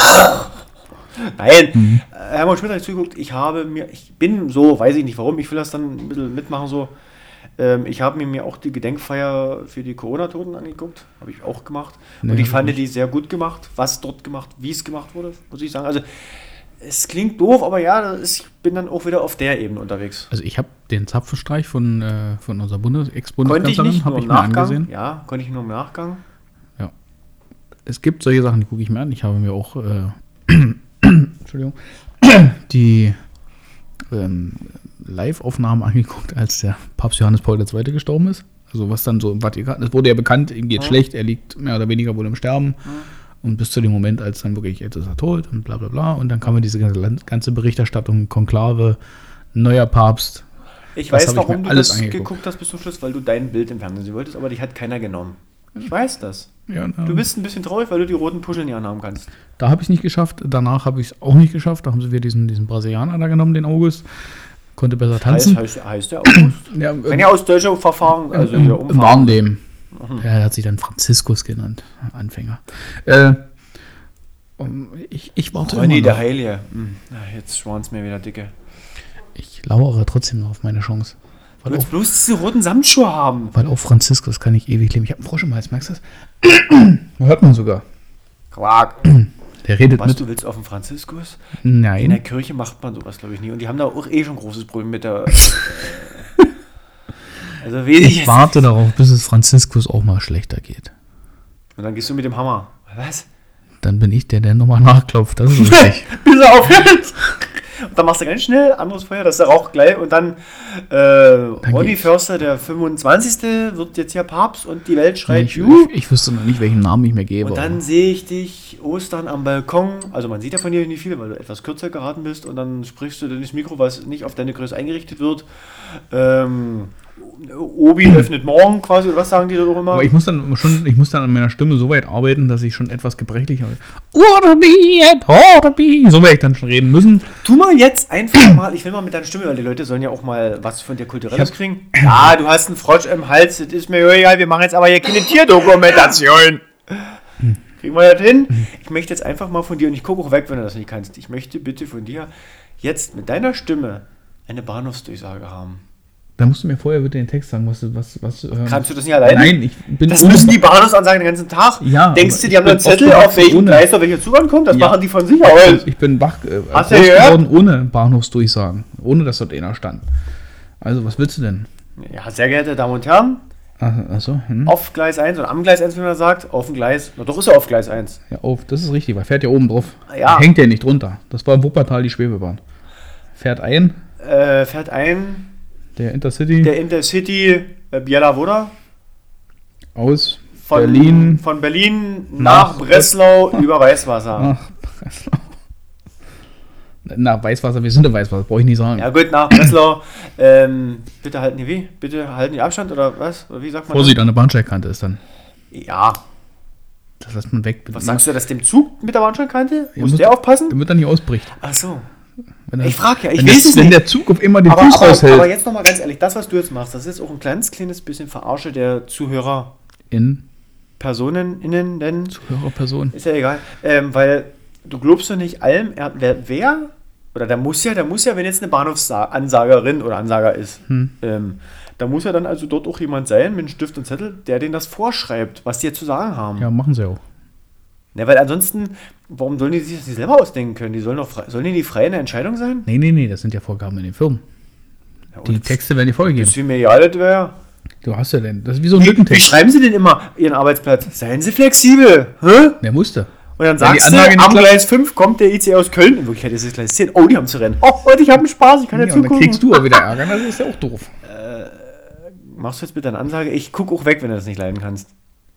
S2: Nein,
S4: Mhm.
S2: äh, Hermann Schmidt hat nicht zugeguckt. Ich habe mir, ich bin so, weiß ich nicht warum, ich will das dann ein bisschen mitmachen so. Ähm, ich habe mir mir auch die Gedenkfeier für die Corona-Toten angeguckt, habe ich auch gemacht. und
S4: Nee, hab
S2: ich
S4: ich
S2: fand
S4: nicht.
S2: die sehr gut gemacht, was dort gemacht, wie es gemacht wurde, muss ich sagen. Also es klingt doof, aber ja, das ist, ich bin dann auch wieder auf der Ebene unterwegs.
S4: Also ich habe den Zapfenstreich von, äh, von unserer Bundes
S2: Konnte ich
S4: Ex-Bundeskanzlerin,
S2: nicht,
S4: habe
S2: nur
S4: ich
S2: im
S4: mir
S2: Nachgang.
S4: angesehen.
S2: Ja, konnte ich nur im Nachgang.
S4: Es gibt solche Sachen, die gucke ich mir an. Ich habe mir auch, äh, Entschuldigung, die ähm, Live-Aufnahmen angeguckt, als der Papst Johannes Paul II. gestorben ist. Also was dann so im Vatikan, es wurde ja bekannt, ihm geht schlecht, er liegt mehr oder weniger wohl im Sterben. Und bis zu dem Moment, als dann wirklich jetzt ist er tot und bla bla bla. Und dann kam ja diese ganze Land- ganze Berichterstattung, Konklave, neuer Papst.
S2: Ich
S4: Das
S2: weiß,
S4: hab ich mir
S2: warum du
S4: alles
S2: das
S4: angeguckt.
S2: geguckt hast bis zum Schluss, weil du dein Bild im Fernsehen sehen wolltest, aber dich hat keiner genommen. Ich weiß das.
S4: Ja,
S2: Du bist ein bisschen traurig, weil du die roten Puscheln nicht anhaben kannst.
S4: Da habe ich es nicht geschafft. Danach habe ich es auch nicht geschafft. Da haben sie wieder diesen, diesen Brasilianer da genommen, den August. Konnte besser
S2: Heißt,
S4: tanzen.
S2: heißt, heißt der August?
S4: Ja,
S2: Wenn
S4: im,
S2: ja aus deutscher Verfahren, also
S4: Ähm, im,
S2: der
S4: im
S2: Umfahren.
S4: Warnleben.
S2: Mhm.
S4: Er hat sich dann Franziskus genannt. Anfänger. Äh, um, ich, ich warte
S2: Ronny,
S4: immer
S2: Oh, der
S4: noch.
S2: Heilige. Hm. Na, jetzt schwanz mir wieder dicke.
S4: Ich lauere trotzdem noch auf meine Chance.
S2: Du
S4: Weil auch,
S2: willst bloß diese roten Samtschuhe haben.
S4: weil auch Franziskus kann ich ewig leben. Ich habe einen Frosch im Hals, merkst du das? Hört man sogar.
S2: Quark.
S4: Der redet
S2: Was,
S4: mit. Hm?
S2: du willst auf den Franziskus? In der
S4: Nein.
S2: Kirche macht man sowas, glaube ich, nie. Und die haben da auch eh schon großes Problem mit der... also wenig.
S4: Ich warte darauf, bis es Franziskus auch mal schlechter geht.
S2: Und dann gehst du mit dem Hammer. Was?
S4: Dann bin ich der, der nochmal nachklopft. Das ist richtig.
S2: Bis er aufhört. Und dann machst du ganz schnell, anderes Feuer, das ist der Rauch gleich. Und dann, äh, Ronny
S4: geht's.
S2: Förster, der 25. wird jetzt hier Papst und die Welt schreit
S4: Ich,
S2: Juhu.
S4: ich, ich wüsste noch nicht, welchen Namen ich mir gebe.
S2: Und dann sehe ich dich Ostern am Balkon. Also man sieht ja von dir nicht viel, weil du etwas kürzer geraten bist. Und dann sprichst du dann ins Mikro, was nicht auf deine Größe eingerichtet wird. Ähm, Obi öffnet morgen quasi, oder was sagen die da doch immer?
S4: aber ich muss dann schon, ich muss dann an meiner Stimme so weit arbeiten, dass ich schon etwas gebrechlicher bin. Urbi et Orbi! So werde ich dann schon reden müssen.
S2: Tu mal jetzt einfach mal, ich will mal mit deiner Stimme, weil die Leute sollen ja auch mal was von dir Kulturelles
S4: Ich hab-
S2: kriegen. Ja, du hast einen Frosch im Hals, das ist mir egal, wir machen jetzt aber hier keine Tierdokumentation. Kriegen wir das hin? Ich möchte jetzt einfach mal von dir, und ich gucke auch weg, wenn du das nicht kannst, ich möchte bitte von dir jetzt mit deiner Stimme eine Bahnhofsdurchsage haben.
S4: Dann musst du mir vorher bitte den Text sagen, was, was, was. ähm,
S2: Kannst du das nicht alleine?
S4: Nein, ich bin.
S2: Das
S4: ohne-
S2: müssen die Bahnhofsansagen den ganzen Tag.
S4: Ja,
S2: Denkst
S4: aber
S2: du,
S4: ich
S2: die haben
S4: bin
S2: einen Zettel,
S4: aufgewachsen
S2: auf welchen
S4: ohne.
S2: Gleis, auf welchen Zugang kommt? Das
S4: Ja.
S2: machen die von sich aus.
S4: Ich bin wach äh,
S2: Hast du
S4: groß
S2: gehört?
S4: geworden ohne Bahnhofsdurchsagen, ohne dass dort einer stand. Also, was willst du denn?
S2: Ja, sehr geehrte Damen und Herren,
S4: Achso, hm?
S2: auf Gleis 1 oder am Gleis 1, wie man sagt, auf dem Gleis. Na doch ist er auf Gleis 1.
S4: ja, auf, das ist richtig, weil fährt ja oben drauf.
S2: Ah, Ja.
S4: Hängt ja nicht drunter. Das war im Wuppertal die Schwebebahn. Fährt ein,
S2: Äh, fährt ein
S4: der Intercity.
S2: der Intercity äh, Bielavoda
S4: aus
S2: von
S4: Berlin
S2: von Berlin nach,
S4: Nach-
S2: Breslau über Weißwasser.
S4: nach Breslau. Na, Weißwasser, wir sind in Weißwasser, brauche ich nicht sagen.
S2: Ja gut, nach Breslau. Ähm, bitte halten die wie? Bitte halten die Abstand oder was? Oder wie sagt man?
S4: Vorsicht, an der Bahnsteigkante ist dann.
S2: Das? Ja.
S4: Das lässt man weg.
S2: Was sagst du das dem Zug mit der Bahnsteinkante?
S4: Ja,
S2: Muss
S4: muss-
S2: der aufpassen?
S4: Damit dann nicht ausbricht.
S2: Ach so.
S4: Wenn er-
S2: Ich frag ja, ich
S4: wenn
S2: weiß
S4: der,
S2: es
S4: Wenn
S2: nicht.
S4: der Zug auf immer den
S2: Aber,
S4: Fuß
S2: aber,
S4: raushält.
S2: aber jetzt nochmal ganz ehrlich, das, was du jetzt machst, das ist jetzt auch ein kleines, kleines bisschen Verarsche der Zuhörer,
S4: in
S2: Personen, innen, denn
S4: höherer Person.
S2: Ist ja egal, ähm, weil du glaubst doch nicht allem, er, wer, wer, oder da muss ja, da muss ja, wenn jetzt eine Bahnhofsansagerin oder Ansager ist,
S4: Hm.
S2: ähm, da muss ja dann also dort auch jemand sein mit einem Stift und Zettel, der denen das vorschreibt, was die jetzt zu sagen haben.
S4: Ja, machen sie auch.
S2: Na, weil ansonsten, warum sollen die sich das nicht selber ausdenken können? Die sollen doch frei, sollen die nicht frei in der Entscheidung sein?
S4: Nee, nee, nee, das sind ja Vorgaben in den Firmen.
S2: Ja,
S4: Die
S2: und
S4: Texte werden dir
S2: Ist
S4: vorgegeben.
S2: mir egal, das wäre.
S4: Du hast ja denn. Das ist wie so ein
S2: Wie, wie
S4: Lückentext.
S2: schreiben sie denn immer ihren Arbeitsplatz? Seien sie flexibel, hä?
S4: Der musste.
S2: Und dann
S4: Wenn die
S2: sagst du,
S4: Anlage nicht
S2: am
S4: klappt-
S2: Gleis 5 kommt der ICE aus Köln. In Wirklichkeit ist es Gleis 10. Oh, die haben zu rennen. Oh, und ich habe einen Spaß, ich kann ja,
S4: Ja, und dann
S2: zugucken.
S4: kriegst du auch wieder Ärger, das ist ja auch doof.
S2: Machst du jetzt bitte eine Ansage? Ich gucke auch weg, wenn du das nicht leiden kannst.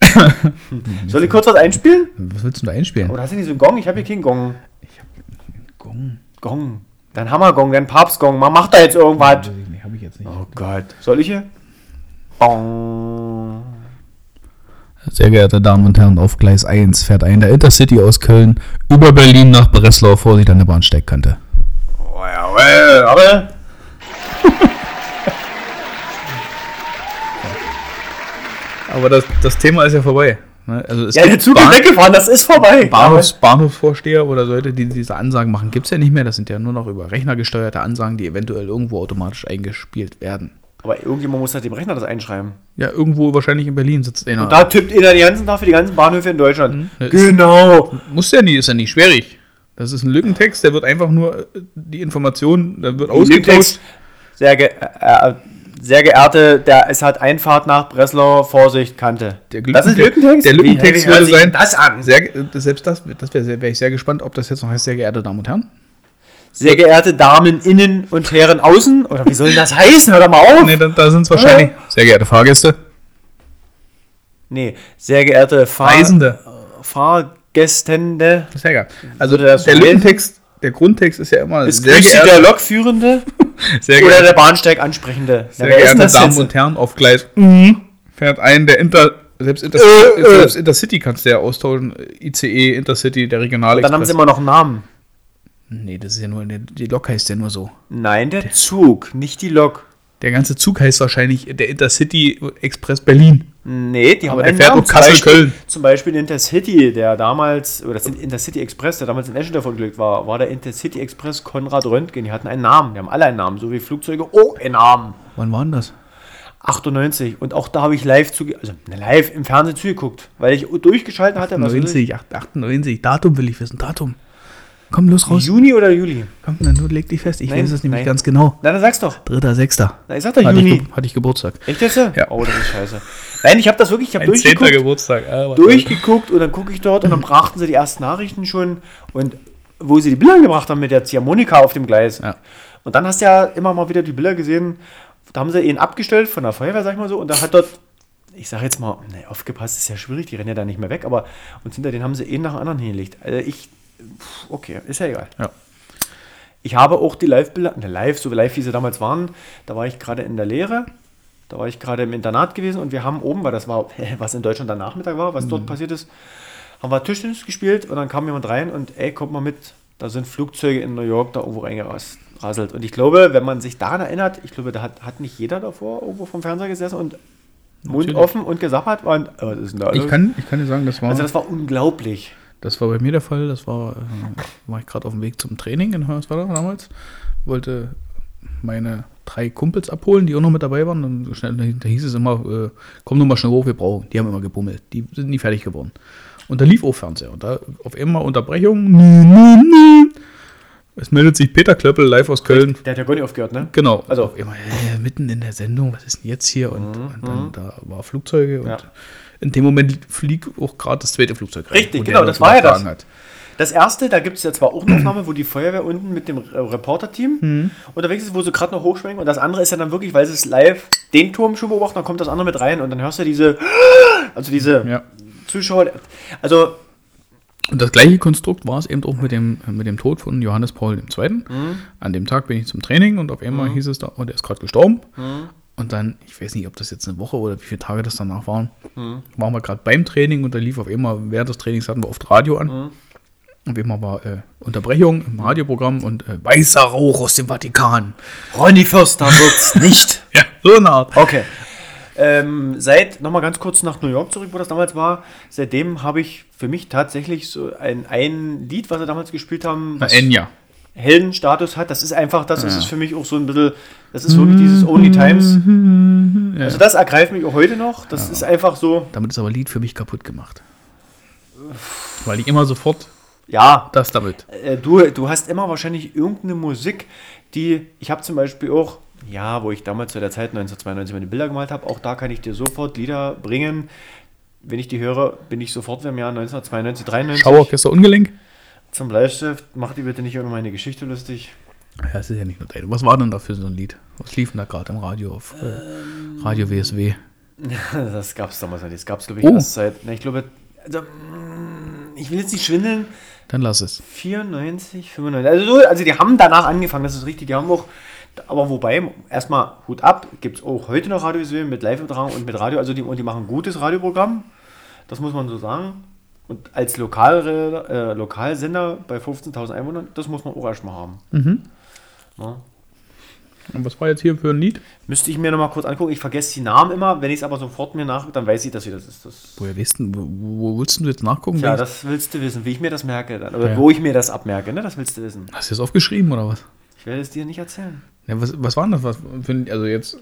S2: Soll ich kurz was einspielen?
S4: Was willst du denn da einspielen?
S2: Oder hast du nicht so einen Gong? Ich habe hier keinen Gong.
S4: Gong.
S2: Gong. Dein Hammergong, dein Papstgong. Man macht da jetzt irgendwas.
S4: Nee, hab ich jetzt nicht.
S2: Oh Gott. Soll ich hier? Bong.
S4: Sehr geehrte Damen und Herren, auf Gleis 1 fährt ein der Intercity aus Köln über Berlin nach Breslau. Vorsicht an der Bahnsteigkante.
S2: Oh ja, well, aber.
S4: Aber das, das Thema ist ja vorbei. ne? Also es
S2: Ja, der
S4: gibt
S2: Zug
S4: Bahn,
S2: ist weggefahren, das ist vorbei.
S4: Bahnhofs, Bahnhofsvorsteher oder Leute, die diese Ansagen machen, gibt es ja nicht mehr. Das sind ja nur noch über Rechner gesteuerte Ansagen, die eventuell irgendwo automatisch eingespielt werden.
S2: Aber irgendjemand muss halt dem Rechner das einschreiben.
S4: Ja, irgendwo wahrscheinlich in Berlin sitzt einer.
S2: Und da tippt er den ganzen Tag für die ganzen Bahnhöfe in Deutschland.
S4: Das ist-
S2: Genau.
S4: Muss ja nie, ist ja nicht schwierig. Das ist ein Lückentext, der wird einfach nur äh, die Information, da wird
S2: Lückentext.
S4: ausgetauscht.
S2: Sehr, ge äh, äh, sehr geehrte, der, es hat Einfahrt nach Breslau, Vorsicht, Kante.
S4: Der
S2: das ist
S4: Lückentext-
S2: Lückentext?
S4: der Lückentext
S2: hört
S4: würde
S2: sich
S4: sein-
S2: Das an.
S4: Sehr, ge- äh, selbst das, das wäre wär ich sehr gespannt, ob das jetzt noch heißt, sehr geehrte Damen und Herren.
S2: Sehr geehrte Damen innen und Herren außen. Oder wie soll denn das heißen? Hör doch mal auf.
S4: Ne, da, da sind es
S2: wahrscheinlich-
S4: Sehr geehrte Fahrgäste.
S2: Nee, sehr geehrte Fahr
S4: Reisende.
S2: Fahrgästende.
S4: Sehr geil. Also
S2: Würde das
S4: der
S2: so
S4: Lückentext, der Grundtext ist ja immer
S2: Ist
S4: sehr
S2: grüßt Sie
S4: geehrte,
S2: der Lokführende
S4: sehr
S2: oder
S4: geehrte,
S2: der Bahnsteig ansprechende?
S4: sehr geehrte Damen und Herren auf Gleis mhm. fährt ein, der Inter, selbst, Inter,
S2: Äh, äh.
S4: selbst Intercity kannst du ja austauschen, ICE, Intercity, der Regionale.
S2: Dann haben sie immer noch einen Namen.
S4: Nee, das ist ja nur, die Lok heißt ja nur so.
S2: Nein, der Zug, nicht die Lok.
S4: Der ganze Zug heißt wahrscheinlich der Intercity Express Berlin.
S2: Nee, die haben oh,
S4: der
S2: einen
S4: fährt
S2: Namen.
S4: um Kassel,
S2: zum, Beispiel,
S4: Köln.
S2: zum Beispiel den Intercity, der damals, oder das Intercity Express, der damals in Eschendorf unglückt war, war der Intercity Express Konrad Röntgen. Die hatten einen Namen, die haben alle einen Namen, so wie Flugzeuge auch einen Namen.
S4: Wann war denn das?
S2: 98 und auch da habe ich live zuge also ne, live im Fernsehen zugeguckt, weil ich durchgeschalten hatte. was weiß ich.
S4: 90, 98, Datum will ich wissen, Datum. Komm, los raus.
S2: Juni oder Juli?
S4: Komm, dann nur leg dich fest. Ich
S2: Nein,
S4: weiß es nämlich
S2: nein.
S4: ganz genau.
S2: Na, dann sag's doch.
S4: Dritter, Sechster.
S2: Na, ich sag doch
S4: Hatte ich,
S2: Juni.
S4: Ge- hatte ich Geburtstag.
S2: Echt jetzt? Ja.
S4: Ja.
S2: Oh, das ist scheiße. Nein, ich habe das wirklich, ich habe
S4: Ein zehnter
S2: durchgeguckt,
S4: Geburtstag. Ah, aber-
S2: durchgeguckt und dann gucke ich dort und dann brachten sie die ersten Nachrichten schon und wo sie die Bilder gebracht haben mit der Ziehharmonika auf dem Gleis.
S4: Ja.
S2: Und dann hast du ja immer mal wieder die Bilder gesehen, da haben sie ihn abgestellt von der Feuerwehr, sag ich mal so, und da hat dort, ich sag jetzt mal, ne, aufgepasst ist ja schwierig, die rennen ja da nicht mehr weg, aber und hinter denen haben sie einen nach dem anderen hingelegt. Also ich, pff, okay, ist ja egal.
S4: Ja.
S2: Ich habe auch die Live-Bilder, ne, live, so live, wie sie damals waren, da war ich gerade in der Lehre, da war ich gerade im Internat gewesen und wir haben oben, weil das war, was in Deutschland am Nachmittag war, was dort passiert ist, haben wir Tischtennis gespielt und dann kam jemand rein und ey, kommt mal mit, da sind Flugzeuge in New York da irgendwo reingerasselt. Und ich glaube, wenn man sich daran erinnert, ich glaube, da hat, hat nicht jeder davor irgendwo vom Fernseher gesessen und Mund
S4: Natürlich.
S2: offen und gesagt hat, und, äh, was ist denn da
S4: Ich
S2: los?
S4: kann, ich kann dir sagen, das war,
S2: also das war unglaublich.
S4: das war bei mir der Fall. Das war, äh, war ich gerade auf dem Weg zum Training in Hoyerswerda damals. Wollte meine drei Kumpels abholen, die auch noch mit dabei waren. Und schnell, da hieß es immer, äh, komm nur mal schnell hoch, wir brauchen. Die haben immer gebummelt. Die sind nie fertig geworden. Und da lief auch Fernseher. Und da auf einmal Unterbrechung. Nü, nü, nü. Es meldet sich Peter Klöppel live aus Köln.
S2: Der hat ja gar nicht aufgehört, ne?
S4: Genau.
S2: Also- Mhm,
S4: Auf einmal, äh, mitten in der Sendung, was ist denn jetzt hier? Und, und dann da war Flugzeuge und
S2: Ja.
S4: in dem Moment fliegt auch gerade das zweite Flugzeug rein.
S2: Richtig,
S4: wo
S2: genau,
S4: der
S2: das war ja das.
S4: übertragen Hat.
S2: Das erste, da gibt es ja zwar auch eine Aufnahme, wo die Feuerwehr unten mit dem äh, Reporter-Team unterwegs ist, wo sie gerade noch hochschwenken. Und das andere ist ja dann wirklich, weil sie es live den Turm schon beobachten, dann kommt das andere mit rein und dann hörst du diese, also diese
S4: Ja.
S2: Zuschauer. Also
S4: Und das gleiche Konstrukt war es eben auch mit dem, äh, mit dem Tod von Johannes Paul II. An dem Tag bin ich zum Training und auf einmal hieß es da, oh, der ist gerade gestorben. Und dann, ich weiß nicht, ob das jetzt eine Woche oder wie viele Tage das danach waren, waren wir gerade beim Training und da lief auf einmal, während des Trainings hatten wir oft Radio an. Und wie immer war äh, Unterbrechung im Radioprogramm und äh, weißer Rauch aus dem Vatikan.
S2: Ronny Fürster wird's nicht.
S4: Ja, so eine Art.
S2: Okay. Ähm, seit, nochmal ganz kurz nach New York zurück, wo das damals war, seitdem habe ich für mich tatsächlich so ein, ein Lied, was sie damals gespielt haben,
S4: Na,
S2: was
S4: Enya.
S2: Heldenstatus hat, das ist einfach das, das ist für mich auch so ein bisschen, das ist wirklich dieses Only Times. Also das ergreift mich auch heute noch, das ist einfach so,
S4: Damit ist aber Lied für mich kaputt gemacht. Weil ich immer sofort
S2: ja,
S4: das damit.
S2: äh, du, du hast immer wahrscheinlich irgendeine Musik, die, ich habe zum Beispiel auch, ja, wo ich damals zu der Zeit 1992 meine Bilder gemalt habe, auch da kann ich dir sofort Lieder bringen, wenn ich die höre, bin ich sofort im Jahr 1992, 93
S4: Schauorchester Ungelenk?
S2: zum Bleistift, mach die bitte nicht über meine Geschichte lustig.
S4: Ja, das ist ja nicht nur deine. Was war denn da für so ein Lied? Was lief denn da gerade im Radio auf äh, Radio WSW?
S2: Das gab es damals nicht. Das gab es, glaube ich,
S4: Oh.
S2: erst seit. Ne, ich glaube, also, mm, ich will jetzt nicht schwindeln.
S4: Dann lass es.
S2: 94, 95. Also, so, also die haben danach angefangen, das ist richtig. Die haben auch. Aber wobei, erstmal Hut ab, gibt es auch heute noch Radiovisuell mit Live-Übertragung und mit Radio. Also die, und die machen ein gutes Radioprogramm. Das muss man so sagen. Und als Lokal, äh, Lokalsender bei 15.000 Einwohnern, das muss man auch erstmal haben.
S4: Mhm.
S2: Na?
S4: Und was war jetzt hier für ein Lied?
S2: Müsste ich mir nochmal kurz angucken. Ich vergesse die Namen immer. Wenn ich es aber sofort mir nach, dann weiß ich, dass sie das ist. Das
S4: Woher weißt du, wo, wo willst du jetzt nachgucken?
S2: Ja,
S4: Denkst-
S2: das willst du wissen, wie ich mir das merke dann. Oder
S4: Ja.
S2: wo ich mir das abmerke, ne? Das willst du wissen.
S4: Hast du das aufgeschrieben oder was?
S2: Ich werde es dir nicht erzählen.
S4: Ja, was, was war denn das? Was für, ein- also jetzt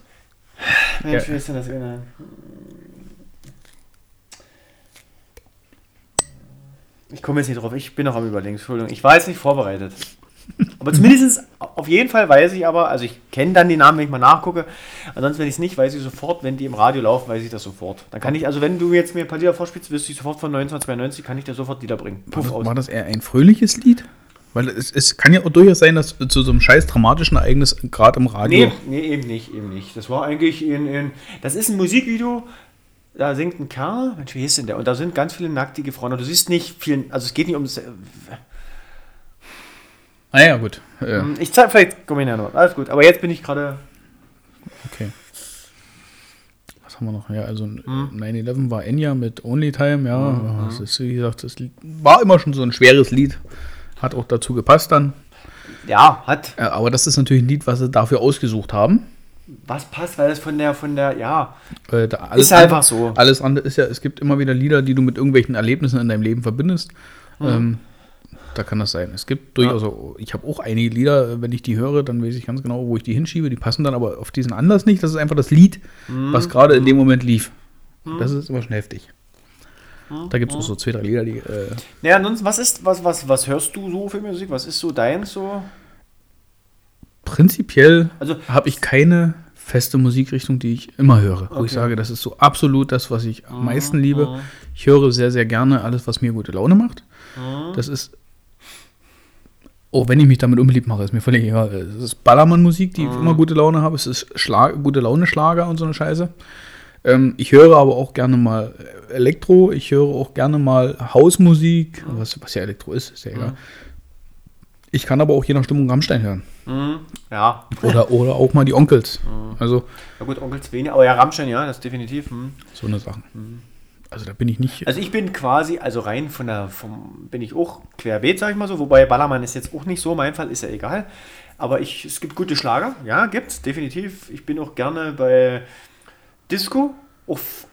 S2: Mensch,
S4: Ja.
S2: wie ist denn das genau? Ich komme jetzt nicht drauf, ich bin noch am überlegen, Entschuldigung. Ich war jetzt nicht vorbereitet. Aber zumindest, auf jeden Fall weiß ich aber, also ich kenne dann die Namen, wenn ich mal nachgucke. Ansonsten, wenn ich es nicht, weiß ich sofort, wenn die im Radio laufen, weiß ich das sofort. Dann kann ich, also wenn du jetzt mir ein paar Lieder vorspielst, wüsste ich sofort von 1992, kann ich dir sofort Lieder bringen.
S4: War
S2: Puff
S4: das,
S2: aus.
S4: war das eher ein fröhliches Lied? Weil es, es kann ja auch durchaus sein, dass zu so einem scheiß dramatischen Ereignis gerade im Radio.
S2: Nee, nee, eben nicht, eben nicht. Das war eigentlich in, in. Das ist ein Musikvideo, da singt ein Kerl, Mensch, wie hieß denn der? Und da sind ganz viele nacktige Frauen. Und du siehst nicht vielen, also es geht nicht ums. äh,
S4: Ah ja, gut. Äh,
S2: Ich zeig vielleicht, komm ich nachher noch. Alles gut, aber jetzt bin ich gerade.
S4: okay. Was haben wir noch? Ja, also äh, 9-11 war Enya mit Only Time, ja. ja, Das ist, wie gesagt, das Lied war immer schon so ein schweres Lied. Hat auch dazu gepasst dann.
S2: Ja, hat.
S4: Äh, aber das ist natürlich ein Lied, was sie dafür ausgesucht haben.
S2: Was passt, weil das von der, von der, ja.
S4: Äh, da alles
S2: Ist halt einfach
S4: andere-
S2: so.
S4: Alles andere ist ja, es gibt immer wieder Lieder, die du mit irgendwelchen Erlebnissen in deinem Leben verbindest. Ähm, da kann das sein. Es gibt durchaus, also ich habe auch einige Lieder, wenn ich die höre, dann weiß ich ganz genau, wo ich die hinschiebe. Die passen dann aber auf diesen Anlass nicht. Das ist einfach das Lied, was gerade in dem Moment lief. Das ist immer schon heftig. Da gibt es auch so zwei, drei Lieder, die. Äh,
S2: Naja, ansonsten, was ist, was, was, was hörst du so für Musik? Was ist so deins so?
S4: prinzipiell
S2: Also-
S4: habe ich keine feste Musikrichtung, die ich immer höre. Wo
S2: Okay.
S4: ich
S2: Ah.
S4: sage, das ist so absolut das, was ich am meisten liebe. Ich höre sehr, sehr gerne alles, was mir gute Laune macht.
S2: Ah.
S4: Das ist. Oh, wenn ich mich damit unbeliebt mache, ist mir völlig egal. Es ist Ballermann-Musik, die ich
S2: Ah.
S4: immer gute Laune habe. Es ist Schlag, gute Laune-Schlager und so eine Scheiße. Ähm, ich höre aber auch gerne mal Elektro. Ich höre auch gerne mal Hausmusik,
S2: Ah.
S4: was, was ja Elektro ist, ist ja egal. Ich kann aber auch je nach Stimmung Rammstein hören.
S2: Hm, ja.
S4: Oder, oder auch mal die Onkels.
S2: Ah.
S4: Also
S2: Na gut, Onkel Sveni, aber ja, Rammstein, ja, das definitiv. Hm.
S4: so eine Sache. Also da bin ich nicht.
S2: Mhm. Also ich bin quasi, also rein von der, vom, bin ich auch querbeet, sag ich mal so, wobei Ballermann ist jetzt auch nicht so, mein Fall ist ja egal. Aber ich, es gibt gute Schlager, ja, gibt's, definitiv. Ich bin auch gerne bei Disco, auch f-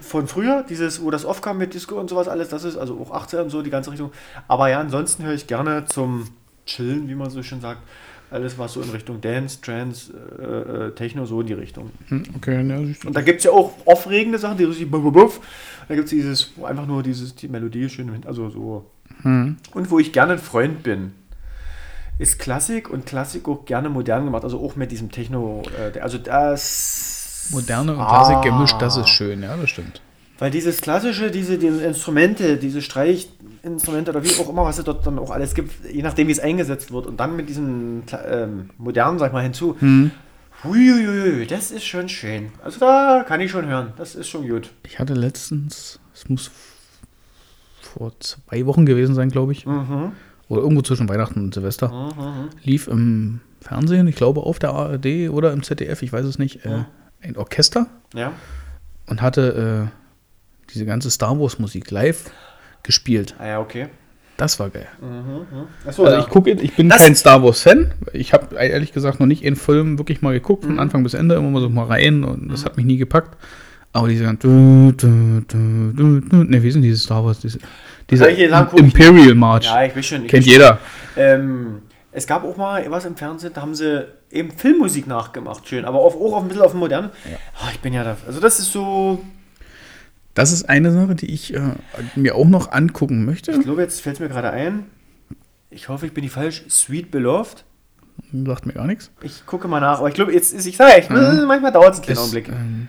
S2: von früher, dieses, wo das aufkam mit Disco und sowas alles, das ist, also auch 18 und so, die ganze Richtung. Aber ja, ansonsten höre ich gerne zum Chillen, wie man so schön sagt, alles, was so in Richtung Dance, Trance, äh, äh, Techno, so in die Richtung.
S4: Hm, Okay, ja, siehst du.
S2: Und da gibt es ja auch aufregende Sachen, die richtig buff, buff, buff. Da gibt es dieses, wo einfach nur dieses, die Melodie schön, im Hin- also so. Und wo ich gerne ein Freund bin, ist Klassik und Klassik auch gerne modern gemacht. Also auch mit diesem Techno, äh, der- also das...
S4: Moderne und
S2: Ah.
S4: Klassik gemischt, das ist schön, ja, das stimmt.
S2: Weil dieses klassische, diese, diese Instrumente, diese Streichinstrumente oder wie auch immer, was es dort dann auch alles gibt, je nachdem, wie es eingesetzt wird. Und dann mit diesem Kla- ähm, modernen, sag ich mal, hinzu.
S4: Hm.
S2: Huiuiui, das ist schon schön. Also da kann ich schon hören. Das ist schon gut.
S4: Ich hatte letztens, es muss vor zwei Wochen gewesen sein, glaube ich.
S2: Mhm.
S4: Oder irgendwo zwischen Weihnachten und Silvester. Lief im Fernsehen, ich glaube auf der ARD oder im ZDF, ich weiß es nicht, äh,
S2: Mhm.
S4: ein Orchester
S2: Ja.
S4: und hatte äh, diese ganze Star Wars Musik live gespielt.
S2: Ah ja, okay.
S4: Das war geil.
S2: Achso,
S4: Also ich gucke, ich bin
S2: Genau. Das-
S4: kein Star Wars Fan. Ich habe ehrlich gesagt noch nicht einen Film wirklich mal geguckt,
S2: Mhm.
S4: von Anfang bis Ende, immer mal so mal rein und das hat mich nie gepackt. Aber diese du, du, du, du, du, ne, wie sind diese Star Wars? Diese, dieser
S2: Solche Sachen guck ich nicht.
S4: Imperial March.
S2: Ja, ich will schon. Ich
S4: Kennt
S2: will
S4: jeder.
S2: schon. Ähm, es gab auch mal was im Fernsehen, da haben sie eben Filmmusik nachgemacht. Schön, aber auf, auch auf ein bisschen auf dem modernen. Ah, ich bin ja da. Also das ist so.
S4: Das ist eine Sache, die ich äh, mir auch noch angucken möchte.
S2: Ich glaube, jetzt fällt es mir gerade ein. Ich hoffe, ich bin nicht falsch. Sweet Beloved.
S4: Sagt mir gar nichts.
S2: Ich gucke mal nach, aber ich glaube, jetzt ist, ich sage, ich, manchmal dauert es einen kleinen
S4: Mhm.
S2: Augenblick.
S4: Ist, ähm,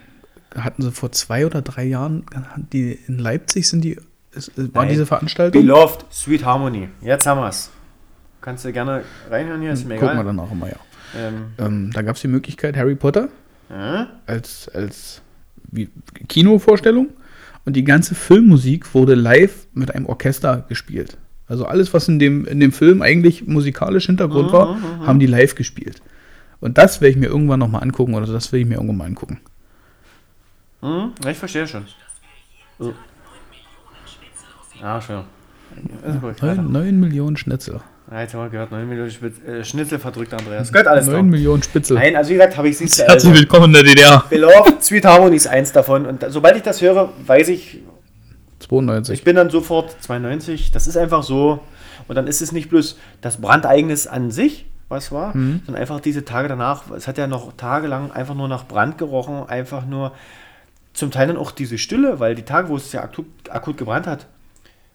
S4: hatten sie vor zwei oder drei Jahren, hatten die in Leipzig sind die, es, es war
S2: Nein.
S4: diese Veranstaltung.
S2: Beloved, Sweet Harmony. Jetzt haben wir es. Kannst du gerne reinhören hier, ist mir
S4: Gucken wir
S2: egal.
S4: danach immer, ja.
S2: Ähm,
S4: Ähm, Mhm, da gab es die Möglichkeit, Harry Potter
S2: äh?
S4: als, als wie, Kinovorstellung und die ganze Filmmusik wurde live mit einem Orchester gespielt. Also alles, was in dem, in dem Film eigentlich musikalisch Hintergrund war,
S2: Mhm,
S4: haben die live gespielt. Und das werde ich mir irgendwann nochmal angucken oder das will ich mir irgendwann mal angucken.
S2: Hm, ja, ich verstehe schon. So. Ah, schön. Ist gut, weiter.
S4: 9, 9 Millionen Schnitzel.
S2: Ja, jetzt haben wir gehört, 9 Millionen Spitz, äh, Schnitzel verdrückt, Andreas. Gehört alles
S4: 9
S2: drauf.
S4: Millionen Spitzel.
S2: Nein, also wie gesagt, habe ich siehst du,
S4: Herzlich
S2: also,
S4: willkommen in der DDR.
S2: Beloved, Sweet Harmony ist eins davon. Und da- sobald ich das höre, weiß ich, ich
S4: 92.
S2: bin dann sofort 92. Das ist einfach so. Und dann ist es nicht bloß das Brandeigenes an sich, was war, sondern einfach diese Tage danach, es hat ja noch tagelang einfach nur nach Brand gerochen, einfach nur zum Teil dann auch diese Stille, weil die Tage, wo es ja akut, akut gebrannt hat,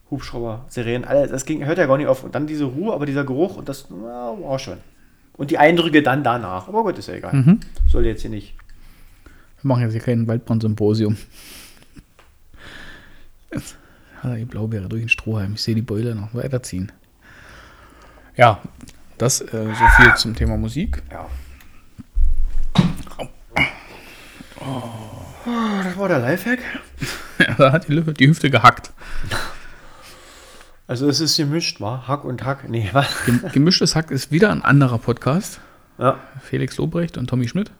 S2: Hubschrauber, Sirenen, alles, das ging, hört ja gar nicht auf. Und dann diese Ruhe, aber dieser Geruch und das na, war schon. Und die Eindrücke dann danach. Aber gut, ist ja egal. Soll jetzt hier nicht.
S4: Wir machen jetzt hier kein Waldbrandsymposium. Jetzt hat er die Blaubeere durch den Strohhalm. Ah, Ich sehe die Beule noch weiterziehen. Ja, das äh, so viel zum Thema Musik.
S2: Ja. Oh, das war der Lifehack.
S4: da hat die, Lü- die Hüfte gehackt.
S2: Also es ist gemischt, war Hack und Hack. Nee, was?
S4: Gem- Gemischtes Hack ist wieder ein anderer Podcast.
S2: Ja.
S4: Felix Lobrecht und Tommy Schmidt.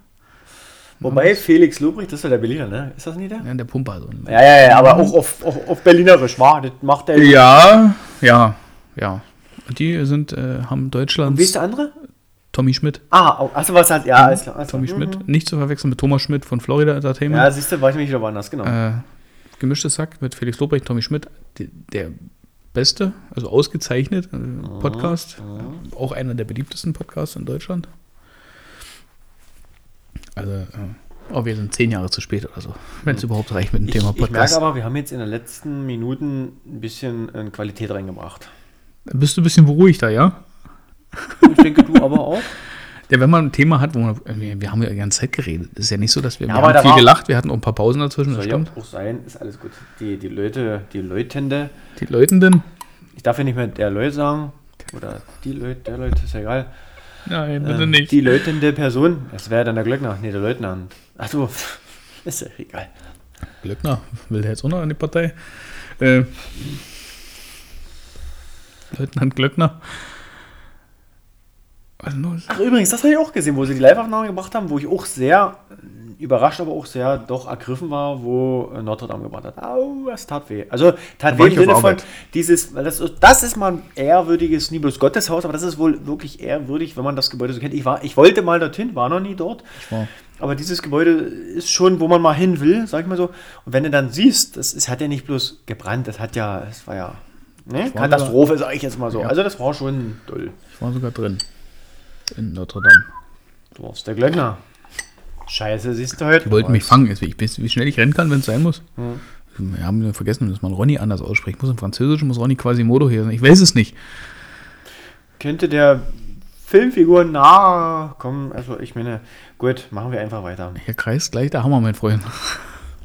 S2: Wobei Felix Lobrecht, das ist ja der Berliner, ne? Ist das nicht der?
S4: Ja, der Pumper. So ein-
S2: Ja, ja, ja, aber auch auf, auf, auf Berlinerisch, war. Das macht der.
S4: ja, ja, ja. Und die sind, äh, haben
S2: Wie ist
S4: Deutschlands
S2: der andere?
S4: Tommy Schmidt.
S2: Ah, au- achso, was hat. Ja, alles klar. alles klar.
S4: Tommy
S2: Mhm.
S4: Schmidt. Nicht zu verwechseln mit Thomas Schmidt von Florida
S2: Ja,
S4: Entertainment.
S2: siehst du, war ich nämlich wieder woanders, genau.
S4: äh, gemischtes Hack mit Felix Lobrecht, Tommy Schmidt. Die, der beste, also ausgezeichnet äh,
S2: Ah,
S4: Podcast. Auch einer der beliebtesten Podcasts in Deutschland. Also, äh, oh, wir sind zehn Jahre zu spät oder so. Wenn es überhaupt reicht mit dem
S2: Hm. ich,
S4: Thema
S2: ich merke
S4: Podcast.
S2: aber, wir haben jetzt in den letzten Minuten ein bisschen äh, Qualität reingebracht.
S4: Bist du ein bisschen beruhigter, ja?
S2: Ich denke, du aber auch.
S4: Ja, wenn man ein Thema hat, wo man, wir, wir haben ja die ganze Zeit geredet. Es ist ja nicht so, dass wir,
S2: Ja,
S4: wir
S2: aber da
S4: haben viel
S2: war-
S4: gelacht, wir hatten auch ein paar Pausen dazwischen, das
S2: Soll ja
S4: stimmt.
S2: auch sein, ist alles gut. Die, die Leute, die Leutende,
S4: Die Leutenden?
S2: ich darf ja nicht mehr der Leut sagen. Oder die Leute, der Leute, ist ja egal.
S4: Nein,
S2: Ähm, Die leutende Person, das wäre dann der Glöckner, nee, der Leutnant. Ach so, ist ja egal.
S4: Glöckner, will der jetzt auch noch an die Partei? Äh, Leutnant Glöckner. Was ist denn los?
S2: Ach, übrigens, das habe ich auch gesehen, wo sie die Live-Aufnahme gemacht haben, wo ich auch sehr äh, überrascht, aber auch sehr doch ergriffen war, wo äh, Notre Dame gebrannt hat. Au, das tat weh. Also, tat weh
S4: war
S2: im
S4: ich auf
S2: Sinne von
S4: Arbeit.
S2: dieses, weil das, ist- das ist mal ein ehrwürdiges, nie bloß Gotteshaus, aber das ist wohl wirklich ehrwürdig, wenn man das Gebäude so kennt. Ich, war, ich wollte mal dorthin, war noch nie dort.
S4: war-
S2: Aber dieses Gebäude ist schon, wo man mal hin will, sag ich mal so. Und wenn du dann siehst, das ist, hat ja nicht bloß gebrannt, das hat ja, es war ja. Ne?
S4: war
S2: Katastrophe, sage ich jetzt mal so.
S4: Ja.
S2: Also das war schon doll.
S4: Ich war sogar drin. In Notre Dame.
S2: Du warst der Glöckner. Scheiße, siehst du halt heute.
S4: Die wollten mich fangen. Jetzt, wie- ich weiß, wie schnell ich rennen kann, wenn es sein muss. Wir haben nur vergessen, dass man Ronny anders ausspricht. Muss im Französischen, muss Ronny quasi Modo hier sein. Ich weiß es nicht.
S2: Könnte der Filmfigur nahe kommen? Also ich meine, gut, machen wir einfach weiter.
S4: Hier kreist gleich der Hammer, mein Freund.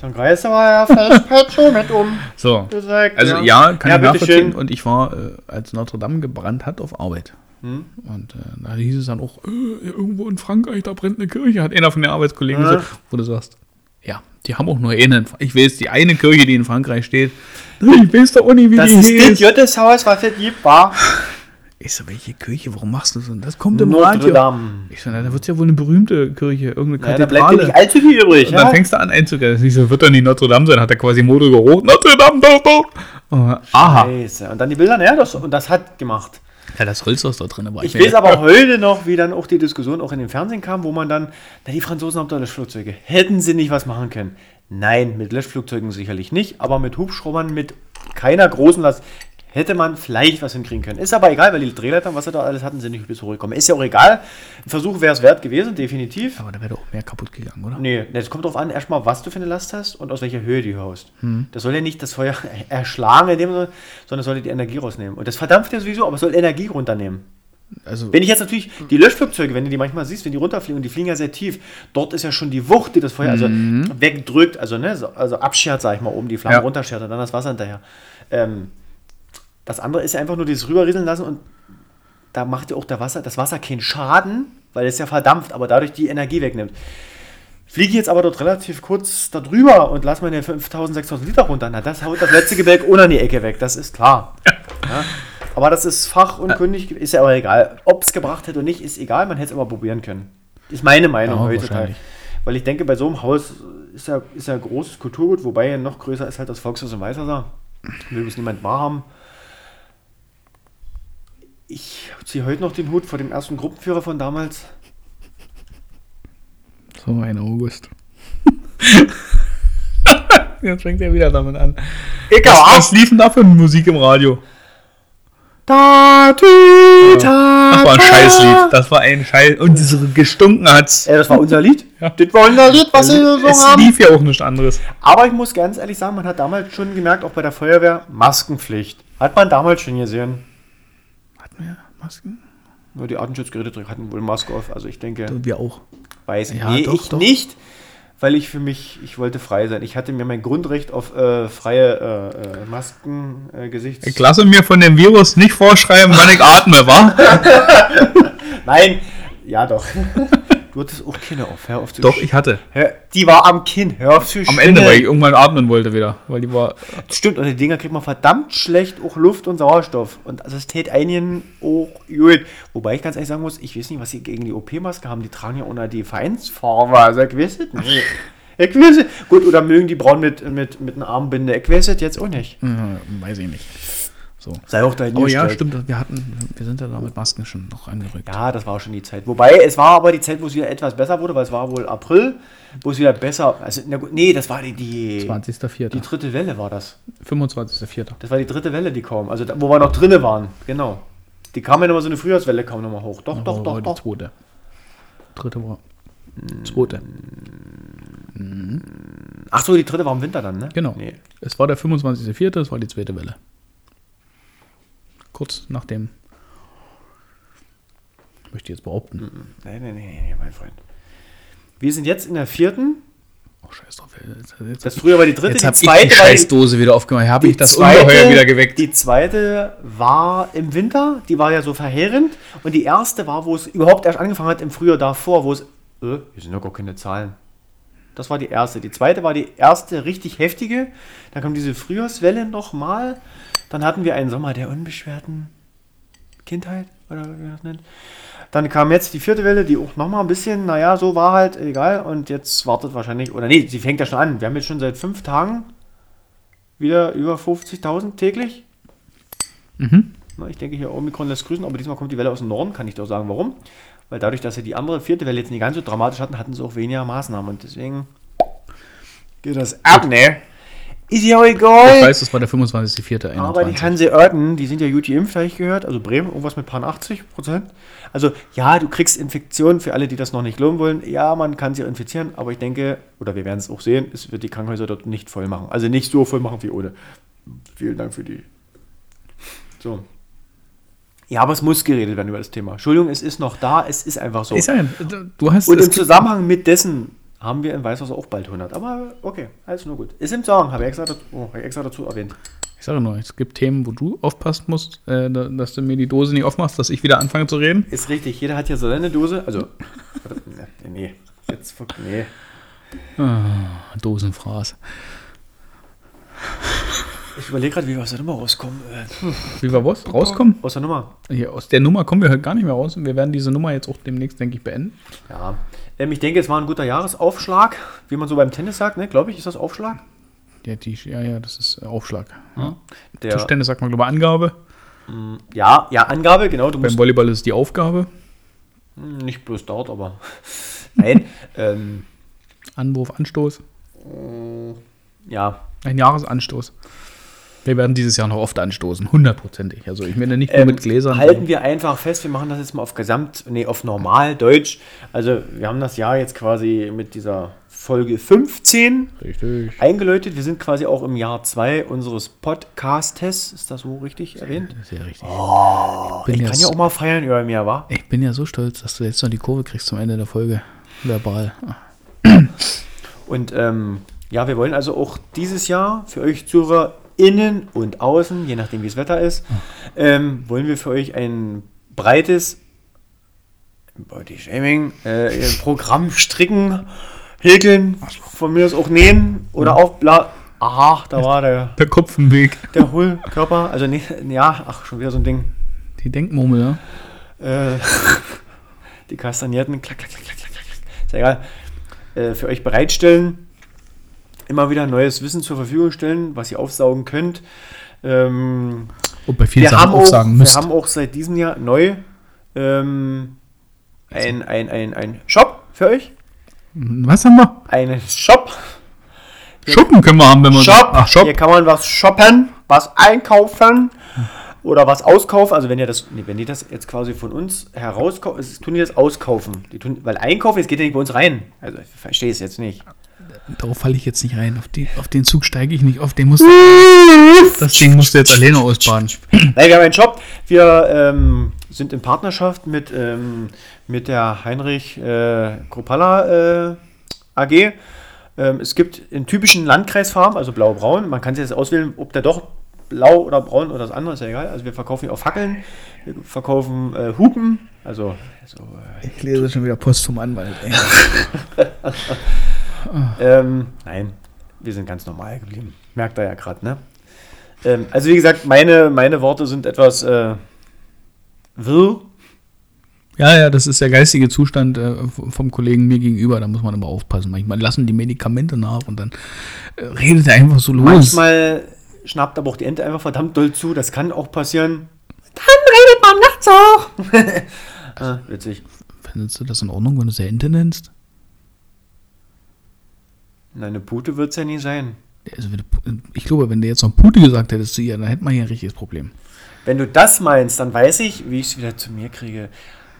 S2: Dann greifst du mal ja vielleicht Pecho mit um.
S4: So.
S2: Gesagt,
S4: Also ja, kann ich
S2: bitte
S4: nachvollziehen.
S2: schön.
S4: Und ich war, äh, als Notre Dame gebrannt hat, auf Arbeit. Und äh, da hieß es dann auch, äh, irgendwo in Frankreich, da brennt eine Kirche, hat einer von den Arbeitskollegen
S2: Ja.
S4: gesagt, wo du sagst, ja, die haben auch nur eine. in Fra- Ich weiß, die eine Kirche, die in Frankreich steht. Ich weiß doch auch nicht, wie
S2: Das
S4: die
S2: ist das
S4: hieß.
S2: Gotteshaus, was es gibt, war
S4: Ich so, welche Kirche, warum machst du das? Und das kommt im
S2: Notre
S4: Radio.
S2: Dame.
S4: Ich so, na, da wird es ja wohl eine berühmte Kirche, irgendeine
S2: Ja, da bleibt dir
S4: Kathedrale.
S2: nicht allzu viel übrig.
S4: und dann
S2: Ja?
S4: fängst du an einzugehen. Ich so, wird doch nicht Notre Dame sein, hat er quasi Mode gerot. Notre Dame, doch, doch. Und, aha.
S2: Scheiße. Und dann die Bilder, ja, das, und das hat gemacht.
S4: Ja, das Holz, was da drin war.
S2: Ich weiß aber heute noch, wie dann auch die Diskussion auch in den Fernsehen kam, wo man dann, na, die Franzosen haben doch Löschflugzeuge. Hätten sie nicht was machen können? Nein, mit Löschflugzeugen sicherlich nicht, aber mit Hubschraubern, mit keiner großen Last hätte man vielleicht was hinkriegen können. Ist aber egal, weil die Drehleitern, was sie da alles hatten, sind nicht bis hochgekommen. Ist ja auch egal. Ein Versuch wäre es wert gewesen, definitiv.
S4: Aber da wäre doch auch mehr kaputt gegangen, oder?
S2: Nee, das kommt drauf an, erstmal, was du für eine Last hast und aus welcher Höhe die haust. Das soll ja nicht das Feuer erschlagen, in dem, Sinne, sondern es sollte die Energie rausnehmen. Und das verdampft ja sowieso, aber es soll Energie runternehmen.
S4: Also,
S2: Wenn ich jetzt natürlich die Löschflugzeuge, wenn du die manchmal siehst, wenn die runterfliegen und die fliegen ja sehr tief, dort ist ja schon die Wucht, die das Feuer also wegdrückt, also, ne, so- also abschert, sag ich mal, oben die Flamme
S4: Ja.
S2: runterschert und dann das Wasser hinterher. Ähm, das andere ist ja einfach nur dieses rüberrieseln lassen und da macht ja auch der Wasser, das Wasser keinen Schaden, weil es ja verdampft, aber dadurch die Energie wegnimmt. Fliege ich jetzt aber dort relativ kurz darüber und lass meine 5000, 6000 Liter runter. Na, das haut das letzte Gebälk ohne an die Ecke weg, das ist klar. Ja. Aber das ist fachunkundig, ist ja aber egal. Ob es gebracht hätte oder nicht, ist egal, man hätte es aber probieren können. Ist meine Meinung
S4: Ja,
S2: heutzutage.
S4: wahrscheinlich.
S2: Weil ich denke, bei so einem Haus ist ja, ist ja großes Kulturgut, wobei noch größer ist halt das Volkshaus in Weißersar. Will es niemand wahrhaben. Ich ziehe heute noch den Hut vor dem ersten Gruppenführer von damals.
S4: so ein August. Jetzt fängt er wieder damit an.
S2: Ich
S4: Was, was lief denn da für Musik im Radio?
S2: Da, tü, ta,
S4: Das war ein
S2: ta.
S4: Scheißlied. Das war ein Scheiß. Und so gestunken hat's.
S2: Äh, das war unser Lied.
S4: Ja.
S2: Das war unser Lied, was wir gesungen
S4: Es
S2: haben.
S4: lief ja auch nichts anderes.
S2: Aber ich muss ganz ehrlich sagen, man hat damals schon gemerkt, auch bei der Feuerwehr, Maskenpflicht. Hat man damals schon gesehen.
S4: Hatten wir Masken?
S2: Nur die Artenschutzgeräte hatten wohl Maske auf. Also ich denke,
S4: Und wir auch.
S2: weiß
S4: Ja,
S2: nee,
S4: doch,
S2: ich
S4: doch.
S2: nicht, weil ich für mich, ich wollte frei sein. Ich hatte mir mein Grundrecht auf äh, freie äh, äh, Masken, äh, Gesichts...
S4: Ich lasse mir von dem Virus nicht vorschreiben, wann ich atme, wa?
S2: Nein, ja doch. du hattest auch keine auf, hör auf zu
S4: Doch,
S2: sch-
S4: ich hatte.
S2: hör, Die war am Kinn, hör auf zu
S4: Am Ende, weil ich
S2: spinnen.
S4: irgendwann atmen wollte wieder. Weil die war.
S2: Stimmt, und die Dinger kriegt man verdammt schlecht auch Luft und Sauerstoff. Und also es tät einigen auch gut. Wobei ich ganz ehrlich sagen muss, ich weiß nicht, was sie gegen die OP-Maske haben. Die tragen ja ohne die Vereinsfarbe. Also ich weiß es nicht. Ich weiß es. Gut, oder mögen die braun mit, mit, mit einer Armbinde. Ich weiß es jetzt auch nicht.
S4: Hm, weiß ich nicht. So.
S2: Sei auch dahin
S4: Oh ja,
S2: gestellt.
S4: stimmt. Wir hatten, wir sind ja da mit Masken schon noch angerückt.
S2: Ja, das war auch schon die Zeit. Wobei, es war aber die Zeit, wo es wieder etwas besser wurde, weil es war wohl April, wo es wieder besser. Also, na gut, nee, das war die, die, die
S4: 20.04.
S2: dritte Welle war das.
S4: 25.04.
S2: Das war die dritte Welle, die kam. Also, da, wo wir noch drinnen waren. Genau. Die kam ja nochmal so eine Frühjahrswelle, kam nochmal hoch. Doch, doch, doch,
S4: war
S2: doch. Hm,
S4: Die zweite. Dritte war. Zweite.
S2: Ach so, die dritte war im Winter dann, ne?
S4: Genau.
S2: Nee.
S4: Es war der 25.04., es war die zweite Welle. Kurz nach dem. Möchte ich jetzt behaupten.
S2: Nee, nee, nee, nee, nee, mein Freund. Wir sind jetzt in der vierten.
S4: Oh, scheiß drauf. ey. Jetzt, jetzt,
S2: Das früher war die dritte,
S4: jetzt
S2: die
S4: hab ich die
S2: zweite war die
S4: Scheißdose wieder aufgemacht. Habe ich
S2: Die
S4: das
S2: zweite-
S4: Ungeheuer wieder geweckt.
S2: Die zweite war im Winter, die war ja so verheerend. Und die erste war, wo es überhaupt erst angefangen hat, im Frühjahr davor, wo es. Äh, hier sind ja gar keine Zahlen. Das war die erste. Die zweite war die erste richtig heftige. Dann kam diese Frühjahrswelle nochmal. Dann hatten wir einen Sommer der unbeschwerten Kindheit. Oder wie man das nennt. Dann kam jetzt die vierte Welle, die auch nochmal ein bisschen, naja, so war halt, egal. Und jetzt wartet wahrscheinlich, oder nee, sie fängt ja schon an. Wir haben jetzt schon seit fünf Tagen wieder über 50.000 täglich. Na, ich denke hier, Omikron lässt grüßen, aber diesmal kommt die Welle aus dem Norden, kann ich doch sagen, warum. Weil dadurch, dass sie die andere vierte Welle jetzt nicht ganz so dramatisch hatten, hatten sie auch weniger Maßnahmen und deswegen geht das ab, ne? Ist ja auch
S4: Ich
S2: egal.
S4: weiß, das war der 25.04.
S2: Aber die
S4: 21.
S2: Hanseörten, die sind ja gut geimpft, habe ich gehört. Also Bremen, irgendwas mit paar 80 Prozent. Also ja, du kriegst Infektionen für alle, die das noch nicht glauben wollen. Ja, man kann sie infizieren, aber ich denke, oder wir werden es auch sehen, es wird die Krankenhäuser dort nicht voll machen. Also nicht so voll machen wie ohne. Vielen Dank für die. So. Ja, aber es muss geredet werden über das Thema. Entschuldigung, es ist noch da, es ist einfach so.
S4: Ich sag ja, du hast
S2: Und
S4: es
S2: im Zusammenhang mit dessen haben wir in Weißwasser auch bald 100. Aber okay, alles nur gut. Ist im Zusammenhang, habe ich extra dazu, oh, habe ich extra dazu erwähnt.
S4: Ich sage nur, es gibt Themen, wo du aufpassen musst, äh, da- dass du mir die Dose nicht aufmachst, dass ich wieder anfange zu reden.
S2: Ist richtig, jeder hat ja so seine Dose. Also, warte, nee, nee, jetzt, fuck, nee.
S4: Dosenfraß.
S2: Ich überlege gerade, wie wir aus der Nummer rauskommen. Äh, hm,
S4: Wie wir was? Rauskommen?
S2: aus der Nummer.
S4: Hier, aus der Nummer kommen wir halt gar nicht mehr raus und wir werden diese Nummer jetzt auch demnächst, denke ich, beenden.
S2: Ja. Ähm, ich denke, es war ein guter Jahresaufschlag, wie man so beim Tennis sagt, ne? Glaube ich, ist das Aufschlag?
S4: Ja, die, ja, ja, das ist äh, Aufschlag. Ja.
S2: Der,
S4: Zustände sagt man, glaube ich, Angabe.
S2: ja, ja, Angabe, genau. Du
S4: Beim
S2: musst
S4: Volleyball ist es die Aufgabe.
S2: Hm, nicht bloß dort, aber. Nein. ähm,
S4: Anwurf, Anstoß.
S2: ja.
S4: Ein Jahresanstoß. Wir werden dieses Jahr noch oft anstoßen, hundertprozentig. Also ich meine nicht nur mit Gläsern.
S2: Ähm, Halten wir einfach fest, wir machen das jetzt mal auf Gesamt, nee, auf normal Deutsch. Also, wir haben das Jahr jetzt quasi mit dieser Folge 15
S4: Richtig.
S2: eingeläutet. Wir sind quasi auch im Jahr 2 unseres Podcastes. Ist das so richtig erwähnt?
S4: Sehr richtig. ich,
S2: Oh, Ich
S4: bin ja
S2: kann ja
S4: so,
S2: auch mal feiern über mir, wa?
S4: ich bin ja so stolz, dass du jetzt noch die Kurve kriegst zum Ende der Folge. Verbal.
S2: Und ähm, ja, wir wollen also auch dieses Jahr für euch Zuhörer innen und außen, je nachdem wie das Wetter ist, ähm, wollen wir für euch ein breites Body Shaming äh, Programm stricken, häkeln, von mir aus auch nähen oder aufbla. Aha, da war der,
S4: Der Kopfenweg.
S2: der Hohlkörper. Also nee, ja, ach, schon wieder so ein Ding.
S4: Die Denkmurmel, ja.
S2: Äh, die Kastagnetten, klack, klack, klack, klack, klack, klack, klack, ist ja egal, äh, für euch bereitstellen. Immer wieder neues Wissen zur Verfügung stellen, was ihr aufsaugen könnt. Ähm,
S4: Und bei vielen
S2: wir,
S4: Sachen
S2: haben
S4: auch
S2: auch,
S4: sagen
S2: wir
S4: müsst.
S2: haben auch seit diesem Jahr neu ähm, ein, ein, ein, ein Shop für euch.
S4: Was haben wir?
S2: Einen Shop.
S4: Schuppen können wir haben, wenn wir
S2: Shop.
S4: Ach, Shop.
S2: Hier kann man was shoppen, was einkaufen. oder was auskaufen. Also wenn ihr das, nee, wenn die das jetzt quasi von uns herauskaufen, tun die das auskaufen. Die tun, weil einkaufen, jetzt geht ja nicht bei uns rein. Also ich verstehe es jetzt nicht.
S1: Darauf falle ich jetzt nicht rein. Auf, die, auf den Zug steige ich nicht auf. Den musst du, das Ding musst du jetzt alleine ausbaden.
S2: Nein, wir haben einen Shop. Wir ähm, sind in Partnerschaft mit, ähm, mit der Heinrich äh, Kropala äh, AG. Ähm, es gibt in typischen Landkreisfarben, also blau-braun, man kann sich jetzt auswählen, ob der doch blau oder braun oder das andere, ist ja egal. Also wir verkaufen hier auch Fackeln, wir verkaufen äh, Hupen, also so, äh,
S1: Ich lese schon wieder Post vom Anwalt. Ey.
S2: ähm, nein, wir sind ganz normal geblieben. Merkt er ja gerade, ne? Ähm, also wie gesagt, meine, meine Worte sind etwas äh, wirr.
S1: Ja, ja, das ist der geistige Zustand äh, vom Kollegen mir gegenüber. Da muss man immer aufpassen. Manchmal lassen die Medikamente nach und dann äh, redet er einfach so los.
S2: Manchmal schnappt aber auch die Ente einfach verdammt doll zu. Das kann auch passieren. Dann redet man nachts auch. ah, witzig.
S1: Findest du das in Ordnung, wenn du sie Ente nennst?
S2: Na, eine Pute wird es ja nie sein.
S1: Also, wenn du- ich glaube, wenn du jetzt noch Pute gesagt hättest zu ihr, dann hätten wir hier ein richtiges Problem.
S2: Wenn du das meinst, dann weiß ich, wie ich es wieder zu mir kriege.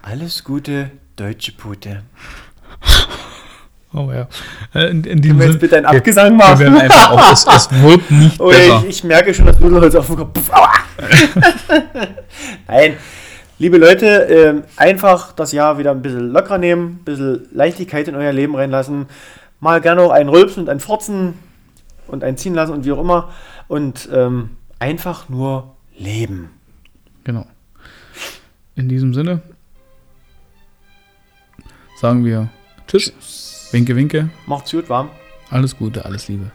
S2: Alles Gute, deutsche Pute.
S1: Oh ja. Äh, In, in
S2: Können
S1: diesem
S2: wir jetzt
S1: Sinne-
S2: bitte einen
S1: Wir-
S2: Abgesang
S1: wir werden
S2: machen?
S1: einfach auf, es, es wird nicht
S2: Oh,
S1: besser.
S2: ich, ich merke schon das Nudelholz auf dem Kopf. Pff, aua. Nein. Liebe Leute, ähm, einfach das Jahr wieder ein bisschen lockerer nehmen, ein bisschen Leichtigkeit in euer Leben reinlassen. Mal gerne auch einen Rülpsen und einen Furzen und einen ziehen lassen und wie auch immer. Und ähm, einfach nur leben.
S1: Genau. In diesem Sinne sagen wir Tschüss. Winke, winke.
S2: Macht's gut, warm.
S1: Alles Gute, alles Liebe.